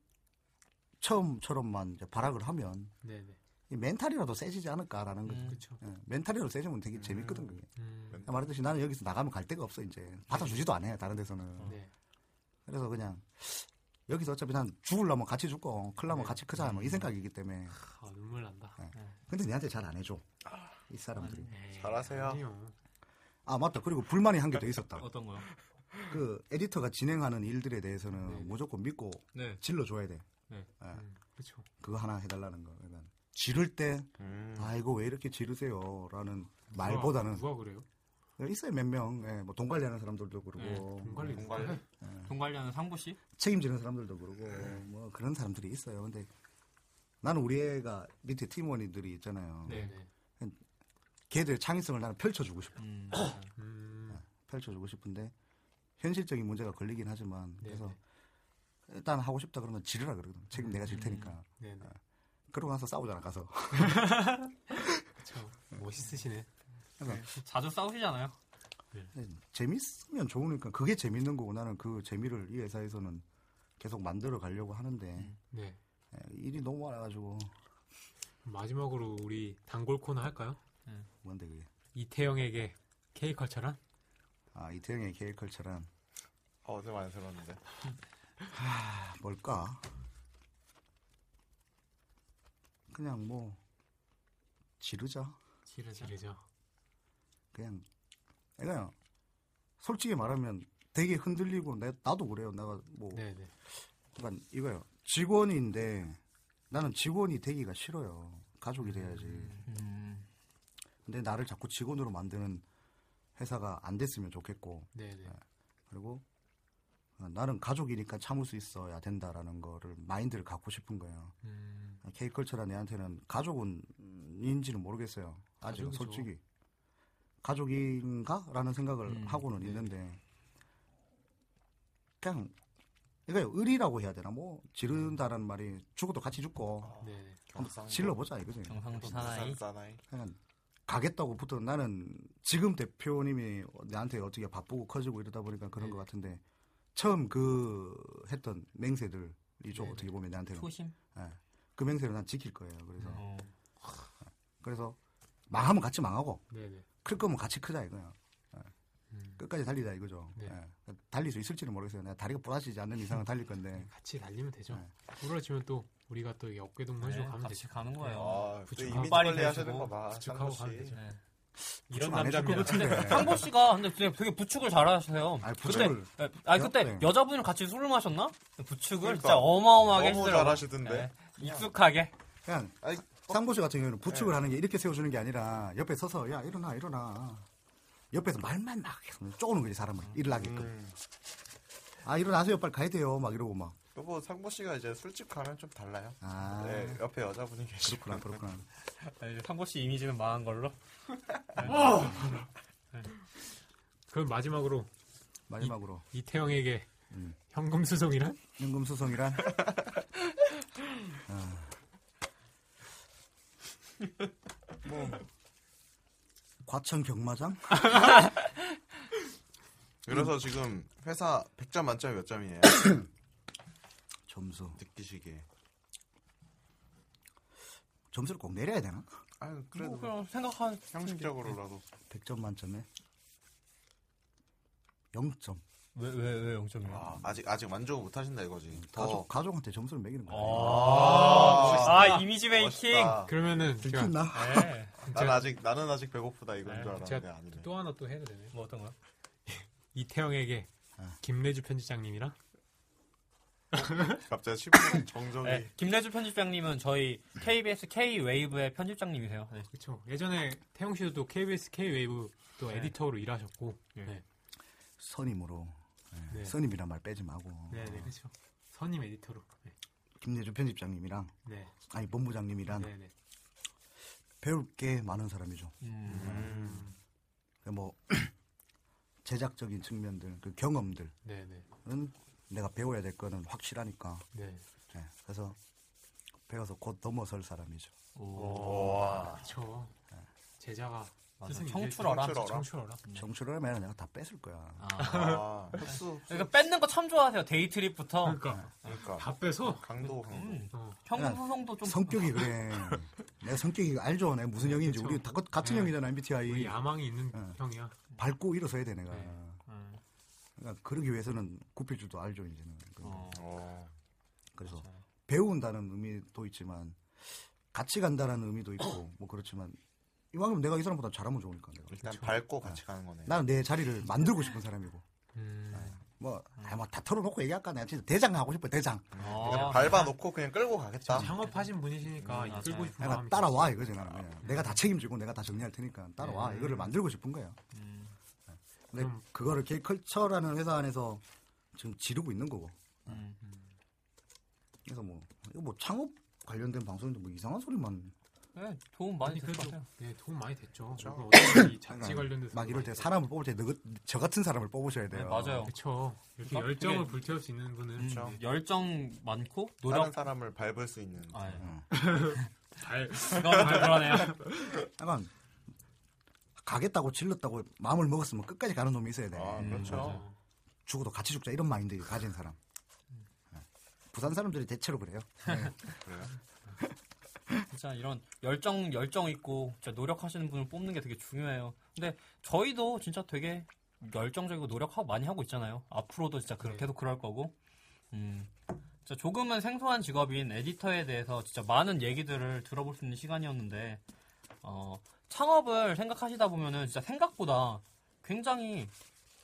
Speaker 9: 처음처럼만 이제 발악을 하면
Speaker 5: 네, 네.
Speaker 9: 이 멘탈이라도 세지지 않을까라는 거죠.
Speaker 3: 음.
Speaker 5: 그렇죠.
Speaker 9: 예, 멘탈이라도 세지면 되게 재밌거든 그게.
Speaker 5: 음.
Speaker 9: 말했듯이 나는 여기서 나가면 갈 데가 없어 이제 받아주지도 않아요 다른 데서는.
Speaker 5: 네.
Speaker 9: 그래서 그냥 여기서 어차피 난 죽으려면 같이 죽고 클라면
Speaker 5: 네.
Speaker 9: 같이 크자 뭐이 생각이기 때문에.
Speaker 5: 아, 눈물 난다.
Speaker 9: 근데 니한테 잘 안 해줘
Speaker 5: 아.
Speaker 9: 이 사람들이.
Speaker 5: 에이,
Speaker 4: 잘하세요.
Speaker 3: 네.
Speaker 5: 아니요.
Speaker 9: 아 맞다 그리고 불만이 한 게 더 있었다.
Speaker 3: 어떤 거요?
Speaker 9: 그 에디터가 진행하는 일들에 대해서는
Speaker 5: 네.
Speaker 9: 무조건 믿고
Speaker 3: 네.
Speaker 9: 질러줘야 돼.
Speaker 3: 네.
Speaker 9: 예,
Speaker 5: 음, 그렇죠.
Speaker 9: 그거 하나 해달라는 거. 그러니까 지를 때,
Speaker 4: 음.
Speaker 9: 아, 이거 왜 이렇게 지르세요? 라는 말보다는
Speaker 5: 누가, 누가 그래요?
Speaker 9: 있어요, 몇 명. 예, 뭐돈 관리하는 사람들도
Speaker 3: 네,
Speaker 9: 그러고,
Speaker 5: 돈 관리.
Speaker 4: 돈 관리.
Speaker 3: 돈 관리하는 상부 씨?
Speaker 9: 책임지는 사람들도 그러고,
Speaker 5: 네.
Speaker 9: 뭐 그런 사람들이 있어요. 근데 나는 우리 애가 밑에 팀원들이 있잖아요.
Speaker 5: 네, 네.
Speaker 9: 걔들 창의성을 나는 펼쳐주고 싶어.
Speaker 3: 음.
Speaker 5: 음.
Speaker 9: 펼쳐주고 싶은데, 현실적인 문제가 걸리긴 하지만,
Speaker 5: 네,
Speaker 9: 그래서 일단 하고 싶다 그러면 지르라 그러거든. 책임 내가 질 테니까.
Speaker 5: 네, 네.
Speaker 9: 그러고 나서 싸우잖아, 가서.
Speaker 5: 그렇죠. 멋있으시네.
Speaker 3: 자주 싸우시잖아요.
Speaker 9: 네, 재밌으면 좋으니까 그게 재밌는 거고 나는 그 재미를 이 회사에서는 계속 만들어 가려고 하는데
Speaker 5: 네.
Speaker 9: 예, 일이 너무 많아가지고
Speaker 5: 마지막으로 우리 단골 코너 할까요?
Speaker 9: 뭔데 그게?
Speaker 5: 이태영에게 K컬처란?
Speaker 9: 아 이태영의 케이컬처란
Speaker 4: 어, 어제 많이 들었는데.
Speaker 9: 아, 뭘까? 그냥 뭐 지르자.
Speaker 3: 그렇죠.
Speaker 5: 지르자. 지르자.
Speaker 9: 그냥 그냥 솔직히 말하면 되게 흔들리고 내, 나도 그래요. 내가 뭐
Speaker 5: 네네.
Speaker 9: 그러니까 이거요. 직원인데 나는 직원이 되기가 싫어요. 가족이 돼야지.
Speaker 3: 음.
Speaker 9: 근데 나를 자꾸 직원으로 만드는 회사가 안 됐으면 좋겠고
Speaker 5: 네네.
Speaker 9: 그리고 어, 나는 가족이니까 참을 수 있어야 된다라는 거를 마인드를 갖고 싶은 거예요.
Speaker 5: 음,
Speaker 9: 케이컬처란 애한테는 가족은인지는 모르겠어요. 아직 은
Speaker 5: 가족이죠.
Speaker 9: 솔직히 가족인가라는 생각을
Speaker 5: 음,
Speaker 9: 하고는
Speaker 5: 네.
Speaker 9: 있는데 그냥 이거 의리라고 해야 되나 뭐 지른다라는 말이 죽어도 같이 죽고
Speaker 5: 네네.
Speaker 4: 경상.
Speaker 9: 질러보자 이거지.
Speaker 5: 어.
Speaker 3: 경상도
Speaker 4: 아, 부산
Speaker 3: 뭐 사나이.
Speaker 4: 사나이.
Speaker 9: 그냥 가겠다고 붙어 나는 지금 대표님이 나한테 어떻게 바쁘고 커지고 이러다 보니까 그런
Speaker 5: 네.
Speaker 9: 것 같은데 처음 그 했던 맹세들이 좀
Speaker 5: 네,
Speaker 9: 어떻게 보면 나한테는
Speaker 3: 초심.
Speaker 9: 예. 그 맹세를 난 지킬 거예요. 그래서
Speaker 5: 음.
Speaker 3: 어.
Speaker 9: 그래서 망하면 같이 망하고
Speaker 5: 네네.
Speaker 9: 클 거면 같이 크자 이거야. 예.
Speaker 5: 음,
Speaker 9: 끝까지 달리자 이거죠.
Speaker 5: 네.
Speaker 9: 예. 달릴 수 있을지는 모르겠어요. 내가 다리가 부러지지 않는 이상은 달릴 건데.
Speaker 5: 같이 달리면 되죠.
Speaker 9: 네.
Speaker 5: 부러지면 또 우리가 또 이게 어깨 동무 해주고
Speaker 3: 네,
Speaker 5: 가면
Speaker 3: 같이
Speaker 5: 되죠.
Speaker 3: 가는 거예요.
Speaker 4: 아, 또
Speaker 5: 부축
Speaker 4: 이미지
Speaker 3: 반발이
Speaker 4: 관리 하시는
Speaker 3: 되시고
Speaker 4: 거 봐. 상도
Speaker 5: 부축하고
Speaker 4: 씨.
Speaker 5: 가면 되죠.
Speaker 3: 네.
Speaker 9: 부축
Speaker 3: 이런
Speaker 9: 안 예. 해줄
Speaker 3: 남자입니다.
Speaker 9: 것 같은데.
Speaker 3: 상보 씨가 근데 되게, 되게 부축을 잘 하세요.
Speaker 9: 아니, 부축을-
Speaker 3: 그때, 아 그때
Speaker 9: 네.
Speaker 3: 여자분이랑 같이 술을 마셨나? 부축을
Speaker 4: 그러니까.
Speaker 3: 진짜 어마어마하게
Speaker 4: 너무
Speaker 3: 했더라고요. 네.
Speaker 4: 잘하시던데.
Speaker 3: 익숙하게.
Speaker 9: 그냥
Speaker 4: 아이,
Speaker 9: 상보씨 같은 경우는 부축을 하는 게 이렇게 세워주는 게 아니라 옆에 서서 야 일어나 일어나. 옆에서 말만 막 계속 쪼는 거지 사람을 일어나게끔.
Speaker 4: 음.
Speaker 9: 아 일어나세요 빨리 가야 돼요 막 이러고 막.
Speaker 4: 여보 뭐 상보 씨가 이제 술집 가면 좀 달라요.
Speaker 9: 아
Speaker 4: 네, 옆에 여자분이 계시고.
Speaker 9: 그렇구나 그렇구나.
Speaker 3: 아, 이제 상보 씨 이미지는 망한 걸로.
Speaker 5: 그럼 마지막으로
Speaker 9: 마지막으로
Speaker 5: 이태영에게
Speaker 9: 음.
Speaker 5: 현금 수송이란?
Speaker 9: 연금수송이란 아. 뭐 과천 경마장?
Speaker 4: 그래서 지금 회사 100점 만점에 몇 점이에요?
Speaker 9: 점수
Speaker 4: 느끼시게.
Speaker 9: 점수를 꼭 내려야 되나?
Speaker 4: 아유, 그래도
Speaker 3: 뭐 그냥 생각한
Speaker 4: 형식적으로라도.
Speaker 9: 100점 만점에 0점
Speaker 3: 왜왜 왜 0점이야?
Speaker 4: 아, 아직 아직 만족을 못 하신다 이거지. 더
Speaker 5: 어.
Speaker 3: 그
Speaker 9: 가족, 가족한테 점수를 매기는 거야
Speaker 5: 아,
Speaker 3: 아, 이미지 메이킹.
Speaker 4: 멋있다.
Speaker 5: 그러면은 제가
Speaker 9: 나?
Speaker 3: 네.
Speaker 4: 난 아직 나는 아직 배고프다 이건
Speaker 3: 네,
Speaker 4: 줄 알았는데
Speaker 5: 제가
Speaker 4: 아니네.
Speaker 5: 또 하나 또 해도 되나요?
Speaker 3: 뭐 어떤 거?
Speaker 5: 이태영에게
Speaker 9: 아.
Speaker 5: 김래주 편집장님이랑
Speaker 4: 갑자기 시부님 정적이
Speaker 3: 네. 김래주 편집장님은 저희 KBS K 웨이브의 편집장님이세요. 네.
Speaker 5: 그렇죠. 예전에 태영 씨도 또 KBS K 웨이브 또
Speaker 3: 네.
Speaker 5: 에디터로 일하셨고,
Speaker 3: 네.
Speaker 5: 네, 네,
Speaker 9: 선임으로
Speaker 5: 네,
Speaker 9: 선임이란 말 빼지 마고
Speaker 5: 네, 그렇죠. 선임 에디터로, 네,
Speaker 9: 김예주 편집장님이랑
Speaker 5: 네,
Speaker 9: 아니 본부장님이랑
Speaker 5: 네, 네.
Speaker 9: 배울 게 많은 사람이죠 뭐 제작적인 측면들 그 경험들
Speaker 5: 네, 네,
Speaker 9: 은 내가 배워야 될 거는 확실하니까.
Speaker 5: 네.
Speaker 9: 예, 그래서 배워서 곧 넘어설 사람이죠.
Speaker 5: 그렇죠. 제자가
Speaker 3: 맞아.
Speaker 5: 스승이
Speaker 3: 청출어라.
Speaker 5: 이제
Speaker 4: 청출어라.
Speaker 5: 청출어라.
Speaker 9: 음.
Speaker 5: 네.
Speaker 9: 정출을 하면 내가 다 뺏을 거야.
Speaker 4: 아, 흡수
Speaker 3: 그러니까 뺏는 거 참 좋아하세요. 데이트립부터.
Speaker 5: 그러니까
Speaker 4: 그러니까
Speaker 5: 다 빼서,
Speaker 4: 강도 강도.
Speaker 3: 음.
Speaker 5: 어,
Speaker 3: 평균 소송도 좀
Speaker 9: 성격이 그래. 내가 성격이 알죠. 내가 무슨 형인지 우리 다 같- 같은
Speaker 5: 네.
Speaker 9: 형이잖아 MBTI.
Speaker 5: 우리 야망이 있는
Speaker 9: 네.
Speaker 5: 형이야.
Speaker 9: 밟고 일어서야 돼 내가.
Speaker 5: 네.
Speaker 3: 음.
Speaker 9: 그러니까 그러기 위해서는 굽힐 줄도 알죠 이제는. 그,
Speaker 3: 어.
Speaker 4: 어.
Speaker 9: 그래서 배운다는 의미도 있지만 같이 간다라는 의미도 있고 뭐 그렇지만 이왕이면 내가 이 사람보다 잘하면 좋으니까 내가.
Speaker 4: 일단 밟고 같이 가는 거네.
Speaker 9: 나는 내 자리를 만들고 싶은 사람이고.
Speaker 5: 음,
Speaker 9: 뭐, 아, 뭐, 다 털어놓고 얘기할까? 내가 진짜 대장 하고 싶어, 대장.
Speaker 4: 그냥
Speaker 3: 아,
Speaker 5: 네.
Speaker 4: 밟아 놓고 그냥 끌고 가겠다.
Speaker 5: 창업하신 분이시니까
Speaker 3: 음,
Speaker 5: 이끌고
Speaker 3: 맞아요. 아,
Speaker 5: 싶은
Speaker 9: 내가
Speaker 5: 마음이
Speaker 9: 따라와, 이거지, 나는. 그냥. 내가 다 책임지고 내가 다 정리할 테니까 따라와.
Speaker 5: 음.
Speaker 9: 이거를 만들고 싶은 거예요. 네.
Speaker 3: 음.
Speaker 9: 근데
Speaker 5: 음.
Speaker 9: 그거를 K컬처라는 회사 안에서 지금 지르고 있는 거고.
Speaker 3: 음.
Speaker 9: 그래서 뭐, 이거 뭐 창업 관련된 방송인데 뭐 이상한 소리만.
Speaker 3: 네, 도움 많이
Speaker 5: 아니,
Speaker 3: 될것
Speaker 5: 그래도
Speaker 3: 같아요.
Speaker 5: 네, 도움 많이 됐죠. 그리고 어차피 이 잡지 관련돼서
Speaker 9: 막 이럴 때 사람을 뽑을 때, 너저 같은 사람을 뽑으셔야 돼요.
Speaker 3: 네, 맞아요.
Speaker 5: 그렇죠. 이렇게
Speaker 3: 그러니까
Speaker 5: 열정을
Speaker 3: 그게-
Speaker 5: 불태울 수 있는 분은 네,
Speaker 3: 음,
Speaker 4: 그렇죠.
Speaker 3: 열정 많고
Speaker 4: 다른
Speaker 3: 노력.
Speaker 4: 사람을 밟을 수 있는.
Speaker 3: 아, 예.
Speaker 9: 응.
Speaker 5: 잘
Speaker 3: 그건 좀 그러네요.
Speaker 9: 약간, 가겠다고 질렀다고 마음을 먹었으면 끝까지 가는 놈이 있어야 돼.
Speaker 4: 아, 그렇죠.
Speaker 5: 네. 음, 맞아요.
Speaker 9: 죽어도 같이 죽자 이런 마인드 가진 사람.
Speaker 3: 음.
Speaker 9: 네. 부산 사람들이 대체로 그래요.
Speaker 4: 그래요.
Speaker 3: 진짜 진짜 이런 열정 열정 있고 진짜 노력하시는 분을 뽑는 게 되게 중요해요. 근데 저희도 진짜 되게 열정적이고 노력하고 많이 하고 있잖아요. 앞으로도 진짜 그렇게 계속 그럴 거고. 음. 진짜 조금은 생소한 직업인 에디터에 대해서 진짜 많은 얘기들을 들어볼 수 있는 시간이었는데 어, 창업을 생각하시다 보면은 진짜 생각보다 굉장히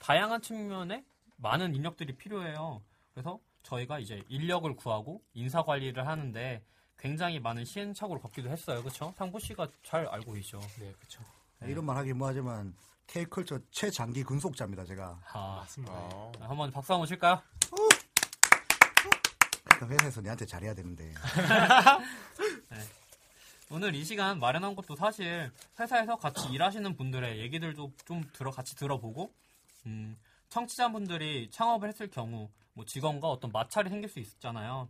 Speaker 3: 다양한 측면에 많은 인력들이 필요해요. 그래서 저희가 이제 인력을 구하고 인사 관리를 하는데 굉장히 많은 시행착오를 겪기도 했어요. 그렇죠? 상부 씨가 잘 알고 계시죠.
Speaker 5: 네, 그렇죠.
Speaker 9: 이런 말 하긴 뭐하지만 K컬처 최장기 근속자입니다 제가
Speaker 3: 아,
Speaker 5: 맞습니다.
Speaker 4: 아,
Speaker 3: 자, 한번 박수 한번 칠까요?
Speaker 9: 그러니까 회사에서 내한테 잘해야 되는데
Speaker 3: 오늘 이 시간 마련한 것도 사실 회사에서 같이 일하시는 분들의 얘기들도 좀 들어 같이 들어보고 음, 청취자분들이 창업을 했을 경우 뭐 직원과 어떤 마찰이 생길 수 있잖아요.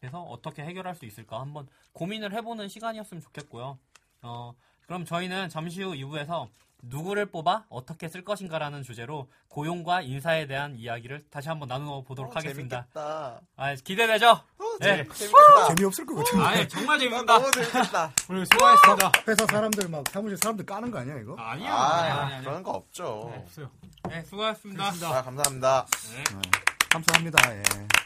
Speaker 3: 그래서 어떻게 해결할 수 있을까 한번 고민을 해보는 시간이었으면 좋겠고요. 어, 그럼 저희는 잠시 후 2부에서 누구를 뽑아 어떻게 쓸 것인가라는 주제로 고용과 인사에 대한 이야기를 다시 한번 나누어 보도록 하겠습니다.
Speaker 4: 재밌겠다.
Speaker 3: 아, 기대되죠?
Speaker 4: 어,
Speaker 3: 네.
Speaker 4: 재밌- 재밌겠다.
Speaker 9: 재미없을 것 같은데
Speaker 3: 아, 정말
Speaker 4: 아,
Speaker 3: 재밌다.
Speaker 4: 너무 재밌겠다.
Speaker 5: 예, 오늘 수고하셨습니다.
Speaker 9: 회사 사람들 막 사무실 사람들 까는 거 아니야 이거?
Speaker 5: 아니요. 예.
Speaker 4: 아, 그런 거 없죠.
Speaker 5: 없어요.
Speaker 3: 네, 수고하셨습니다.
Speaker 4: 아, 감사합니다.
Speaker 9: 감사합니다 예.